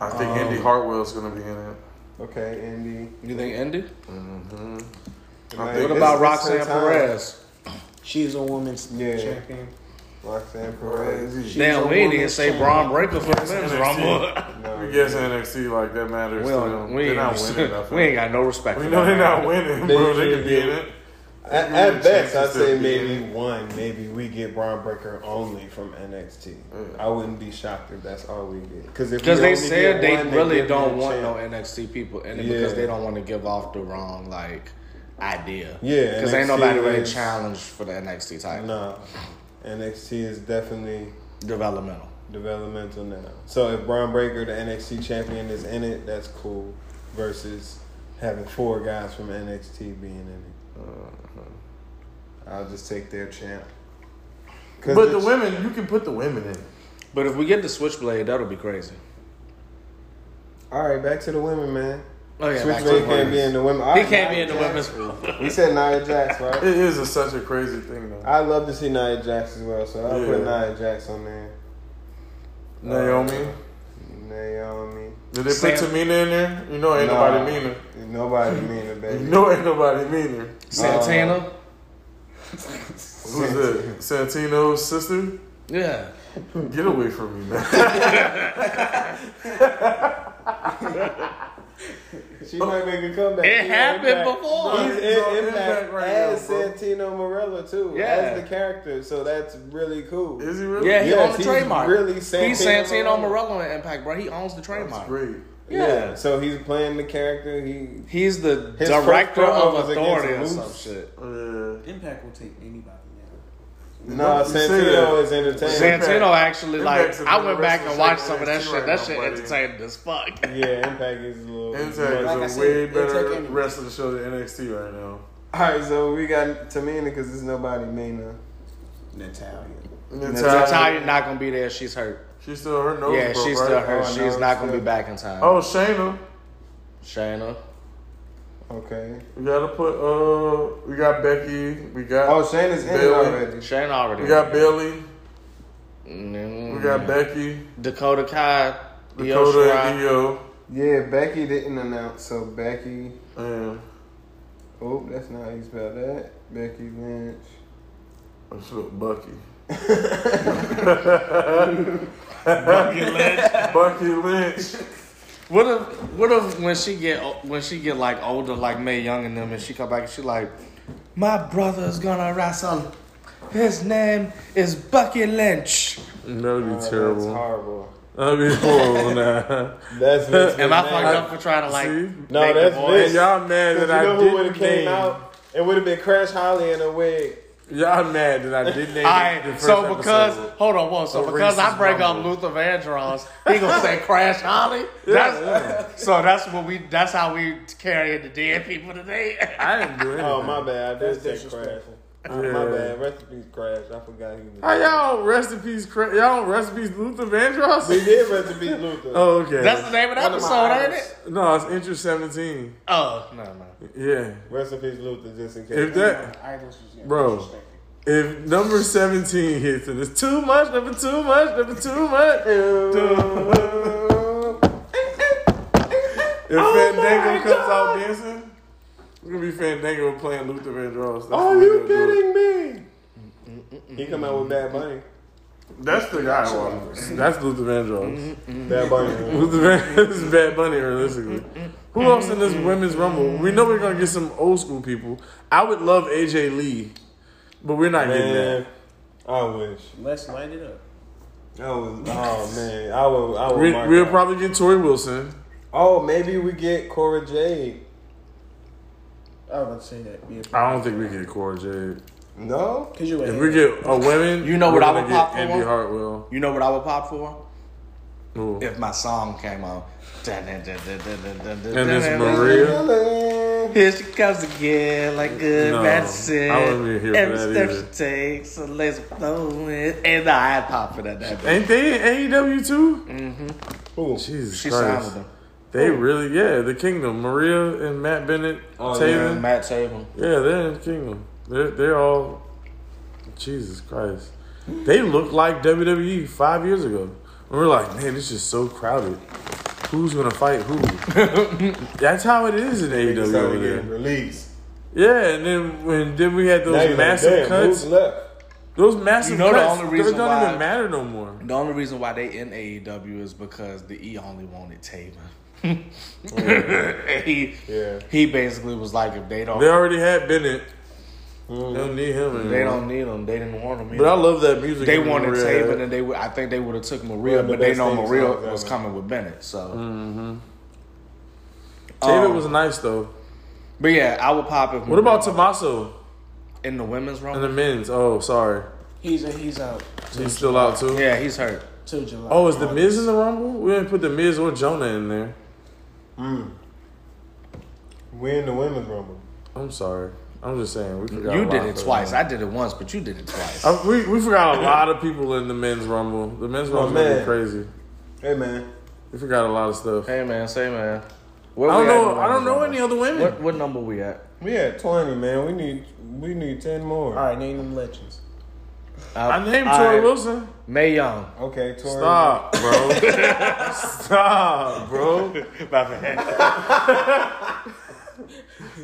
Speaker 1: I think Indy Hartwell's gonna be in it.
Speaker 2: Okay, Indy.
Speaker 3: You think Indy?
Speaker 2: Like,
Speaker 1: think-
Speaker 3: What
Speaker 2: this-
Speaker 3: about
Speaker 2: this her time.
Speaker 3: Roxanne Perez?
Speaker 6: She's a women's
Speaker 2: Yeah.
Speaker 6: champion.
Speaker 2: Roxanne Perez.
Speaker 3: Damn, we didn't say Braun Breaker for the Women's
Speaker 1: NXT.
Speaker 3: Rumble.
Speaker 1: We
Speaker 2: No.
Speaker 1: guess NXT like that matters
Speaker 3: We,
Speaker 1: to
Speaker 3: don't,
Speaker 1: them.
Speaker 3: we,
Speaker 1: They're not
Speaker 3: ain't,
Speaker 1: winning nothing.
Speaker 3: (laughs) we ain't got no respect.
Speaker 1: We
Speaker 3: for
Speaker 1: know
Speaker 3: that.
Speaker 1: they're not winning, bro. They could be in it.
Speaker 2: At, at best, I'd say maybe one. Maybe we get Braun Breaker only from NXT. I wouldn't be shocked if that's all we get. Because if
Speaker 3: Because
Speaker 2: we
Speaker 3: they
Speaker 2: only get
Speaker 3: said they
Speaker 2: one,
Speaker 3: really
Speaker 2: give
Speaker 3: don't
Speaker 2: them a
Speaker 3: want no
Speaker 2: chance.
Speaker 3: NXT people in it
Speaker 2: Yeah.
Speaker 3: because they don't want to give off the wrong like idea.
Speaker 2: Yeah,
Speaker 3: because ain't
Speaker 2: NXT
Speaker 3: nobody really
Speaker 2: is-
Speaker 3: challenged for the NXT title.
Speaker 2: No, NXT is definitely
Speaker 3: Developmental.
Speaker 2: developmental now. So if Braun Breaker, the NXT champion, is in it, that's cool. Versus having four guys from NXT being in it. Uh-huh. I'll just take their champ. 'Cause
Speaker 1: But the
Speaker 2: it's-
Speaker 1: women, you can put the women in.
Speaker 3: But if we get the Switchblade, that'll be crazy.
Speaker 2: all right, back to the women, man.
Speaker 3: Oh yeah, back to
Speaker 2: Switchblade
Speaker 3: the
Speaker 2: can't be
Speaker 3: women's.
Speaker 2: in the women.
Speaker 3: He can't be in the (laughs) women's.
Speaker 2: We said Nia Jax, right?
Speaker 1: It is a, such a crazy thing, though.
Speaker 2: I love to see Nia Jax as well, so I'll put
Speaker 1: Yeah.
Speaker 2: Nia Jax on there.
Speaker 1: Naomi.
Speaker 2: Naomi.
Speaker 1: Did they
Speaker 3: Sam-
Speaker 1: put Tamina in there? You know, ain't nobody meaner.
Speaker 2: Nobody meaner, baby.
Speaker 1: You know, ain't nobody meaner.
Speaker 3: Santana.
Speaker 1: Who's that? Santino's sister?
Speaker 3: yeah.
Speaker 1: Get away from me,
Speaker 3: (laughs)
Speaker 1: man.
Speaker 2: She might make a comeback.
Speaker 3: It
Speaker 2: She
Speaker 3: happened
Speaker 2: on Impact.
Speaker 3: before.
Speaker 2: He's
Speaker 1: He's on
Speaker 2: in Impact
Speaker 1: Impact right
Speaker 2: as
Speaker 1: now, bro.
Speaker 2: Santino Morello too,
Speaker 3: Yeah.
Speaker 2: as the character. So that's really cool.
Speaker 1: Is he really?
Speaker 3: Yeah, he
Speaker 2: Yes,
Speaker 3: owns the
Speaker 2: he's
Speaker 3: trademark.
Speaker 2: really
Speaker 3: he's
Speaker 2: Santino
Speaker 3: Santino
Speaker 2: Morello.
Speaker 3: Morello in Impact, bro. He owns the
Speaker 1: That's
Speaker 3: trademark.
Speaker 1: great.
Speaker 3: Yeah.
Speaker 2: So he's playing the character. He
Speaker 3: He's the
Speaker 2: His
Speaker 3: director
Speaker 2: first promo
Speaker 3: of
Speaker 2: was against
Speaker 3: authority or
Speaker 2: Moose.
Speaker 3: some shit.
Speaker 1: Uh,
Speaker 6: Impact will take anybody now.
Speaker 2: no
Speaker 1: You say that.
Speaker 2: Santino is entertaining.
Speaker 1: San-
Speaker 3: Santino actually
Speaker 1: Impact's
Speaker 3: like.
Speaker 1: a
Speaker 3: I went
Speaker 1: better
Speaker 3: back
Speaker 1: wrestler
Speaker 3: and watched
Speaker 1: than
Speaker 3: some of that
Speaker 1: NXT
Speaker 3: shit.
Speaker 1: right
Speaker 3: that
Speaker 1: now,
Speaker 3: shit
Speaker 1: buddy.
Speaker 3: entertained as fuck.
Speaker 2: yeah, Impact is a little.
Speaker 1: Impact
Speaker 2: Like-
Speaker 6: I
Speaker 1: is a
Speaker 6: said,
Speaker 1: way
Speaker 6: they'll
Speaker 1: better
Speaker 6: take any-
Speaker 1: wrestling show than NXT right now.
Speaker 2: All right, so we got Tamina because there's nobody meaner.
Speaker 6: Natalia.
Speaker 3: Natalia not gonna be there. She's hurt.
Speaker 1: She's still her nose.
Speaker 3: yeah,
Speaker 1: broke,
Speaker 3: she's
Speaker 1: right?
Speaker 3: still hurt.
Speaker 2: Oh, no,
Speaker 3: she's not gonna
Speaker 2: still-
Speaker 3: be back in time.
Speaker 1: Oh, Shayna.
Speaker 3: Shayna.
Speaker 2: Okay.
Speaker 1: We gotta put. Uh, we got Becky. We got.
Speaker 2: Oh, Shayna's in it
Speaker 1: Bailey.
Speaker 2: already.
Speaker 3: Shayna already.
Speaker 1: we got Bailey.
Speaker 3: Mm,
Speaker 1: We got Becky.
Speaker 3: Dakota Kai. Io
Speaker 1: Dakota and
Speaker 3: Shirai.
Speaker 1: Io.
Speaker 2: Yeah, Becky didn't announce, so Becky.
Speaker 1: And
Speaker 2: Oh, that's not how you spell that. Becky Lynch.
Speaker 1: oh, shit, Bucky. Bucky Lynch.
Speaker 3: What if what if when she get o- when she get like older like Mae Young and them and she come back and she like, my brother's gonna wrestle. His name is Bucky Lynch.
Speaker 1: That would be
Speaker 2: Oh, That's
Speaker 1: terrible.
Speaker 2: horrible.
Speaker 1: That would be
Speaker 2: (laughs)
Speaker 1: horrible now. (laughs)
Speaker 2: That's Vince
Speaker 3: Am I
Speaker 2: McMahon.
Speaker 3: fucked up for trying to like?
Speaker 1: See?
Speaker 2: No,
Speaker 3: make the
Speaker 2: that's
Speaker 3: voice?
Speaker 2: Vince.
Speaker 1: Y'all mad
Speaker 2: You
Speaker 1: that I
Speaker 2: know who would have
Speaker 1: didn't
Speaker 2: came
Speaker 1: name.
Speaker 2: out? It would have been Crash Holly in a wig.
Speaker 1: Y'all mad that I didn't name. the
Speaker 3: Alright,
Speaker 1: first
Speaker 3: so because
Speaker 1: episode.
Speaker 3: hold on, one, so
Speaker 1: A
Speaker 3: because I
Speaker 1: racist
Speaker 3: bring up
Speaker 1: rumble.
Speaker 3: Luther Vandross, he gonna say Crash Holly. That's, So that's what we. That's how we carry the dead people today. (laughs)
Speaker 1: I didn't do anything.
Speaker 2: Oh my bad, I did say Crash.
Speaker 6: disrespectful.
Speaker 2: Oh, My
Speaker 1: Yeah.
Speaker 2: bad, rest in peace, Crash. I forgot he was.
Speaker 1: How y'all rest in peace? Cra- y'all don't rest in peace, Luther Vandross.
Speaker 2: We did rest in peace, Luther.
Speaker 1: Oh, okay.
Speaker 3: that's the name of the
Speaker 6: One of my
Speaker 3: episode, ain't
Speaker 6: idols.
Speaker 3: it?
Speaker 1: no, it's interest seventeen.
Speaker 3: Oh no, no.
Speaker 1: Yeah,
Speaker 2: Rest in peace, Luther, just in case.
Speaker 1: if that
Speaker 6: Idols was getting
Speaker 1: Bro.
Speaker 6: disrespected.
Speaker 1: if number seventeen hits and it's too much, number too much, number too much.
Speaker 2: Oh
Speaker 1: If Fandango comes out dancing, gonna be Fandango playing Luther Vandross. That's
Speaker 2: Are
Speaker 1: the way
Speaker 2: you
Speaker 1: they'll do it.
Speaker 2: kidding me? He come out with Bad Bunny.
Speaker 1: That's the guy. I want. That's Luther Vandross.
Speaker 2: Bad Bunny.
Speaker 1: Luther Van- this is Bad Bunny, realistically. Who else in this women's rumble? We know we're gonna get some old school people. I would love AJ Lee, but we're not getting that.
Speaker 2: Man, I wish.
Speaker 6: Let's light it up.
Speaker 2: I was, oh man, I will. I will.
Speaker 1: We,
Speaker 2: mark
Speaker 1: we'll
Speaker 2: that.
Speaker 1: probably get Tori Wilson.
Speaker 2: Oh, maybe we get Cora Jade.
Speaker 6: I was about to say that. Yeah.
Speaker 1: I don't think we get Cora Jade.
Speaker 2: No,
Speaker 6: Cause you
Speaker 1: If
Speaker 6: ain't.
Speaker 1: we get a women,
Speaker 3: You know
Speaker 1: we're
Speaker 3: what I
Speaker 1: gonna
Speaker 3: would
Speaker 1: get
Speaker 3: pop for?
Speaker 1: Andy Hartwell.
Speaker 3: You know what I would pop for?
Speaker 1: Ooh.
Speaker 3: If my song came on. And
Speaker 1: And it's
Speaker 3: it's
Speaker 1: Maria.
Speaker 3: Here she comes again, like good
Speaker 1: No,
Speaker 3: medicine.
Speaker 1: I wouldn't be here for
Speaker 3: Every
Speaker 1: that
Speaker 3: step
Speaker 1: either.
Speaker 3: she takes, a laser flowing. And I had pop for that. that
Speaker 1: Ain't they in AEW too?
Speaker 3: Mm-hmm.
Speaker 2: Who?
Speaker 1: Jesus
Speaker 3: she signed
Speaker 1: Christ.
Speaker 3: with them.
Speaker 1: They really, yeah, the Kingdom. Maria and Matt Bennett,
Speaker 2: Oh,
Speaker 1: Taven.
Speaker 3: And Matt Taven.
Speaker 1: Yeah, they're in the kingdom. They're they're all Jesus Christ. They look like WWE five years ago. And we're like, man, this is so crowded. Who's gonna fight
Speaker 3: (laughs)
Speaker 1: who? That's how it is in AEW over
Speaker 2: Started
Speaker 1: there.
Speaker 2: getting released.
Speaker 1: Yeah, and then when then we had
Speaker 2: Now
Speaker 1: those
Speaker 2: you're like,
Speaker 1: massive
Speaker 2: damn, who's
Speaker 1: cuts.
Speaker 2: left?
Speaker 1: Those massive
Speaker 3: You know the
Speaker 1: cuts.
Speaker 3: only reason
Speaker 1: those don't
Speaker 3: why-
Speaker 1: even matter no more.
Speaker 3: The only reason why they in AEW is because the E only wanted Taven. And (laughs) he,
Speaker 2: Yeah.
Speaker 3: he basically was like, if they don't,
Speaker 1: They already had Bennett.
Speaker 2: Mm-hmm.
Speaker 1: They don't need him anymore.
Speaker 3: they don't need him. They didn't want him.
Speaker 1: But I love that music.
Speaker 3: They
Speaker 1: that
Speaker 3: wanted
Speaker 1: Maria
Speaker 3: Taven,
Speaker 1: had.
Speaker 3: and they would. I think they would have took Maria,
Speaker 2: of the
Speaker 3: but they
Speaker 2: best
Speaker 3: know
Speaker 2: things
Speaker 3: Maria
Speaker 2: ever.
Speaker 3: was coming with Bennett. So,
Speaker 1: Mm-hmm. Taven
Speaker 3: Um,
Speaker 1: was nice though.
Speaker 3: but yeah, I would pop if.
Speaker 1: What about Tommaso
Speaker 3: in the women's
Speaker 1: and
Speaker 3: room?
Speaker 1: the men's? Oh, sorry.
Speaker 6: He's a, he's out
Speaker 1: He's still out too.
Speaker 3: yeah, he's hurt.
Speaker 6: till July.
Speaker 1: Oh, is the Miz in the Rumble? We didn't put the Miz or Jonah in there.
Speaker 2: We in the women's rumble.
Speaker 1: I'm sorry. I'm just saying we forgot. a
Speaker 3: you
Speaker 1: lot
Speaker 3: did it
Speaker 1: for
Speaker 3: twice.
Speaker 1: the-
Speaker 3: I did it once, but you did it twice.
Speaker 1: Uh, we we forgot a lot of people in the men's Rumble. The men's Rumble
Speaker 2: man.
Speaker 1: was crazy.
Speaker 2: Hey man,
Speaker 1: We forgot a lot of stuff.
Speaker 3: hey man, say man. Where
Speaker 1: I don't
Speaker 3: we at in the
Speaker 1: know. I don't
Speaker 3: women's
Speaker 1: know
Speaker 3: rumble?
Speaker 1: any other women.
Speaker 3: What, what number we at?
Speaker 2: we at twenty, man. We need we need ten more.
Speaker 6: All right, name them legends.
Speaker 1: I named
Speaker 3: all
Speaker 1: Tori
Speaker 3: right.
Speaker 1: Wilson.
Speaker 3: May Young.
Speaker 2: Okay, Tori.
Speaker 1: Stop, bro.
Speaker 3: (laughs)
Speaker 1: Stop, bro.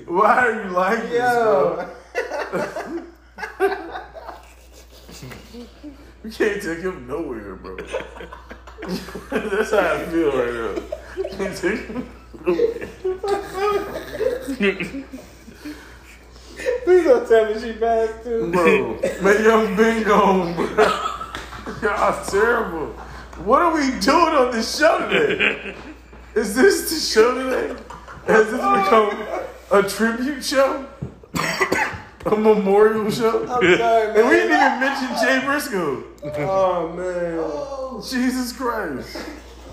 Speaker 1: Why are you like this, bro? you can't take him nowhere, bro. (laughs) That's how I feel right now. Can't take him nowhere.
Speaker 2: Please don't tell me she passed
Speaker 1: (laughs)
Speaker 2: too.
Speaker 1: Bro, man, young bingo, bro. (laughs) Y'all terrible. What are we doing on this show today? Is this the show today? Has this become a tribute show? A memorial show?
Speaker 2: I'm sorry,
Speaker 1: And we
Speaker 2: man.
Speaker 1: didn't even mention Jay Briscoe.
Speaker 2: Oh man.
Speaker 1: Jesus Christ.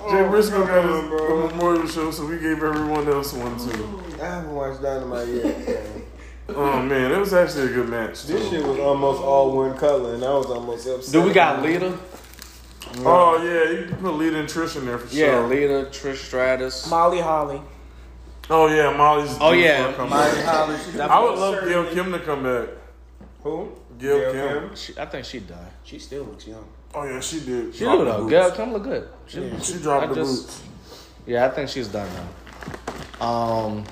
Speaker 1: Jay Briscoe got his a memorial show, so we gave everyone else one too.
Speaker 2: I haven't watched Dynamite yet. man.
Speaker 1: Oh man, it was actually a good match. too.
Speaker 2: This shit was almost all one color, and I was almost upset.
Speaker 3: Do we got Lita?
Speaker 1: Oh yeah, you can put Lita and Trish in there for
Speaker 3: Yeah,
Speaker 1: sure.
Speaker 3: Lita, Trish Stratus.
Speaker 6: Molly Holly.
Speaker 1: Oh yeah, Molly's.
Speaker 3: Oh,
Speaker 1: due
Speaker 3: yeah.
Speaker 1: for a comeback.
Speaker 2: Molly Holly? She
Speaker 1: I would love Gail Kim to come back.
Speaker 2: Who?
Speaker 1: Gail
Speaker 2: Gail
Speaker 1: Kim.
Speaker 3: She, I think she done.
Speaker 6: She still looks young.
Speaker 1: Oh yeah, she did.
Speaker 3: She
Speaker 1: drop the
Speaker 3: do though.
Speaker 1: boots.
Speaker 3: Girl, come look good. She,
Speaker 1: She dropped
Speaker 3: I
Speaker 1: the
Speaker 3: just-
Speaker 1: boots.
Speaker 3: Yeah, I think she's done now. Um,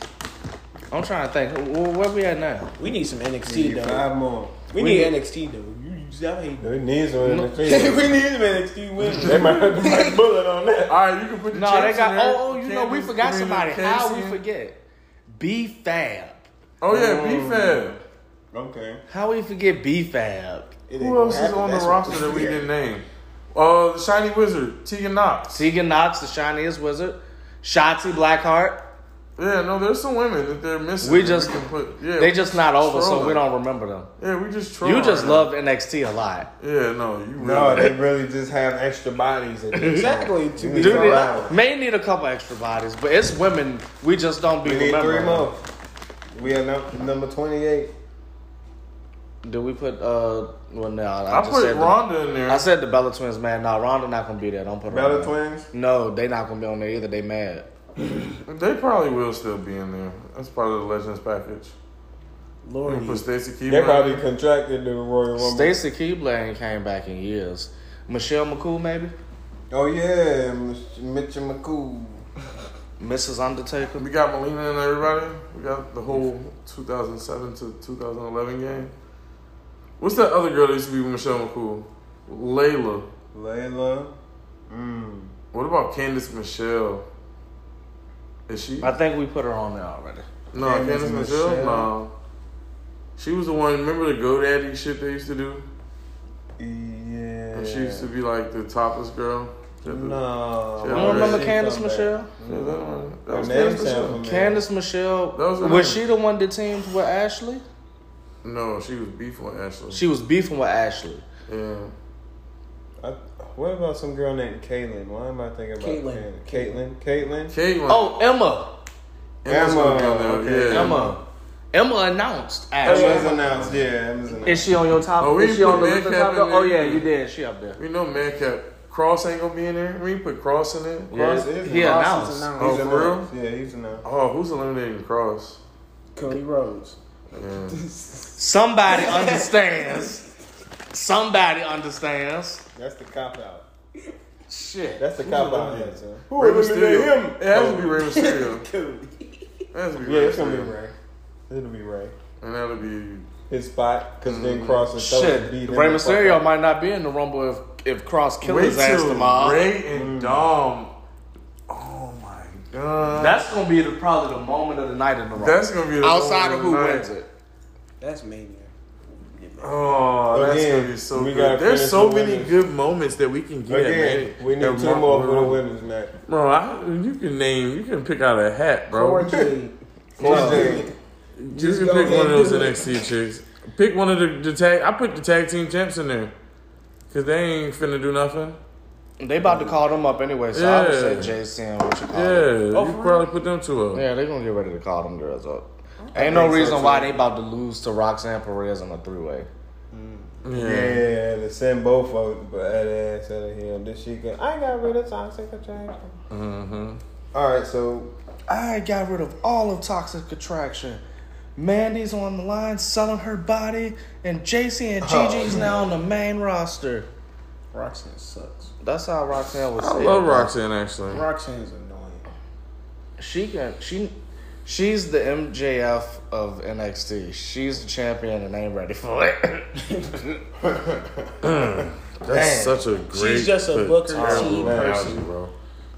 Speaker 3: I'm trying to think. Wh- wh- Where we at now?
Speaker 6: We need some NXT
Speaker 2: Need
Speaker 6: though.
Speaker 2: Five more.
Speaker 6: We, need, NXT though. You, you
Speaker 1: (laughs)
Speaker 6: I hate
Speaker 2: Their knees are in the (laughs) field.
Speaker 6: we need some NXT women.
Speaker 2: they might have my (laughs) bullet on that.
Speaker 1: All right, you can put the.
Speaker 3: No, they
Speaker 1: champs
Speaker 3: got.
Speaker 1: in there.
Speaker 3: Oh, oh, you know, we
Speaker 1: Candice
Speaker 3: forgot
Speaker 1: Cameron
Speaker 3: somebody. How we
Speaker 1: Casey.
Speaker 3: forget? B Fab.
Speaker 1: Oh yeah, B Fab.
Speaker 2: Okay.
Speaker 3: How we forget B Fab?
Speaker 1: Who else is on the roster that we didn't name? Uh, the Shiny Wizard, Tegan Knox.
Speaker 3: Tegan Knox, the shiniest wizard. Shotzi Blackheart.
Speaker 1: Yeah, no, there's some women that they're missing.
Speaker 3: We
Speaker 1: that
Speaker 3: just-
Speaker 1: can put. Yeah,
Speaker 3: They just not over,
Speaker 1: troll
Speaker 3: so we
Speaker 1: them.
Speaker 3: don't remember them.
Speaker 1: Yeah, we just troll.
Speaker 3: You just
Speaker 1: right
Speaker 3: love NXT a lot.
Speaker 1: now. Yeah, no, you
Speaker 2: No,
Speaker 1: really.
Speaker 2: they really just have extra bodies. In there.
Speaker 6: Exactly. To be
Speaker 3: Dude,
Speaker 6: fair.
Speaker 2: Wow.
Speaker 3: may need a couple extra bodies, but it's women. We just don't be
Speaker 2: we need three
Speaker 3: remembering.
Speaker 2: more. We are num- number twenty-eight.
Speaker 3: Do we put uh? Well, no, I,
Speaker 1: I
Speaker 3: just
Speaker 1: put
Speaker 3: said the-
Speaker 1: Ronda in
Speaker 3: I
Speaker 1: there.
Speaker 3: said the Bella Twins, man. Nah, Ronda not gonna be there. Don't put her. on
Speaker 2: Bella
Speaker 3: there.
Speaker 2: twins.
Speaker 3: No, they not gonna be on there either. They mad.
Speaker 1: They probably will still be in there. That's part of the Legends package. We
Speaker 6: Lord,
Speaker 1: can put Stacey Keebler.
Speaker 2: Oh, They probably contracted the Royal Rumble.
Speaker 3: Stacy Keebler ain't came back in years. Michelle McCool, maybe.
Speaker 2: oh yeah, Mitch- Mitchell McCool.
Speaker 3: Mrs. Undertaker.
Speaker 1: We got Molina and everybody. We got the whole 2007 to 2011 game. What's that other girl that used to be with Michelle McCool? Layla.
Speaker 2: Layla. Mm.
Speaker 1: What about Candace Michelle? Is she?
Speaker 3: I think we put her on there already.
Speaker 1: no,
Speaker 2: Candace
Speaker 1: Candace, Michelle?
Speaker 2: Michelle.
Speaker 1: No. She was the one, remember the GoDaddy shit they used to do?
Speaker 2: Yeah.
Speaker 1: And she used to be like the topless girl. She had the-
Speaker 2: No.
Speaker 1: You
Speaker 3: You don't
Speaker 1: Yeah,
Speaker 3: remember
Speaker 1: she
Speaker 3: Candace Michelle?
Speaker 1: Yeah, that one. That
Speaker 2: Her
Speaker 1: was
Speaker 2: name
Speaker 1: Candace
Speaker 2: sound
Speaker 1: Michelle.
Speaker 2: familiar.
Speaker 3: Candace Michelle.
Speaker 1: That was her
Speaker 3: Was,
Speaker 1: name.
Speaker 3: she the one that teamed with Ashley?
Speaker 1: No, she was beefing with Ashley.
Speaker 3: She was beefing with Ashley.
Speaker 1: yeah.
Speaker 2: I, what about some girl named Caitlyn? Why am I thinking about
Speaker 6: Caitlyn.
Speaker 2: Caitlyn? Caitlyn.
Speaker 1: Caitlyn.
Speaker 3: Oh, Emma.
Speaker 1: Emma's gonna be on there,
Speaker 2: okay.
Speaker 1: yeah.
Speaker 3: Emma. Emma announced Ashley.
Speaker 2: Emma's announced. Yeah, Emma's announced.
Speaker 3: Is she on your top?
Speaker 1: Oh, we
Speaker 3: is she
Speaker 1: put
Speaker 3: on the
Speaker 1: Mad
Speaker 3: list of
Speaker 1: Cat
Speaker 3: top?
Speaker 1: in
Speaker 3: dog? Oh
Speaker 1: there.
Speaker 3: yeah, you did. She up there.
Speaker 1: We know man kept Cross ain't gonna be in there. We put Cross in it.
Speaker 2: Cross
Speaker 3: Yeah,
Speaker 2: is
Speaker 3: he
Speaker 2: announced.
Speaker 3: announced.
Speaker 6: announced.
Speaker 1: Oh,
Speaker 2: He's
Speaker 1: for real?
Speaker 2: announced. Yeah, he's announced.
Speaker 1: Oh, who's eliminating Cross?
Speaker 6: Cody Rhodes.
Speaker 1: Yeah. (laughs)
Speaker 3: Somebody understands. Somebody understands.
Speaker 2: That's the cop out.
Speaker 3: Shit.
Speaker 2: That's the cop out answer.
Speaker 6: Who
Speaker 1: Rey Mysterio. It has to be
Speaker 2: (laughs)
Speaker 1: Rey Mysterio. It has to be
Speaker 2: Oh. Yeah,
Speaker 1: Rey
Speaker 2: it's gonna be
Speaker 1: Mysterio.
Speaker 2: Ray. It'll be Ray.
Speaker 1: And that'll be
Speaker 2: His spot, because
Speaker 1: Mm.
Speaker 2: then Cross and Shelton
Speaker 3: Shit.
Speaker 2: beat him
Speaker 3: Rey
Speaker 2: the fuck
Speaker 3: Mysterio
Speaker 2: up.
Speaker 3: might not be in the Rumble if if Cross killed
Speaker 1: Wait
Speaker 3: his ass
Speaker 1: till
Speaker 3: tomorrow.
Speaker 1: Ray
Speaker 2: Mm.
Speaker 1: and Dom. Oh my god.
Speaker 3: That's gonna be the, probably the moment of the night in the Rumble.
Speaker 1: That's gonna be the
Speaker 3: outside of who
Speaker 1: moment
Speaker 3: wins
Speaker 1: night.
Speaker 3: it.
Speaker 6: That's mania.
Speaker 1: Oh, that's
Speaker 2: Again,
Speaker 1: gonna be so
Speaker 2: we gotta
Speaker 1: good. There's
Speaker 2: finish
Speaker 1: so
Speaker 2: the
Speaker 1: many
Speaker 2: winners.
Speaker 1: good moments that we can get.
Speaker 2: Again,
Speaker 1: man.
Speaker 2: we
Speaker 1: At
Speaker 2: need two
Speaker 1: Rumble,
Speaker 2: more for the
Speaker 1: Rumble.
Speaker 2: winners, man.
Speaker 1: Bro, I, you can name, you can pick out a hat, bro.
Speaker 6: Or Jade.
Speaker 2: Jade.
Speaker 1: Just pick
Speaker 2: go
Speaker 1: one of
Speaker 2: ahead and
Speaker 1: those
Speaker 2: do it.
Speaker 1: NXT chicks. Pick one of the, the tag. I put the tag team champs in there, cause they ain't finna do nothing.
Speaker 3: They about to call them up anyway, so I
Speaker 1: Yeah.
Speaker 3: would say JC and what
Speaker 6: Oh.
Speaker 3: you call
Speaker 1: Yeah,
Speaker 3: them.
Speaker 1: you probably put them two up.
Speaker 3: Yeah, they gonna get ready to call them girls up. Ain't no reason why they about to lose to Roxanne Perez in a three way.
Speaker 1: Yeah.
Speaker 2: Yeah, to send both of but that ass out of here. This shit got, I got rid of toxic attraction. Mm-hmm. All right, so
Speaker 3: I got rid of all of Toxic Attraction. Mandy's on the line selling her body, and JC and Gigi's now on the main roster.
Speaker 6: Roxanne sucks.
Speaker 3: That's how Roxanne was.
Speaker 1: I love Roxanne actually.
Speaker 6: Roxanne's annoying.
Speaker 3: She can she she's the MJF of NXT. She's the champion and ain't ready for it.
Speaker 1: That's
Speaker 3: Dang.
Speaker 1: such a great.
Speaker 6: just a
Speaker 1: but
Speaker 6: Booker T
Speaker 1: terrible
Speaker 6: person.
Speaker 1: analogy, bro.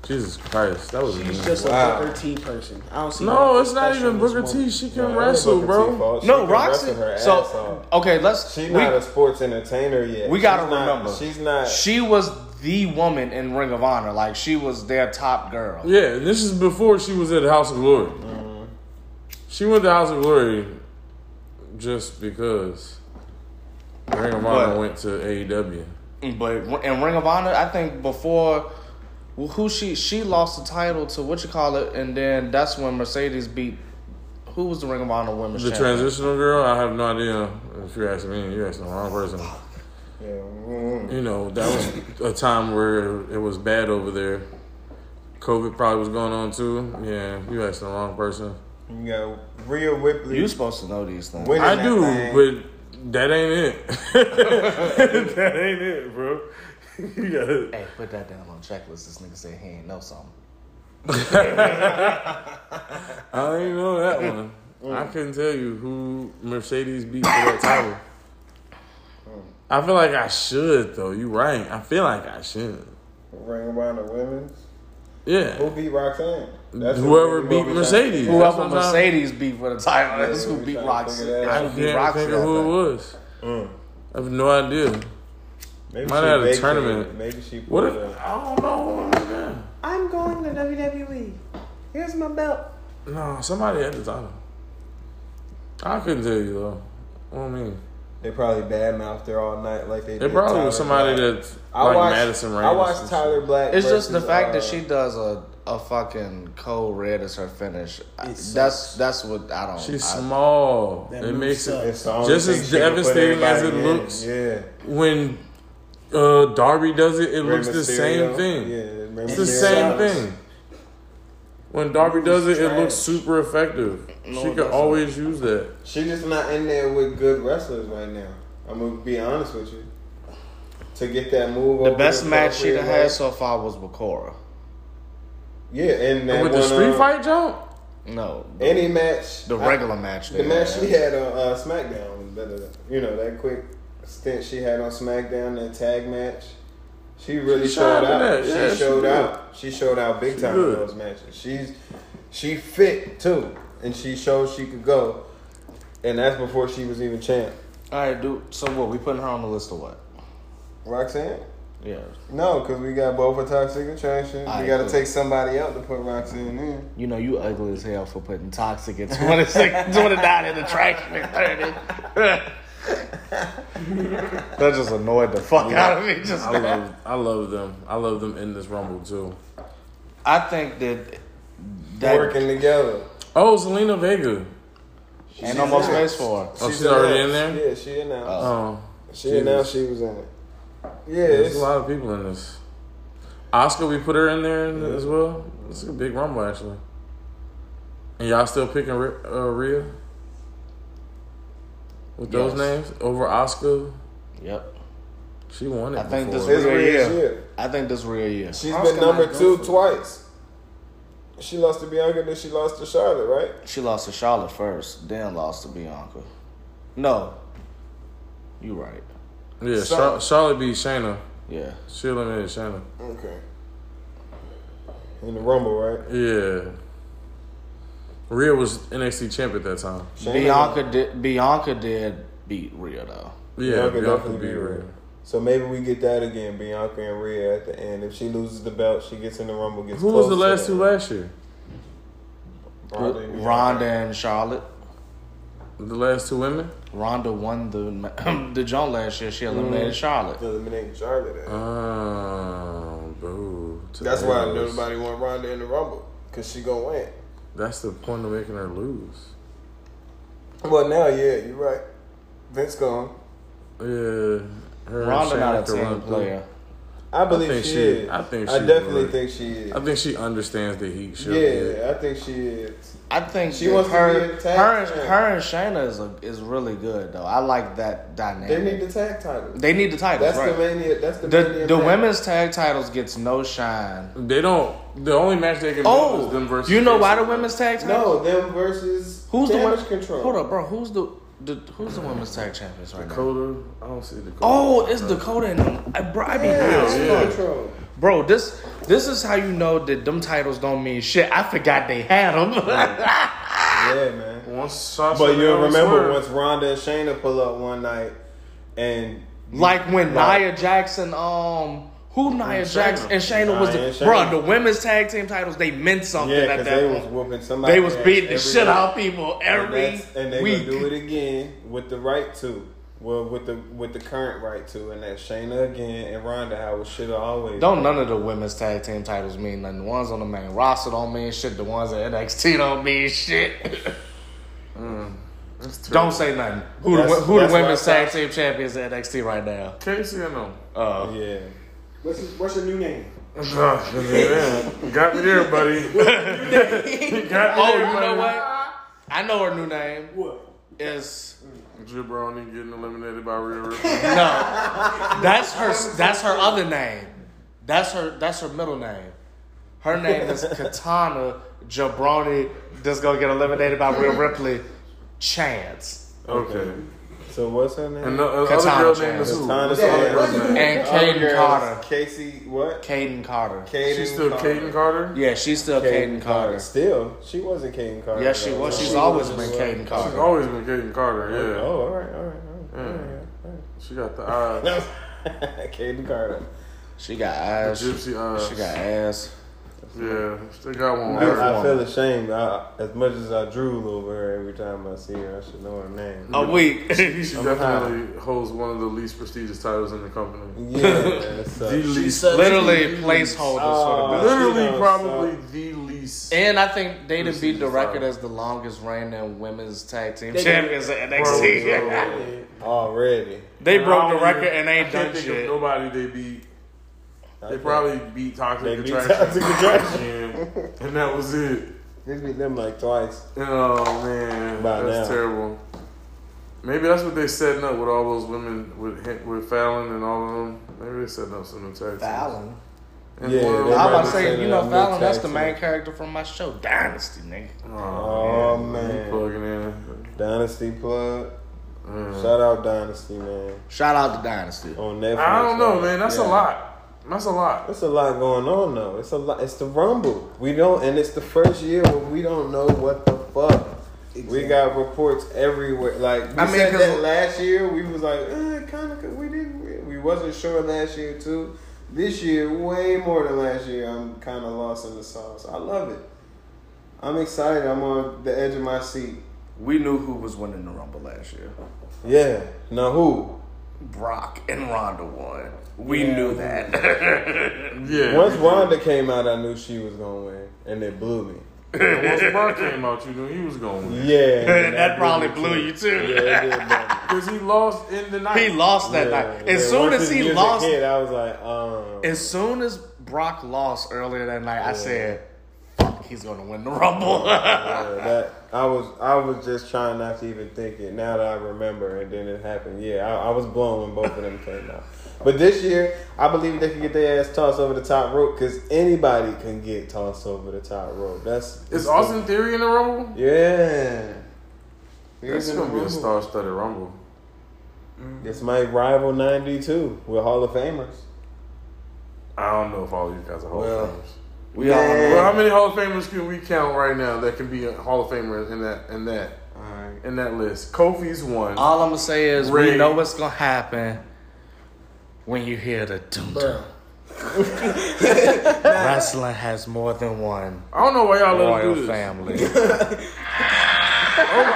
Speaker 1: Jesus Christ, that was
Speaker 6: She's
Speaker 1: mean.
Speaker 6: just
Speaker 2: Wow.
Speaker 6: a Booker T person. I don't see.
Speaker 1: no,
Speaker 6: nothing
Speaker 1: it's not
Speaker 6: special
Speaker 1: even
Speaker 6: in this
Speaker 1: Booker T.
Speaker 6: woman.
Speaker 1: She can wrestle, bro.
Speaker 3: no, Roxanne. So okay, let's
Speaker 2: she's
Speaker 3: we-
Speaker 2: not a sports entertainer yet.
Speaker 3: We gotta
Speaker 2: She's not-
Speaker 3: remember.
Speaker 2: she's not.
Speaker 3: she was the woman in Ring of Honor. Like she was their top girl.
Speaker 1: Yeah, and this is before she was at House of Glory. She went to House of Glory just because Ring of Honor
Speaker 3: But-
Speaker 1: went to E AEW.
Speaker 3: But in Ring of Honor, I think before well, who she she lost the title to what you call it, and then that's when Mercedes beat who was the Ring of Honor women's
Speaker 1: The
Speaker 3: champion?
Speaker 1: transitional girl, I have no idea. If you're asking me, you're asking the wrong person.
Speaker 2: yeah, mm,
Speaker 1: You know, that was a time where it was bad over there. COVID probably was going on too. Yeah, you asking the wrong person.
Speaker 2: you got Rhea Whipley.
Speaker 3: you supposed to know these things.
Speaker 2: winning
Speaker 1: I
Speaker 2: that
Speaker 1: do,
Speaker 2: thing.
Speaker 1: but that ain't it. (laughs) that ain't it, bro. (laughs) You gotta-
Speaker 3: Hey, put that down on checklist. This nigga said he ain't know something.
Speaker 1: I didn't know that
Speaker 2: Mm.
Speaker 1: one. I couldn't tell you who Mercedes beat for that title.
Speaker 2: Mm.
Speaker 1: I feel like I should though. You right. I feel like I should.
Speaker 2: Ring around the women's. Who
Speaker 1: Yeah.
Speaker 2: beat Roxanne? That's
Speaker 1: Whoever
Speaker 2: who we-
Speaker 1: beat
Speaker 2: we-
Speaker 1: Mercedes. That's
Speaker 3: Whoever
Speaker 1: what I'm-
Speaker 3: Mercedes beat for the title,
Speaker 2: Yeah,
Speaker 3: that's who
Speaker 2: we
Speaker 3: beat
Speaker 2: trying to
Speaker 3: Roxy.
Speaker 2: figure that
Speaker 1: I
Speaker 2: out.
Speaker 3: That's who beat
Speaker 1: can't
Speaker 3: Roxy.
Speaker 1: think of who it
Speaker 3: I think.
Speaker 1: was.
Speaker 2: Mm.
Speaker 1: I have no idea.
Speaker 2: Maybe
Speaker 1: Might
Speaker 2: she
Speaker 1: have had a
Speaker 2: vacated.
Speaker 1: tournament.
Speaker 2: Maybe she.
Speaker 1: What
Speaker 2: pulled
Speaker 1: if
Speaker 2: a-
Speaker 1: I don't know. who it was.
Speaker 6: I'm going to WWE. Here's my belt.
Speaker 1: No, somebody had the title. I couldn't tell you though. What I mean,
Speaker 2: They probably badmouthed her all night like they.
Speaker 1: it
Speaker 2: did
Speaker 1: probably
Speaker 2: Tyler
Speaker 1: was somebody
Speaker 2: Black.
Speaker 1: that's
Speaker 2: I
Speaker 1: like
Speaker 2: watched,
Speaker 1: Madison Rain.
Speaker 2: I watched Tyler Black.
Speaker 3: It's just the
Speaker 2: versus,
Speaker 3: fact that
Speaker 2: uh,
Speaker 3: she does a, a fucking cold red as her finish. I-
Speaker 6: sucks.
Speaker 3: That's that's what I don't.
Speaker 1: She's
Speaker 3: I,
Speaker 1: small.
Speaker 6: That
Speaker 1: it
Speaker 6: move
Speaker 1: makes
Speaker 6: sucks.
Speaker 1: it
Speaker 2: It's the only
Speaker 1: Just
Speaker 2: thing
Speaker 1: as
Speaker 2: she can put
Speaker 1: devastating as
Speaker 2: everybody
Speaker 1: it
Speaker 2: in.
Speaker 1: looks.
Speaker 2: Yeah.
Speaker 1: when uh Darby does it. It
Speaker 2: Rey
Speaker 1: looks the
Speaker 2: Mysterio.
Speaker 1: same thing.
Speaker 2: Yeah, Rey
Speaker 1: It's the
Speaker 2: Mysterio.
Speaker 1: same
Speaker 6: sucks.
Speaker 1: thing. When Darby does it, it looks
Speaker 6: trash.
Speaker 1: super effective.
Speaker 3: No,
Speaker 1: she
Speaker 3: it
Speaker 1: could
Speaker 3: doesn't.
Speaker 1: always use that.
Speaker 2: She's just not in there with good wrestlers right now. I'm gonna be honest with you. To get that move,
Speaker 3: the
Speaker 2: over
Speaker 3: best match she
Speaker 2: appropriate
Speaker 3: done
Speaker 2: way-
Speaker 3: had so far was with Cora.
Speaker 2: Yeah, and that
Speaker 3: With the
Speaker 2: one,
Speaker 3: street
Speaker 2: uh,
Speaker 3: fight jump? No.
Speaker 2: any match,
Speaker 3: The
Speaker 2: I-
Speaker 3: regular match.
Speaker 2: the
Speaker 3: they
Speaker 2: match
Speaker 3: had.
Speaker 2: she had on uh, SmackDown, the- the- you know that quick stint she had on SmackDown, that tag match. She really
Speaker 1: She
Speaker 2: showed
Speaker 1: shined in
Speaker 2: out.
Speaker 1: that.
Speaker 2: She
Speaker 1: Yeah, she
Speaker 2: showed
Speaker 1: good.
Speaker 2: out. She showed out big time in
Speaker 1: good.
Speaker 2: those matches. She's she fit too, and she showed she could go. And that's before she was even champ.
Speaker 3: All right, dude. So what? We putting her on the list of what?
Speaker 2: Roxanne?
Speaker 3: Yeah.
Speaker 2: No, because we got both for Toxic Attraction.
Speaker 3: Aight,
Speaker 2: we got to
Speaker 3: cool.
Speaker 2: take somebody out to put Roxanne in.
Speaker 3: You know you ugly as hell for putting toxic (laughs) at 26, 29 in the traction at 30. that (laughs) just annoyed the fuck out of me. Just
Speaker 1: I love, I love them. I love them in this rumble too.
Speaker 3: I think that that
Speaker 2: Working together.
Speaker 1: Oh, Selena Vega.
Speaker 3: ain't no more space for her.
Speaker 1: Oh, she's already
Speaker 2: announced.
Speaker 1: in there?
Speaker 2: Yeah, she announced.
Speaker 1: Oh,
Speaker 2: she
Speaker 1: Jesus.
Speaker 2: announced she was in it. Yeah,
Speaker 1: there's
Speaker 2: it's,
Speaker 1: a lot of people in this. Oscar, we put her in there in- as well. It's a big rumble actually. And y'all still picking Ri- uh, Rhea with those names over Oscar?
Speaker 3: Yep.
Speaker 1: She won it.
Speaker 3: I think this
Speaker 1: before.
Speaker 2: it's
Speaker 3: real
Speaker 2: real
Speaker 3: year.
Speaker 2: shit.
Speaker 3: I think this real year.
Speaker 2: She's
Speaker 9: Oscar
Speaker 2: been number
Speaker 9: might go
Speaker 2: two
Speaker 9: for it.
Speaker 2: twice. She lost to Bianca, then she lost to Charlotte, right?
Speaker 3: She lost to Charlotte first, then lost to Bianca. No. You right.
Speaker 1: Yeah,
Speaker 2: So-
Speaker 1: Char- Charlotte beat Shayna.
Speaker 3: Yeah.
Speaker 1: She eliminated Shayna.
Speaker 2: Okay. In the Rumble, right?
Speaker 1: Yeah. Rhea was NXT champ at that time.
Speaker 2: Shayna-
Speaker 3: Bianca did Bianca did beat Rhea though.
Speaker 1: Yeah,
Speaker 2: Bianca
Speaker 1: Bianca,
Speaker 2: definitely
Speaker 1: beat
Speaker 2: beat
Speaker 1: Rhea.
Speaker 2: Rhea. So maybe we get that again, Bianca and Rhea at the end. If she loses the belt, she gets in the Rumble. Gets
Speaker 1: Who was the
Speaker 2: close to
Speaker 1: last two
Speaker 2: that.
Speaker 1: last year?
Speaker 2: Ronda and Bianca.
Speaker 3: Ronda and Charlotte.
Speaker 1: The last two women?
Speaker 3: Ronda won (laughs) the the jump last year. She eliminated Charlotte.
Speaker 2: eliminating Charlotte. at.
Speaker 1: Oh, boo.
Speaker 2: That's why
Speaker 1: Tomatoes.
Speaker 2: nobody want Ronda in the Rumble because she gonna win.
Speaker 1: That's the point of making her lose.
Speaker 2: Well, now yeah, you're right. Vince gone.
Speaker 1: Yeah. Her and
Speaker 3: Ronda
Speaker 1: Shayna
Speaker 3: not a
Speaker 1: could run
Speaker 3: team
Speaker 1: through.
Speaker 3: player.
Speaker 2: I believe
Speaker 1: think
Speaker 2: she,
Speaker 1: she-
Speaker 2: is.
Speaker 1: I think
Speaker 2: I
Speaker 1: she
Speaker 2: definitely
Speaker 1: would.
Speaker 2: think she is.
Speaker 1: I think she understands the heat. She'll get.
Speaker 2: yeah, I think she is.
Speaker 3: I think
Speaker 2: She
Speaker 3: that
Speaker 2: wants to
Speaker 3: her,
Speaker 2: be a tag
Speaker 3: her, and-
Speaker 2: team.
Speaker 3: her and Shayna is a, is really good though. I like that dynamic.
Speaker 2: They need the tag title.
Speaker 3: They need the titles,
Speaker 2: That's
Speaker 3: right?
Speaker 2: the mania. That's the
Speaker 3: the
Speaker 2: mania
Speaker 3: the
Speaker 2: match.
Speaker 3: women's tag titles gets no shine.
Speaker 1: They don't. The only match they can do is them
Speaker 3: Oh,
Speaker 1: versus.
Speaker 3: you know why the
Speaker 1: Jason.
Speaker 3: women's tag?
Speaker 2: No,
Speaker 3: titles?
Speaker 2: them versus
Speaker 3: who's the
Speaker 2: damage
Speaker 3: one?
Speaker 2: control.
Speaker 3: Hold up, bro. Who's the, the who's the women's tag champions right now?
Speaker 1: Dakota. I don't see Dakota.
Speaker 3: Oh, it's Dakota and them. I, bro, I be high as
Speaker 2: Yeah,
Speaker 1: Yeah.
Speaker 2: damage control.
Speaker 3: Bro, this this is how you know that them titles don't mean shit. I forgot they had them.
Speaker 2: Yeah, man.
Speaker 1: Once Sasha
Speaker 2: But you
Speaker 1: Banks
Speaker 2: remember
Speaker 1: won.
Speaker 2: once Ronda and Shayna pull up one night, and
Speaker 3: (laughs) like when
Speaker 2: Right.
Speaker 3: Nia Jackson, um, who Nia
Speaker 1: Shayna.
Speaker 3: Jackson and Shayna was,
Speaker 2: Nia and
Speaker 3: the,
Speaker 2: Shayna.
Speaker 3: bro, the women's tag team titles they meant something
Speaker 2: yeah,
Speaker 3: at
Speaker 2: because
Speaker 3: that
Speaker 2: they was
Speaker 3: point.
Speaker 2: whooping somebody.
Speaker 3: they was
Speaker 2: ass
Speaker 3: beating the
Speaker 2: every
Speaker 3: shit
Speaker 2: night.
Speaker 3: out of people
Speaker 2: And
Speaker 3: every
Speaker 2: that's- and they
Speaker 3: week.
Speaker 2: gonna do it again with the right to. Well, with the with the current right to, and that Shayna again and Ronda, how it should always.
Speaker 3: Don't none of the women's tag team titles mean nothing. The ones on the main roster don't mean shit. The ones at NXT don't mean shit. don't say nothing. Who the,
Speaker 2: That's-
Speaker 3: who the
Speaker 2: that's why
Speaker 3: women's
Speaker 2: I
Speaker 3: tag team champions at NXT right now?
Speaker 1: Casey, I know.
Speaker 3: Uh,
Speaker 2: Yeah.
Speaker 6: What's his, what's your new name?
Speaker 1: Got me there, buddy.
Speaker 3: (laughs)
Speaker 1: Got me there,
Speaker 3: Oh, you know
Speaker 1: buddy.
Speaker 3: what? I know her new name
Speaker 6: What?
Speaker 3: is
Speaker 1: Jabroni getting eliminated by Rhea Ripley.
Speaker 3: no. That's her. That's her other name. That's her. That's her middle name. Her name
Speaker 2: (laughs)
Speaker 3: is Katana Jabroni. That's gonna get eliminated by Rhea Ripley. Chance
Speaker 1: Okay.
Speaker 2: So what's her name?
Speaker 1: And the uh,
Speaker 3: Katana
Speaker 1: other girl
Speaker 3: Chance.
Speaker 1: name is who?
Speaker 2: Katana
Speaker 1: What's the other girl's
Speaker 2: Chance.
Speaker 1: name?
Speaker 3: and
Speaker 2: Other
Speaker 3: Caden
Speaker 2: girl
Speaker 3: Carter.
Speaker 2: is Casey, what?
Speaker 3: Caden Carter.
Speaker 2: Caden
Speaker 1: She's still Caden Carter?
Speaker 3: Yeah, she's still Caden Carter.
Speaker 2: Still, she wasn't Caden Carter.
Speaker 3: Yes, she
Speaker 2: though.
Speaker 3: was. She's
Speaker 2: She
Speaker 3: always
Speaker 2: was.
Speaker 3: been Caden
Speaker 1: She's
Speaker 3: Carter.
Speaker 1: always been Caden Carter,
Speaker 2: Oh,
Speaker 1: yeah.
Speaker 2: all right, all right, all right.
Speaker 1: She got the eyes.
Speaker 2: all right. (laughs) Caden Carter.
Speaker 3: She got ass. She
Speaker 1: Gypsy eyes.
Speaker 3: got ass.
Speaker 1: Yeah, still got one.
Speaker 2: I, I feel ashamed. I, as much as I drool over her every time I see her, I should know her name.
Speaker 3: A week.
Speaker 1: She definitely holds one of the least prestigious titles in the company.
Speaker 2: Yeah, that
Speaker 3: (laughs)
Speaker 1: The
Speaker 2: sucks.
Speaker 1: least.
Speaker 3: (laughs) Literally placeholders for the
Speaker 2: Oh.
Speaker 3: belt.
Speaker 1: Literally,
Speaker 2: She don't
Speaker 1: probably the least.
Speaker 3: And I think they done
Speaker 1: Versus
Speaker 3: beat the
Speaker 1: the
Speaker 3: record
Speaker 1: Fire.
Speaker 3: as the longest reigning women's tag team
Speaker 6: They did.
Speaker 3: champions at (laughs) NXT.
Speaker 2: Already.
Speaker 3: they broke the
Speaker 1: I don't
Speaker 3: record
Speaker 1: even-
Speaker 3: and
Speaker 1: I
Speaker 3: ain't
Speaker 1: can't
Speaker 3: done
Speaker 1: think
Speaker 3: shit.
Speaker 1: Of nobody they beat. They
Speaker 2: think-
Speaker 1: probably beat Toxic
Speaker 2: They beat
Speaker 1: Attraction.
Speaker 2: Toxic Attraction.
Speaker 1: Yeah, (laughs) and that was it.
Speaker 2: They beat them like twice.
Speaker 1: Oh man,
Speaker 2: By
Speaker 1: that's
Speaker 2: now.
Speaker 1: terrible. Maybe that's what they setting up with all those women with Hen- with Fallon and all of them. Maybe they setting up some new tag teams.
Speaker 3: Fallon.
Speaker 2: Yeah, they
Speaker 3: I'm about
Speaker 2: might
Speaker 3: to
Speaker 2: be
Speaker 3: say,
Speaker 2: sending
Speaker 3: you know,
Speaker 2: out
Speaker 3: Fallon, that's the
Speaker 2: little
Speaker 3: main character from my show, Dynasty, nigga.
Speaker 2: Oh man,
Speaker 1: Plugging in.
Speaker 2: Dynasty plug.
Speaker 1: Mm.
Speaker 2: Shout out Dynasty man
Speaker 3: Shout out to Dynasty.
Speaker 2: on Netflix.
Speaker 1: I don't know, man. That's
Speaker 2: Yeah.
Speaker 1: a lot. That's a lot.
Speaker 2: It's a lot going on though. It's a lot. It's the rumble. We don't, and it's the first year where we don't know what the fuck. We got reports everywhere. Like we
Speaker 3: I mean,
Speaker 2: said
Speaker 3: 'cause-
Speaker 2: that last year, we was like, eh, kind of. We didn't. re- We wasn't sure last year too. This year, way more than last year. I'm kind of lost in the sauce. I love it. I'm excited. I'm on the edge of my seat.
Speaker 10: We knew who was winning the Rumble last year.
Speaker 2: Yeah. Now who?
Speaker 10: Brock and Ronda won. We knew that.
Speaker 3: (laughs)
Speaker 1: Yeah. (laughs)
Speaker 2: Once Rhonda came out, I knew she was gonna win, and it blew me.
Speaker 1: And Once Brock came out, you knew he was going to win.
Speaker 2: Yeah. and
Speaker 3: (laughs) that probably
Speaker 2: me,
Speaker 3: blew you too.
Speaker 2: Yeah, it did blow me.
Speaker 1: Because he lost in the night.
Speaker 3: He lost that
Speaker 2: Yeah,
Speaker 3: night.
Speaker 2: yeah,
Speaker 3: As soon
Speaker 2: once
Speaker 3: as
Speaker 2: his
Speaker 3: he
Speaker 2: music
Speaker 3: lost,
Speaker 2: hit, I was like, um,
Speaker 3: as soon as Brock lost earlier that night, I said, "Fuck, he's gonna win the Rumble." (laughs)
Speaker 2: yeah, that I was I was just trying not to even think it. Now that I remember, and then it happened. Yeah, I, I was blown when both of them came out. But this year, I believe they can get their ass tossed over the top rope because anybody can get tossed over the top rope. That's
Speaker 1: Is Austin Theory in the Rumble?
Speaker 2: Yeah.
Speaker 1: That's going to be a star-studded Rumble.
Speaker 2: This might rival '92 with Hall of Famers.
Speaker 1: I don't know if all these guys are Hall
Speaker 2: Well,
Speaker 1: of Famers.
Speaker 10: we
Speaker 2: Yeah.
Speaker 1: Well, how many Hall of Famers can we count right now that can be a Hall of Famer in that in that
Speaker 2: All right.
Speaker 1: in that list? Kofi's one.
Speaker 2: Uh,
Speaker 3: All I'm gonna say is
Speaker 1: Ray.
Speaker 3: we know what's gonna happen when you hear the doom doom. Wrestling has more than one
Speaker 1: I don't know why y'all let him
Speaker 3: royal
Speaker 1: do
Speaker 2: (laughs)
Speaker 1: this.
Speaker 3: family.
Speaker 1: Oh my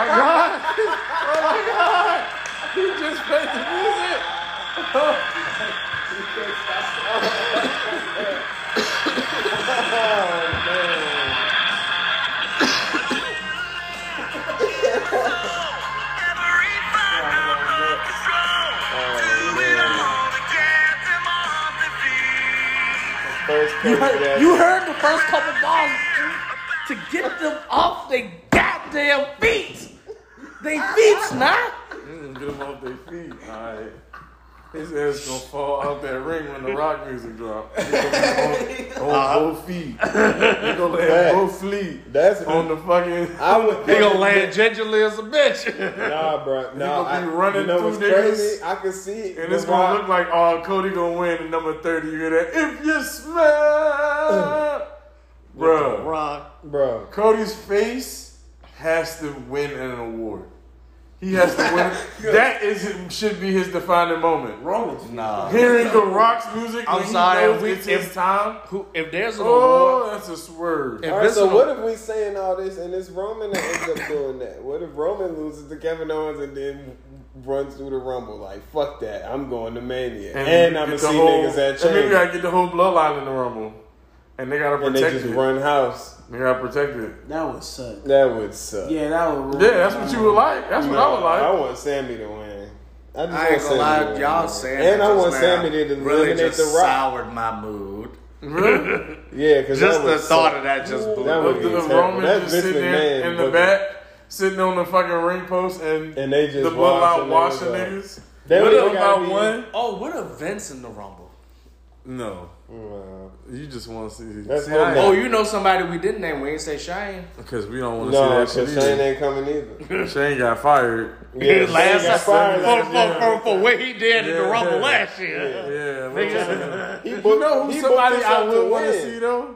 Speaker 1: god! Oh my god! He just played the music.
Speaker 2: First
Speaker 3: You
Speaker 2: coach that-
Speaker 3: heard, you heard the first couple balls to get them off their goddamn feet. They feet's not.
Speaker 1: Mm, Get them off their feet. All right. His ass gonna fall out that ring when the rock music drop. He gonna
Speaker 2: (laughs)
Speaker 1: be on, on both feet. He gonna
Speaker 2: Uh-huh. Facts.
Speaker 1: land both feet
Speaker 2: That's
Speaker 1: on the fucking.
Speaker 2: I would.
Speaker 3: Oh, They gonna land gingerly as a bitch. (laughs)
Speaker 2: Nah, bro. Nah,
Speaker 1: gonna be
Speaker 2: I,
Speaker 1: running
Speaker 2: you know
Speaker 1: through
Speaker 2: what's
Speaker 1: niggas.
Speaker 2: crazy? I can see it.
Speaker 1: And it's gonna look like oh Cody gonna win the number thirty. You hear that? If you smell, bro,
Speaker 2: bro.
Speaker 1: Cody's face has to win an award. He has to win. that is should be his defining moment.
Speaker 6: Rollins. Nah.
Speaker 1: Hearing the Rock's music.
Speaker 3: I'm
Speaker 1: when he
Speaker 3: sorry,
Speaker 1: knows
Speaker 3: we-
Speaker 1: it's his
Speaker 3: if-
Speaker 1: time.
Speaker 3: Who, if there's an award,
Speaker 1: Oh, that's a swerve.
Speaker 3: if
Speaker 2: All right,
Speaker 3: there's
Speaker 2: so
Speaker 3: an
Speaker 2: what if we saying all this and it's Roman that ends up doing that? What if Roman loses to Kevin Owens and then runs through the Rumble? Like, fuck that. I'm going to Mania. And, I'm going
Speaker 1: get
Speaker 2: to
Speaker 1: the
Speaker 2: see
Speaker 1: whole-
Speaker 2: niggas at
Speaker 1: And then you
Speaker 2: change.
Speaker 1: gotta get the whole bloodline in the rumble, and they gotta
Speaker 2: And they
Speaker 1: protect
Speaker 2: just
Speaker 1: it.
Speaker 2: run house.
Speaker 1: They gotta protect it.
Speaker 6: That would suck.
Speaker 2: That would suck.
Speaker 6: Yeah, that would. ruin
Speaker 1: Yeah, that's what you would like. That's what I would like.
Speaker 2: I want Sammy to win. I, just
Speaker 3: I ain't gonna
Speaker 2: Sammy to
Speaker 3: lie,
Speaker 2: win.
Speaker 3: y'all saying
Speaker 2: And
Speaker 3: it
Speaker 2: I
Speaker 3: just
Speaker 2: want
Speaker 3: now
Speaker 2: Sammy to
Speaker 3: really
Speaker 2: eliminate
Speaker 3: just
Speaker 2: The Rock.
Speaker 3: soured my mood.
Speaker 2: (laughs)
Speaker 1: (laughs)
Speaker 2: Yeah, because
Speaker 3: Just the thought of that just blew.
Speaker 2: That
Speaker 3: me.
Speaker 2: would
Speaker 1: Look
Speaker 2: be
Speaker 1: at
Speaker 2: terrible.
Speaker 1: Roman
Speaker 2: That's
Speaker 1: just
Speaker 2: Vince
Speaker 1: sitting there
Speaker 2: McMahon
Speaker 1: in the
Speaker 2: booking.
Speaker 1: back, sitting on the fucking ring post, and,
Speaker 2: And they just
Speaker 1: the
Speaker 2: washing
Speaker 1: bloodline washing
Speaker 2: niggas
Speaker 1: niggas.
Speaker 2: They
Speaker 1: what
Speaker 2: would-
Speaker 1: if
Speaker 2: they gotta
Speaker 1: about
Speaker 2: be-
Speaker 1: one?
Speaker 3: Oh, what a Vince in the Rumble.
Speaker 1: No,
Speaker 2: Wow.
Speaker 1: you just want to see
Speaker 2: That's
Speaker 1: see
Speaker 2: what I'm
Speaker 1: how-
Speaker 3: Oh, you know somebody we didn't name. We ain't say Shane.
Speaker 1: because we don't want to
Speaker 2: No,
Speaker 1: see that
Speaker 2: because
Speaker 1: shit.
Speaker 2: Shane
Speaker 1: Either.
Speaker 2: ain't coming either.
Speaker 1: Shane got (laughs) fired.
Speaker 2: Yeah, Shane got fired
Speaker 3: for,
Speaker 2: last
Speaker 3: for,
Speaker 2: year.
Speaker 3: for, for what he did in the
Speaker 1: Yeah.
Speaker 3: Rumble last year.
Speaker 1: Yeah,
Speaker 3: Nigga.
Speaker 2: He
Speaker 1: you
Speaker 2: booked-
Speaker 1: know
Speaker 2: he
Speaker 1: who
Speaker 2: booked
Speaker 1: somebody
Speaker 2: himself
Speaker 1: I would want to
Speaker 2: win.
Speaker 1: see though?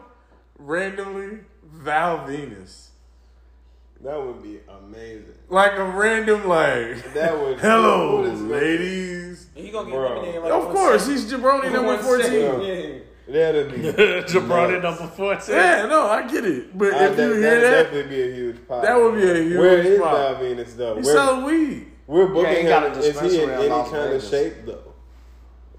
Speaker 1: Randomly, Val Venus,
Speaker 2: That would be amazing.
Speaker 1: like a random like.
Speaker 2: That would.
Speaker 1: (laughs) Hello,
Speaker 2: who is gonna-
Speaker 1: ladies.
Speaker 6: He gonna get
Speaker 2: Bro.
Speaker 6: eliminated like
Speaker 1: of
Speaker 6: one
Speaker 1: course, he's jabroni number
Speaker 6: one second.
Speaker 1: fourteen.
Speaker 2: Yeah. That'd
Speaker 1: (laughs)
Speaker 2: be.
Speaker 3: Jabroni number fourteen.
Speaker 1: Yeah, no, I get it. But
Speaker 2: I-
Speaker 1: if
Speaker 2: that,
Speaker 1: you
Speaker 2: would
Speaker 1: hear that,
Speaker 2: definitely be a huge pop.
Speaker 1: that would be a huge
Speaker 2: Where is
Speaker 1: pop.
Speaker 2: Val Venus though?
Speaker 1: He
Speaker 2: We're,
Speaker 1: selling weed.
Speaker 2: we're booking
Speaker 3: got a
Speaker 2: him. Is he in
Speaker 3: dispensary
Speaker 2: any
Speaker 3: in Las
Speaker 2: kind of
Speaker 3: Vegas.
Speaker 2: shape though?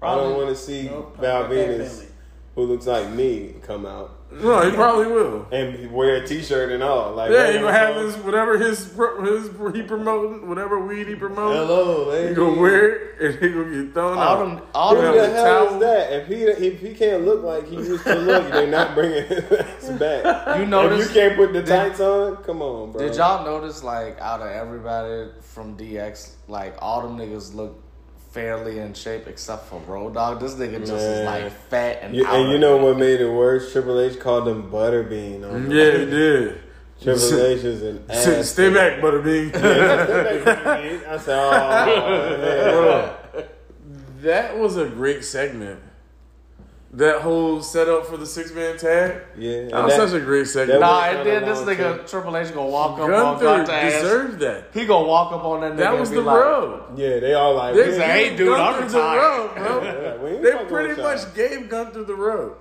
Speaker 2: I don't want to see
Speaker 6: Nope,
Speaker 2: Val
Speaker 6: not that
Speaker 2: Venus,
Speaker 6: Bentley.
Speaker 2: who looks like me, come out
Speaker 1: No, he probably will.
Speaker 2: and wear a T-shirt and all. Like
Speaker 1: Yeah,
Speaker 2: we're
Speaker 1: he gonna
Speaker 2: gonna
Speaker 1: have
Speaker 2: go,
Speaker 1: his whatever his pro- his he promoting whatever weed he promoting.
Speaker 2: Hello,
Speaker 1: He
Speaker 2: ladies.
Speaker 1: gonna wear it and he gonna get thrown
Speaker 3: All
Speaker 1: out.
Speaker 3: them, all
Speaker 2: Who
Speaker 1: Yeah.
Speaker 3: them
Speaker 2: the
Speaker 1: the
Speaker 2: hell
Speaker 1: towel.
Speaker 2: is that? If he if he can't look like he used to look, they're not bringing (laughs) his ass back.
Speaker 3: You notice-
Speaker 2: if you can't put the tights on, come on, bro.
Speaker 3: Did y'all notice, like, out of everybody from DX, like, all them niggas look fairly in shape except for Road Dog. This nigga just is like fat and
Speaker 2: You,
Speaker 3: out
Speaker 2: and you
Speaker 3: of
Speaker 2: know
Speaker 3: it.
Speaker 2: what made it worse? Triple H called him Butterbean. On
Speaker 1: Yeah, it did.
Speaker 2: Triple H is
Speaker 1: (laughs)
Speaker 2: an
Speaker 1: Stay,
Speaker 2: ass.
Speaker 1: stay back, (laughs) Butterbean.
Speaker 2: I said,
Speaker 1: (laughs)
Speaker 2: oh,
Speaker 1: that was a great segment. That whole setup for the six man tag.
Speaker 2: man. yeah. and
Speaker 1: That was such a great
Speaker 2: that
Speaker 1: segment.
Speaker 3: Nah,
Speaker 2: was
Speaker 3: and then this
Speaker 2: kinda long,
Speaker 3: nigga Triple H gonna walk up on
Speaker 1: Gunther
Speaker 3: Gunther ass.
Speaker 1: deserved that.
Speaker 3: He gonna walk up on that nigga.
Speaker 1: That was
Speaker 3: and be
Speaker 1: the
Speaker 3: like,
Speaker 1: rub.
Speaker 2: yeah, they all like,
Speaker 1: They
Speaker 2: "Man,
Speaker 3: hey, dude, I'm
Speaker 1: Gunther the
Speaker 3: retired."
Speaker 2: (laughs)
Speaker 1: rub, bro.
Speaker 3: (laughs)
Speaker 2: we ain't
Speaker 1: They
Speaker 2: fucking with
Speaker 1: pretty
Speaker 2: y'all.
Speaker 1: much gave Gunther the rub.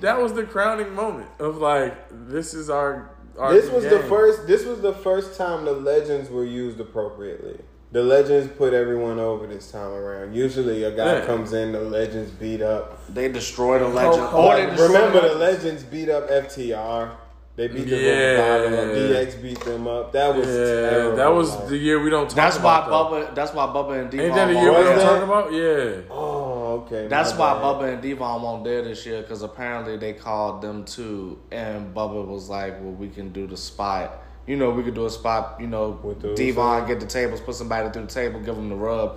Speaker 1: That was the crowning moment of like, this is our. our
Speaker 2: This was the
Speaker 1: game.
Speaker 2: first. This was the first time the legends were used appropriately. The legends put everyone over this time around. Usually, a guy
Speaker 1: Yeah.
Speaker 2: comes in, the legends beat up.
Speaker 3: They destroyed a legend. Oh, they
Speaker 2: Like,
Speaker 3: destroyed
Speaker 2: remember, the legends beat up FTR. They beat the
Speaker 1: Yeah.
Speaker 2: Revival up. DX beat them up. That was
Speaker 1: Yeah,
Speaker 2: terrible.
Speaker 1: that was
Speaker 2: Like,
Speaker 1: the year we don't talk
Speaker 3: That's why
Speaker 1: about.
Speaker 3: Bubba. That's why Bubba and
Speaker 1: though. Ain't that the
Speaker 3: Devon.
Speaker 1: year we
Speaker 2: Was
Speaker 1: don't
Speaker 2: that-
Speaker 1: talk about? Yeah.
Speaker 2: oh, okay. my
Speaker 3: That's why
Speaker 2: bad.
Speaker 3: Bubba and Devon won't dare this year because apparently they called them too, and Bubba was like, "Well, we can do the spot. You know, we could do a spot. You know,
Speaker 2: With the-
Speaker 3: Devon get the tables, put somebody through the table, give them the rub.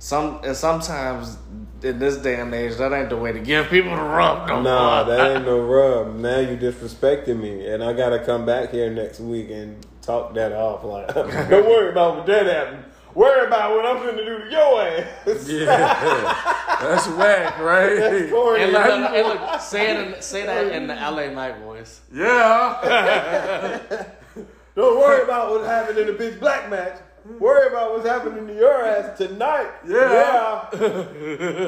Speaker 3: Some and sometimes in this day and age, that ain't the way to give people the rub. No
Speaker 2: Nah,
Speaker 3: more.
Speaker 2: that ain't no rub. Now you disrespecting me, and I gotta come back here next week and talk that off. Like, (laughs)
Speaker 1: (laughs)
Speaker 2: don't worry about what that happened. Worry about what I'm gonna do to your ass.
Speaker 1: Yeah. That's whack, (laughs) right?
Speaker 2: That's corny.
Speaker 3: And look, look, and look, say it in, say that in
Speaker 2: (laughs)
Speaker 3: the LA night voice.
Speaker 1: yeah.
Speaker 3: (laughs)
Speaker 2: Don't worry about what happened in the bitch black match. Worry about what's happening to your ass tonight.
Speaker 1: Yeah.
Speaker 2: Yeah.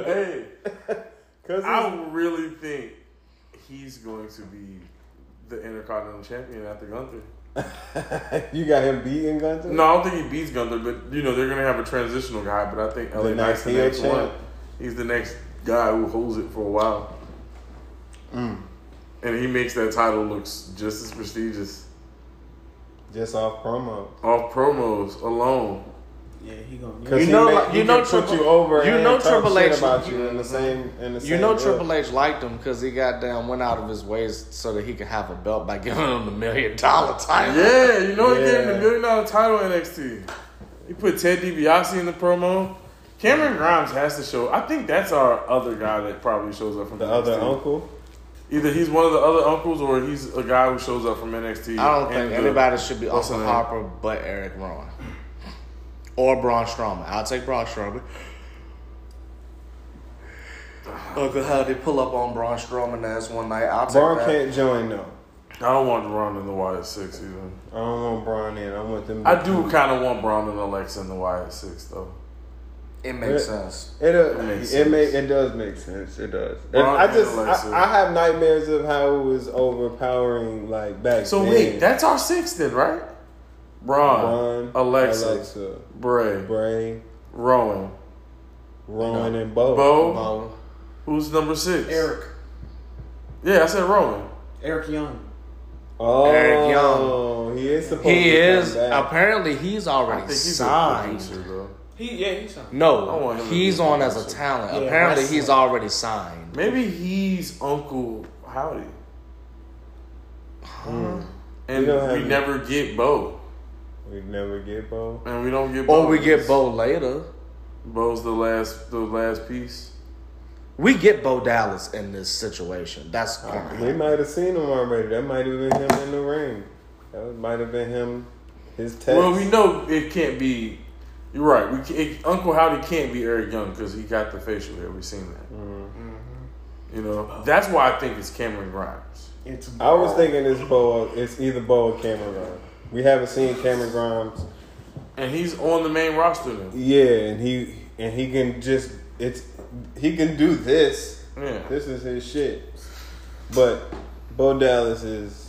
Speaker 1: Hey,
Speaker 2: Cause
Speaker 1: I
Speaker 2: it's-
Speaker 1: really think he's going to be the Intercontinental Champion after Gunther.
Speaker 2: you got him beating Gunther?
Speaker 1: No, I don't think he beats Gunther, but you know they're gonna have a transitional guy. But I think LA Knight's
Speaker 2: next
Speaker 1: the
Speaker 2: heel
Speaker 1: next
Speaker 2: champ.
Speaker 1: one. He's the next guy who holds it for a while,
Speaker 2: Mm.
Speaker 1: and he makes that title looks just as prestigious
Speaker 2: Just off promo.
Speaker 1: off promos alone.
Speaker 6: Yeah, he gonna.
Speaker 2: Cause
Speaker 3: You
Speaker 2: he
Speaker 3: know,
Speaker 2: ma-
Speaker 3: like-
Speaker 2: he
Speaker 3: you know
Speaker 2: can put
Speaker 3: Triple-
Speaker 2: you over.
Speaker 3: you
Speaker 2: and
Speaker 3: know
Speaker 2: talk
Speaker 3: Triple
Speaker 2: shit
Speaker 3: H-
Speaker 2: about you in the same in the same.
Speaker 3: You know
Speaker 2: breath.
Speaker 3: Triple H liked him because he got down, went out of his ways so that he could have a belt by (laughs) giving him the million dollar title.
Speaker 1: Yeah, you know he gave him the
Speaker 2: Yeah.
Speaker 1: million dollar title in NXT. He put Ted DiBiase in the promo. Cameron Grimes has to show. I think that's our other guy that probably shows up from
Speaker 2: The
Speaker 1: NXT.
Speaker 2: other uncle.
Speaker 1: Either he's one of the other uncles or he's a guy who shows up from NXT.
Speaker 3: I don't
Speaker 1: and
Speaker 3: think
Speaker 1: the-
Speaker 3: anybody should be
Speaker 1: what's
Speaker 3: Austin
Speaker 1: her name?
Speaker 3: Harper but Eric Rowan or Braun Strowman. I'll take Braun Strowman. Look at how they pull up on Braun Strowman as one night. I'll take
Speaker 2: Braun
Speaker 3: that.
Speaker 2: can't join though.
Speaker 1: I don't want Braun in the Wyatt Six either.
Speaker 2: I don't want Braun in. I want them.
Speaker 1: I do kind of want Braun and Alexa in the Wyatt Six though.
Speaker 3: It makes
Speaker 2: Yeah.
Speaker 3: sense.
Speaker 2: It uh,
Speaker 1: makes
Speaker 2: it may,
Speaker 1: sense.
Speaker 2: it does make sense. It does. And
Speaker 1: Braun
Speaker 2: I just
Speaker 1: and Alexa.
Speaker 2: I, I have nightmares of how it was overpowering like back
Speaker 1: So
Speaker 2: then.
Speaker 1: wait, that's our six then, right?
Speaker 2: Braun,
Speaker 1: Braun, Alexa,
Speaker 2: Alexa,
Speaker 1: Bray,
Speaker 2: Bray,
Speaker 1: Rowan.
Speaker 2: Rowan, and Bo.
Speaker 1: Bo.
Speaker 3: Bo.
Speaker 1: Who's number six?
Speaker 6: Eric,
Speaker 1: Yeah, I said Rowan.
Speaker 6: Eric Young.
Speaker 2: Oh,
Speaker 3: Eric Young.
Speaker 2: He is supposed.
Speaker 3: He
Speaker 2: to come
Speaker 3: is
Speaker 2: back.
Speaker 3: apparently he's
Speaker 1: I
Speaker 3: already
Speaker 1: think he's a
Speaker 3: signed.
Speaker 1: producer, though.
Speaker 6: He yeah he's on.
Speaker 1: I
Speaker 3: No,
Speaker 1: want him to
Speaker 3: he's
Speaker 1: be
Speaker 3: on as a talent.
Speaker 6: Yeah,
Speaker 3: Apparently,
Speaker 6: that's-
Speaker 3: he's already signed.
Speaker 1: Maybe he's Uncle Howdy.
Speaker 2: We don't
Speaker 1: And we
Speaker 2: have-
Speaker 1: never get Bo.
Speaker 2: We never get Bo.
Speaker 1: And we don't get Bo.
Speaker 3: Or Oh, we get Bo later.
Speaker 1: Bo's the last the last piece.
Speaker 3: We get Bo Dallas in this situation. That's
Speaker 2: We might have seen him already. That might have been him in the ring. That might have been him. His text.
Speaker 1: Well, we know it can't be. You're right. We ca- it, Uncle Howdy can't be Eric Young because he got the facial hair. We've seen that.
Speaker 2: Mm-hmm.
Speaker 1: You know, that's why I think it's Cameron Grimes.
Speaker 6: It's
Speaker 2: I was thinking it's Bo. It's either Bo or Cameron Grimes. We haven't seen Cameron Grimes.
Speaker 1: And he's on the main roster now.
Speaker 2: Yeah, and he and he can just it's he can do this.
Speaker 1: Yeah.
Speaker 2: This is his shit. But Bo Dallas is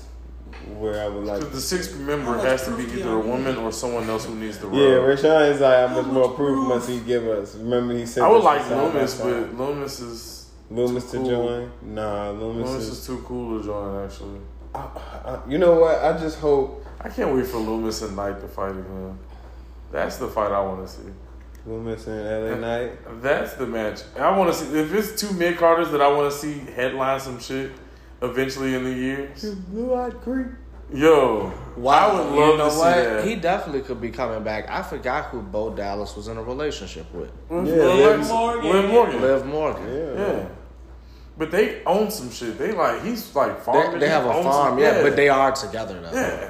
Speaker 2: where I would like.
Speaker 1: Because the
Speaker 2: to
Speaker 1: sixth member has to be either a woman or someone else who needs the role.
Speaker 2: Yeah, Rashawn is like, how much more proof must he give us? Remember he said
Speaker 1: I would
Speaker 2: this
Speaker 1: like
Speaker 2: side by
Speaker 1: Loomis,
Speaker 2: side.
Speaker 1: but Loomis is
Speaker 2: Loomis to
Speaker 1: cool.
Speaker 2: join. Nah, Loomis,
Speaker 1: Loomis
Speaker 2: is.
Speaker 1: is too cool to join. Actually,
Speaker 2: I, I, you know what? I just hope
Speaker 1: I can't wait for Loomis and Knight to fight again. That's the fight I want to see.
Speaker 2: Loomis and LA Knight.
Speaker 1: That's the match. I want to see if it's two mid carders that I want to see headline some shit eventually in the years.
Speaker 2: Blue Eyed Creek.
Speaker 1: Yo, I would love
Speaker 3: You know
Speaker 1: to see
Speaker 3: what?
Speaker 1: that.
Speaker 3: He definitely could be coming back. I forgot who Bo Dallas was in a relationship with.
Speaker 1: Liv Morgan. Liv Mm-hmm. Morgan.
Speaker 3: Liv Morgan.
Speaker 1: Hmm. Yeah. But they own some shit. They like he's like farming.
Speaker 3: They, they have
Speaker 1: He
Speaker 3: a
Speaker 1: owns
Speaker 3: farm,
Speaker 1: some-
Speaker 3: yeah, but they are together though.
Speaker 1: Yeah.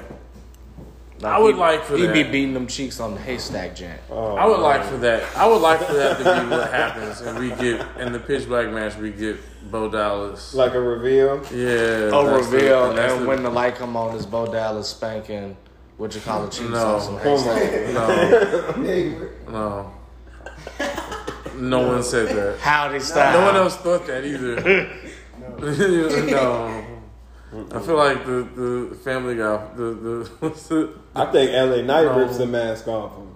Speaker 3: Like,
Speaker 1: I would
Speaker 3: he-
Speaker 1: like for
Speaker 3: He be
Speaker 1: that.
Speaker 3: beating them cheeks on the haystack jant.
Speaker 1: I would like for that. I would like for that to be what happens, and we get in the pitch black match. We get Bo Dallas.
Speaker 2: Like a reveal.
Speaker 1: yeah.
Speaker 3: Oh,
Speaker 1: that's the-
Speaker 3: reveal,
Speaker 1: that's
Speaker 3: and
Speaker 1: the-
Speaker 3: when the light come on, is Bo Dallas spanking what you call a cheeks
Speaker 1: No.
Speaker 3: on some
Speaker 2: Come
Speaker 3: haystack.
Speaker 2: on.
Speaker 1: no, no, no one said that.
Speaker 3: Howdy style.
Speaker 1: No one else thought that either. no. I feel like the, the Family Guy, the the (laughs) what's it?
Speaker 2: I think LA Knight
Speaker 1: No.
Speaker 2: rips the mask off him.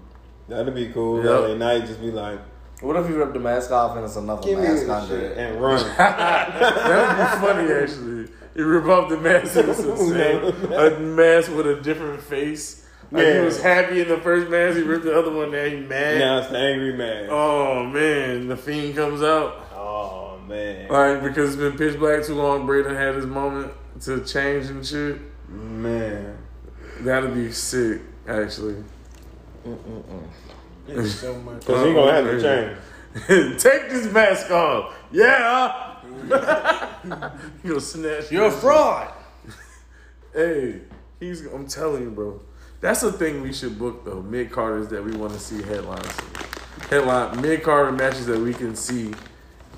Speaker 2: That'd be cool.
Speaker 1: Yep.
Speaker 2: LA Knight just be like,
Speaker 3: What if you rip the mask off and it's another
Speaker 2: give me
Speaker 3: mask
Speaker 2: this
Speaker 3: under
Speaker 2: shit
Speaker 3: it?
Speaker 2: and
Speaker 1: (laughs)
Speaker 2: run.
Speaker 1: That would be funny, actually. He ripped off the mask and it's insane. A mask with a different face. Like he
Speaker 2: Yeah.
Speaker 1: was happy in the first mask, he ripped the other one, now he mad.
Speaker 2: now it's the angry man. Oh,
Speaker 1: Oh man, the fiend comes out.
Speaker 2: man.
Speaker 1: Like because it's been pitch black too long, Braden had his moment to change and shit.
Speaker 2: Man.
Speaker 1: That'd be sick, actually. (laughs)
Speaker 6: There's so much.
Speaker 2: Because he gonna have to change.
Speaker 1: Take this mask off. Yeah. (laughs) you gonna snatch
Speaker 3: You're a fraud.
Speaker 1: Hey, he's. I'm telling you, bro. That's the thing we should book though. Mid Carters that we want to see headlines. Headline mid Carter matches that we can see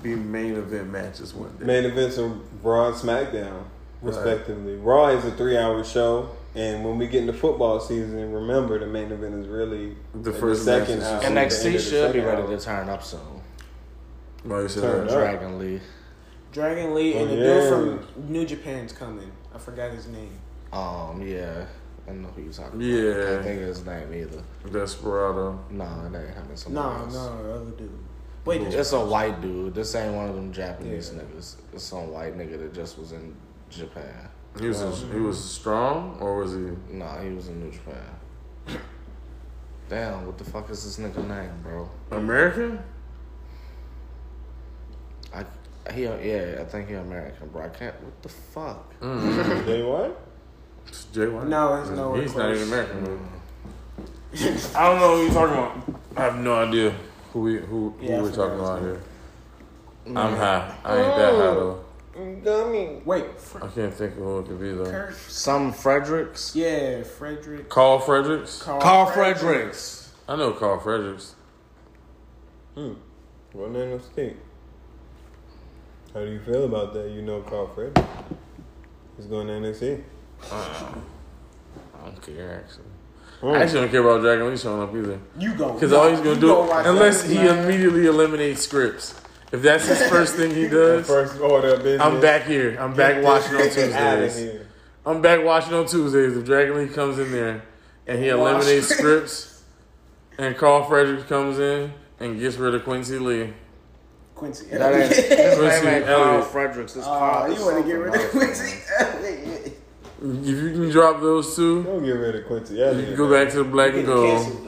Speaker 1: be main event matches one day.
Speaker 2: Main events of Raw and SmackDown, respectively. Raw is a three hour show, and when we get into football season, remember the main event is really
Speaker 1: The first
Speaker 2: second
Speaker 1: match is-
Speaker 2: hour. the end
Speaker 3: NXT
Speaker 2: of the
Speaker 3: should be
Speaker 2: second
Speaker 3: ready
Speaker 2: hour.
Speaker 3: to turn up soon.
Speaker 1: Why you said
Speaker 2: Turn
Speaker 1: that?
Speaker 2: up.
Speaker 3: Dragon Lee.
Speaker 6: Dragon Lee and
Speaker 2: Oh,
Speaker 6: the
Speaker 2: yeah.
Speaker 6: dude from New Japan's coming. I forgot his name.
Speaker 3: Um, yeah. I know who you're talking about. I can't
Speaker 1: Yeah,
Speaker 3: think of his name either.
Speaker 1: Desperado.
Speaker 3: No, it ain't him. It's someone
Speaker 6: No,
Speaker 3: else.
Speaker 6: no, the other dude. Wait, the-
Speaker 3: It's a white dude. This ain't one of them Japanese niggas. It's some white nigga that just was in Japan.
Speaker 1: He was he was strong or was he?
Speaker 3: No, he was in New Japan. (coughs) Damn, what the fuck is this nigga name, bro?
Speaker 1: American?
Speaker 3: I he yeah, I think he American, bro. I can't. What the fuck?
Speaker 1: Mm.
Speaker 2: They what?
Speaker 1: It's Jay White?
Speaker 6: No, it's nowhere
Speaker 1: He's not
Speaker 6: close.
Speaker 1: even American.
Speaker 6: (laughs)
Speaker 1: bro. I don't know who you're talking about. I have no idea who we who, who
Speaker 6: Yeah, I
Speaker 1: we're
Speaker 6: forgot
Speaker 1: talking
Speaker 6: his
Speaker 1: about here. I'm high. I ain't that high
Speaker 6: Oh.
Speaker 1: though.
Speaker 6: wait, Fre-
Speaker 1: I can't think of who it could be though.
Speaker 3: Some Fredericks.
Speaker 6: yeah, Frederick.
Speaker 1: Carl Fredericks.
Speaker 6: Carl,
Speaker 3: Carl Fredericks.
Speaker 1: I know Carl Fredericks.
Speaker 2: Hmm. What name of stick? How do you feel about that? You know Carl Frederick. He's going to NXT.
Speaker 1: I don't care actually. I actually don't care about Dragon Lee showing up either.
Speaker 6: You go.
Speaker 1: Because all he's gonna
Speaker 6: You
Speaker 1: do,
Speaker 6: watch
Speaker 1: unless
Speaker 6: that
Speaker 1: he
Speaker 6: man.
Speaker 1: immediately eliminates scripts, if that's his first thing
Speaker 6: (laughs)
Speaker 1: he does,
Speaker 2: First order of business.
Speaker 1: I'm back here. I'm back watching on (laughs)
Speaker 2: Outta
Speaker 1: Tuesdays.
Speaker 2: here.
Speaker 1: I'm back watching on Tuesdays. If Dragon Lee comes in there and he eliminates scripts, and Carl Fredericks comes in and gets rid of Quincy Lee,
Speaker 6: Quincy.
Speaker 3: That
Speaker 1: (laughs)
Speaker 3: ain't,
Speaker 6: (laughs) Elliott.
Speaker 3: this name ain't Carl
Speaker 1: Elliott.
Speaker 3: Fredericks. It's
Speaker 6: Oh,
Speaker 3: Carl.
Speaker 6: you want to get rid of Quincy? Elliott.
Speaker 1: if you can drop those two,
Speaker 2: Don't get rid of Quincy
Speaker 1: you can
Speaker 2: Elliott.
Speaker 1: go back to the black and
Speaker 6: Getting
Speaker 1: gold.
Speaker 6: canceled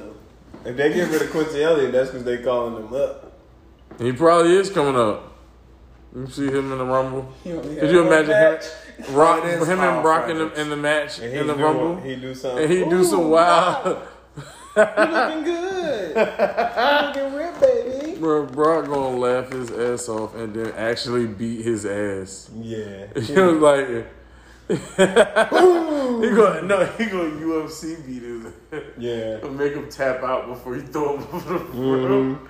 Speaker 6: though.
Speaker 2: If they get rid of Quincy Elliott, that's because they calling him up.
Speaker 1: He probably is coming up. You see him in the Rumble.
Speaker 6: You only
Speaker 1: Could
Speaker 6: had
Speaker 1: you
Speaker 6: one
Speaker 1: imagine him,
Speaker 6: match.
Speaker 1: Rock,
Speaker 3: It is
Speaker 1: him and
Speaker 3: Carl
Speaker 1: Brock in the,
Speaker 3: Fredericks.
Speaker 1: in the match
Speaker 2: And
Speaker 1: in the
Speaker 2: do-
Speaker 1: Rumble?
Speaker 2: He do something.
Speaker 1: and he do some wild.
Speaker 2: looking good. looking ripped, baby.
Speaker 1: (laughs) Bro, Brock gonna laugh his ass off and then actually beat his ass.
Speaker 2: Yeah.
Speaker 1: (laughs) He was
Speaker 6: (gasps)
Speaker 1: like, he gonna no, he gonna UFC beat (laughs) his ass.
Speaker 2: Yeah.
Speaker 1: Gonna Make him tap out before he throw him over the rope.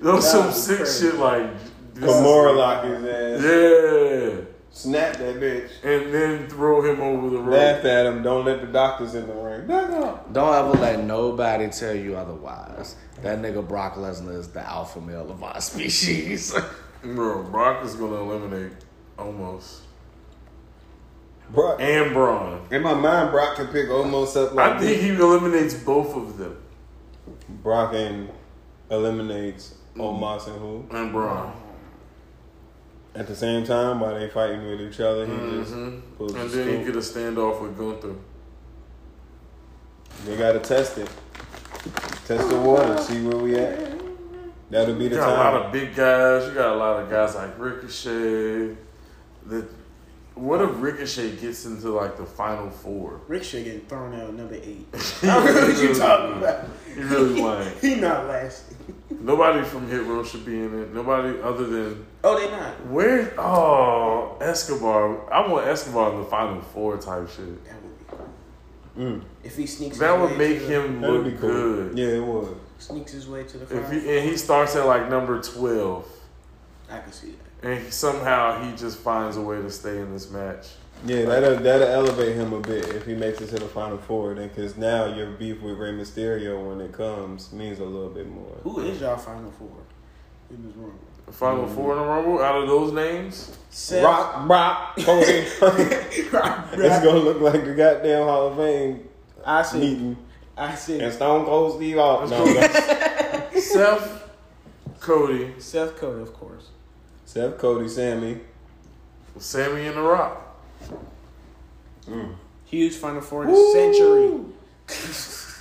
Speaker 1: Those some
Speaker 6: Mm-hmm. was
Speaker 1: sick
Speaker 6: crazy.
Speaker 1: shit like this is-
Speaker 2: Gamora lock his ass.
Speaker 1: Yeah,
Speaker 2: Snap that bitch.
Speaker 1: and then throw him over the rope.
Speaker 2: Laugh at him. Don't let the doctors in the ring. No, no.
Speaker 3: Don't ever let nobody tell you otherwise. That nigga Brock Lesnar is the alpha male of our (laughs) species.
Speaker 1: Bro, Brock is gonna eliminate almost
Speaker 2: Brock.
Speaker 1: and Braun.
Speaker 2: In my mind, Brock can pick almost up like
Speaker 1: I think he eliminates both of them
Speaker 2: Brock and eliminates Omos and who
Speaker 1: and Braun.
Speaker 2: at the same time while they fighting with each other. He just pulls the
Speaker 1: Mm-hmm. And then he
Speaker 2: scoop.
Speaker 1: get a standoff with Gunther.
Speaker 2: They gotta test it, test the water, see where we at. That'll be the
Speaker 1: You got a lot
Speaker 2: time.
Speaker 1: of big guys. You got a lot of guys like Ricochet. That What if Ricochet gets into like the final four?
Speaker 6: Rick should get thrown out number (laughs) eight.
Speaker 1: what
Speaker 6: you talking about?
Speaker 2: (laughs)
Speaker 1: He really lame.
Speaker 6: He not lasting.
Speaker 1: Nobody from Hit Row should be in it. Nobody other than
Speaker 6: Oh, they not.
Speaker 1: where? Oh, Escobar. I want Escobar in the final four type shit.
Speaker 6: That would be cool. If he sneaks
Speaker 1: Mm. That
Speaker 6: his
Speaker 1: would
Speaker 6: way
Speaker 1: make
Speaker 6: to the-
Speaker 1: him
Speaker 2: That'd
Speaker 1: look
Speaker 2: be cool.
Speaker 1: good.
Speaker 2: Yeah, it would.
Speaker 6: sneaks his way to the
Speaker 1: If
Speaker 6: final.
Speaker 1: he, and he starts at like number twelve,
Speaker 6: I can see that.
Speaker 1: and he, somehow he just finds a way to stay in this match.
Speaker 2: Yeah, that'll that'll elevate him a bit if he makes it to the final four. Then, because now your beef with Rey Mysterio when it comes means a little bit more. (laughs)
Speaker 6: Who is y'all final four in this room?
Speaker 1: The final
Speaker 2: Mm-hmm.
Speaker 1: four in a rumble out of those names.
Speaker 6: Seth,
Speaker 2: Rock, rock, Cody.
Speaker 6: (laughs)
Speaker 2: (laughs)
Speaker 6: Rock,
Speaker 2: it's gonna look like the goddamn Hall of Fame
Speaker 6: I see.
Speaker 2: meeting
Speaker 6: I see.
Speaker 2: and Stone Cold Steve Austin. No, (laughs) that's-
Speaker 1: Seth, Cody,
Speaker 6: Seth Cody, of course.
Speaker 2: Seth, Cody, Sammy.
Speaker 1: Sammy, and The Rock.
Speaker 6: Huge final four in the century.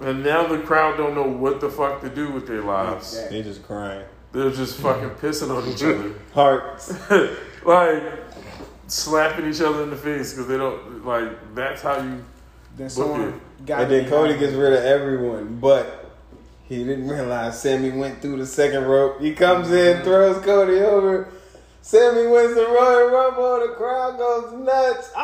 Speaker 1: And now the crowd don't know what the fuck to do with their lives.
Speaker 2: They just crying.
Speaker 1: They're just fucking pissing on each other. (laughs)
Speaker 2: Hearts.
Speaker 1: like slapping each other in the face because they don't like that's how you
Speaker 6: Then
Speaker 1: Book
Speaker 6: someone got
Speaker 2: And then
Speaker 6: it.
Speaker 2: Cody gets rid of everyone, but he didn't realize Sammy went through the second rope. He comes in, throws Cody over. Sammy wins the Royal Rumble. The crowd goes nuts.
Speaker 6: No,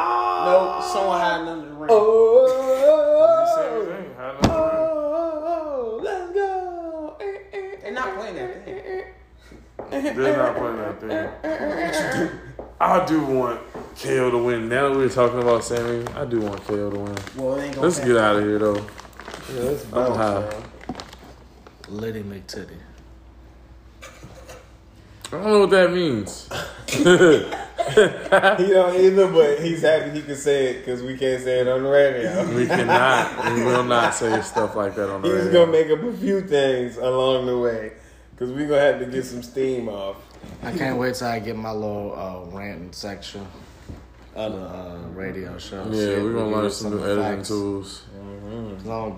Speaker 2: Oh,
Speaker 6: someone had none of the ring.
Speaker 2: Oh, oh, oh,
Speaker 1: same thing. How
Speaker 2: oh,
Speaker 1: to-
Speaker 2: oh, oh, let's go. Eh, eh,
Speaker 6: They're not playing that thing.
Speaker 1: They're not playing that thing. (laughs) I do want KO to win. Now that we're talking about Sammy, I do want KO to win.
Speaker 6: Well, it ain't gonna
Speaker 1: Let's
Speaker 6: happen.
Speaker 1: get out of here though.
Speaker 2: Yeah, let's
Speaker 1: I'm
Speaker 2: bounce,
Speaker 1: high.
Speaker 2: man.
Speaker 11: Liddy McTitty.
Speaker 1: I don't know what that means.
Speaker 2: He don't either, but he's happy he can say it because we can't say it on the radio.
Speaker 1: We cannot, we will not say stuff like that on the
Speaker 2: He was
Speaker 1: radio.
Speaker 2: gonna make up a few things along the way, cause we gonna have to get some steam off.
Speaker 11: I can't wait till I get my little uh, ranting section of the uh, radio show.
Speaker 1: yeah, we're gonna learn some new editing
Speaker 11: too.
Speaker 1: tools.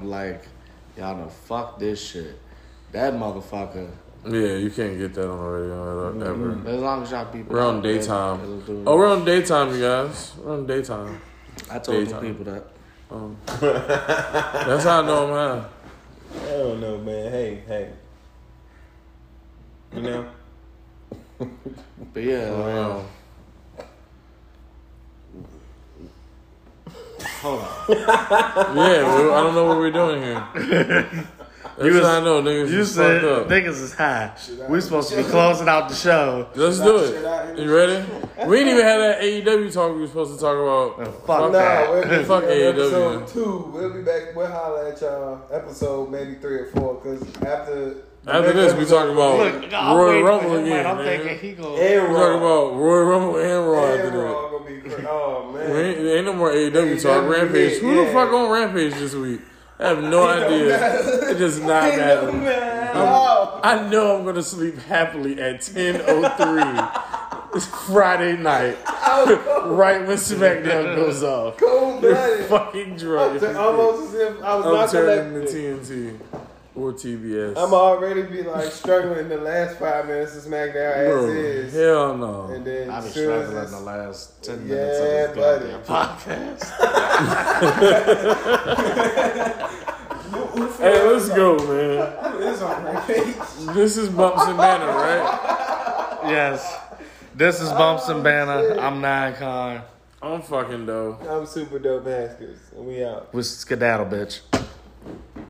Speaker 11: like, y'all know, fuck this shit. That motherfucker.
Speaker 1: Yeah, you can't get that on the radio ever.
Speaker 11: As long as y'all people.
Speaker 1: We're on
Speaker 11: it'll-
Speaker 1: daytime.
Speaker 11: it'll Mm-hmm. do it.
Speaker 1: Oh, we're on daytime, you guys. We're on daytime.
Speaker 11: I told the
Speaker 1: daytime.
Speaker 11: people that.
Speaker 1: That's how I know I'm high.
Speaker 2: I don't know, man. Hey, hey. You know,
Speaker 11: But yeah,
Speaker 1: Oh,
Speaker 11: uh,
Speaker 1: Wow. Hold on. yeah, we, I don't know what we're
Speaker 11: (laughs)
Speaker 1: doing here. That's
Speaker 11: You was-
Speaker 1: how I know, niggas.
Speaker 11: you
Speaker 1: is
Speaker 11: said
Speaker 1: fucked up.
Speaker 11: niggas is high. uh, We supposed (laughs) to be closing out the show.
Speaker 1: Let's do it. You ready? We didn't even have that AEW talk we were supposed to talk about.
Speaker 11: Fuck that.
Speaker 2: we'll
Speaker 1: (laughs) Fuck E
Speaker 2: on
Speaker 1: AEW.
Speaker 2: Episode two. We'll be back. We'll holler at y'all. Episode maybe three or four, cause after the next
Speaker 1: After this, we
Speaker 2: episode-
Speaker 1: talking about
Speaker 11: Look, I'm
Speaker 1: Royal
Speaker 11: waiting for him,
Speaker 1: Rumble
Speaker 11: man.
Speaker 1: again.
Speaker 11: I'm
Speaker 1: nigga.
Speaker 11: thinking he go.
Speaker 2: and
Speaker 1: we talking
Speaker 2: Raw.
Speaker 1: about Royal Rumble and Raw after
Speaker 2: And
Speaker 1: that.
Speaker 2: Raw gonna be cra- Oh
Speaker 1: (laughs)
Speaker 2: man.
Speaker 1: There ain't, there ain't no more AEW talk.
Speaker 2: AEW,
Speaker 1: Rampage. Who the
Speaker 2: yeah.
Speaker 1: fuck on Rampage this week? I have no idea. It does not matter.
Speaker 2: Oh,
Speaker 1: I know I'm gonna sleep happily at 10:03 (laughs) Friday
Speaker 2: (laughs)
Speaker 1: night, right when SmackDown goes off.
Speaker 2: cold blooded.
Speaker 1: Fucking drunk.
Speaker 2: Almost as if I was
Speaker 1: I'm
Speaker 2: not
Speaker 1: turning
Speaker 2: collected.
Speaker 1: to TNT or TBS.
Speaker 2: I'm already be like struggling the last five minutes of SmackDown
Speaker 1: Bro,
Speaker 2: as is.
Speaker 1: Hell no.
Speaker 2: And then
Speaker 11: I've
Speaker 2: as
Speaker 11: been
Speaker 2: soon as
Speaker 11: struggling
Speaker 2: it's,
Speaker 11: the last 10 minutes
Speaker 2: yeah,
Speaker 11: of this
Speaker 2: buddy.
Speaker 11: goddamn podcast.
Speaker 1: Hey, let's go, man.
Speaker 6: It's on (laughs) Rampage.
Speaker 1: This is Bumps and Banner, right?
Speaker 11: yes. This is Bumps and Banner. I'm Nine Con.
Speaker 1: I'm fucking dope.
Speaker 2: I'm super dope Haskins, and we out.
Speaker 11: We skedaddle, bitch.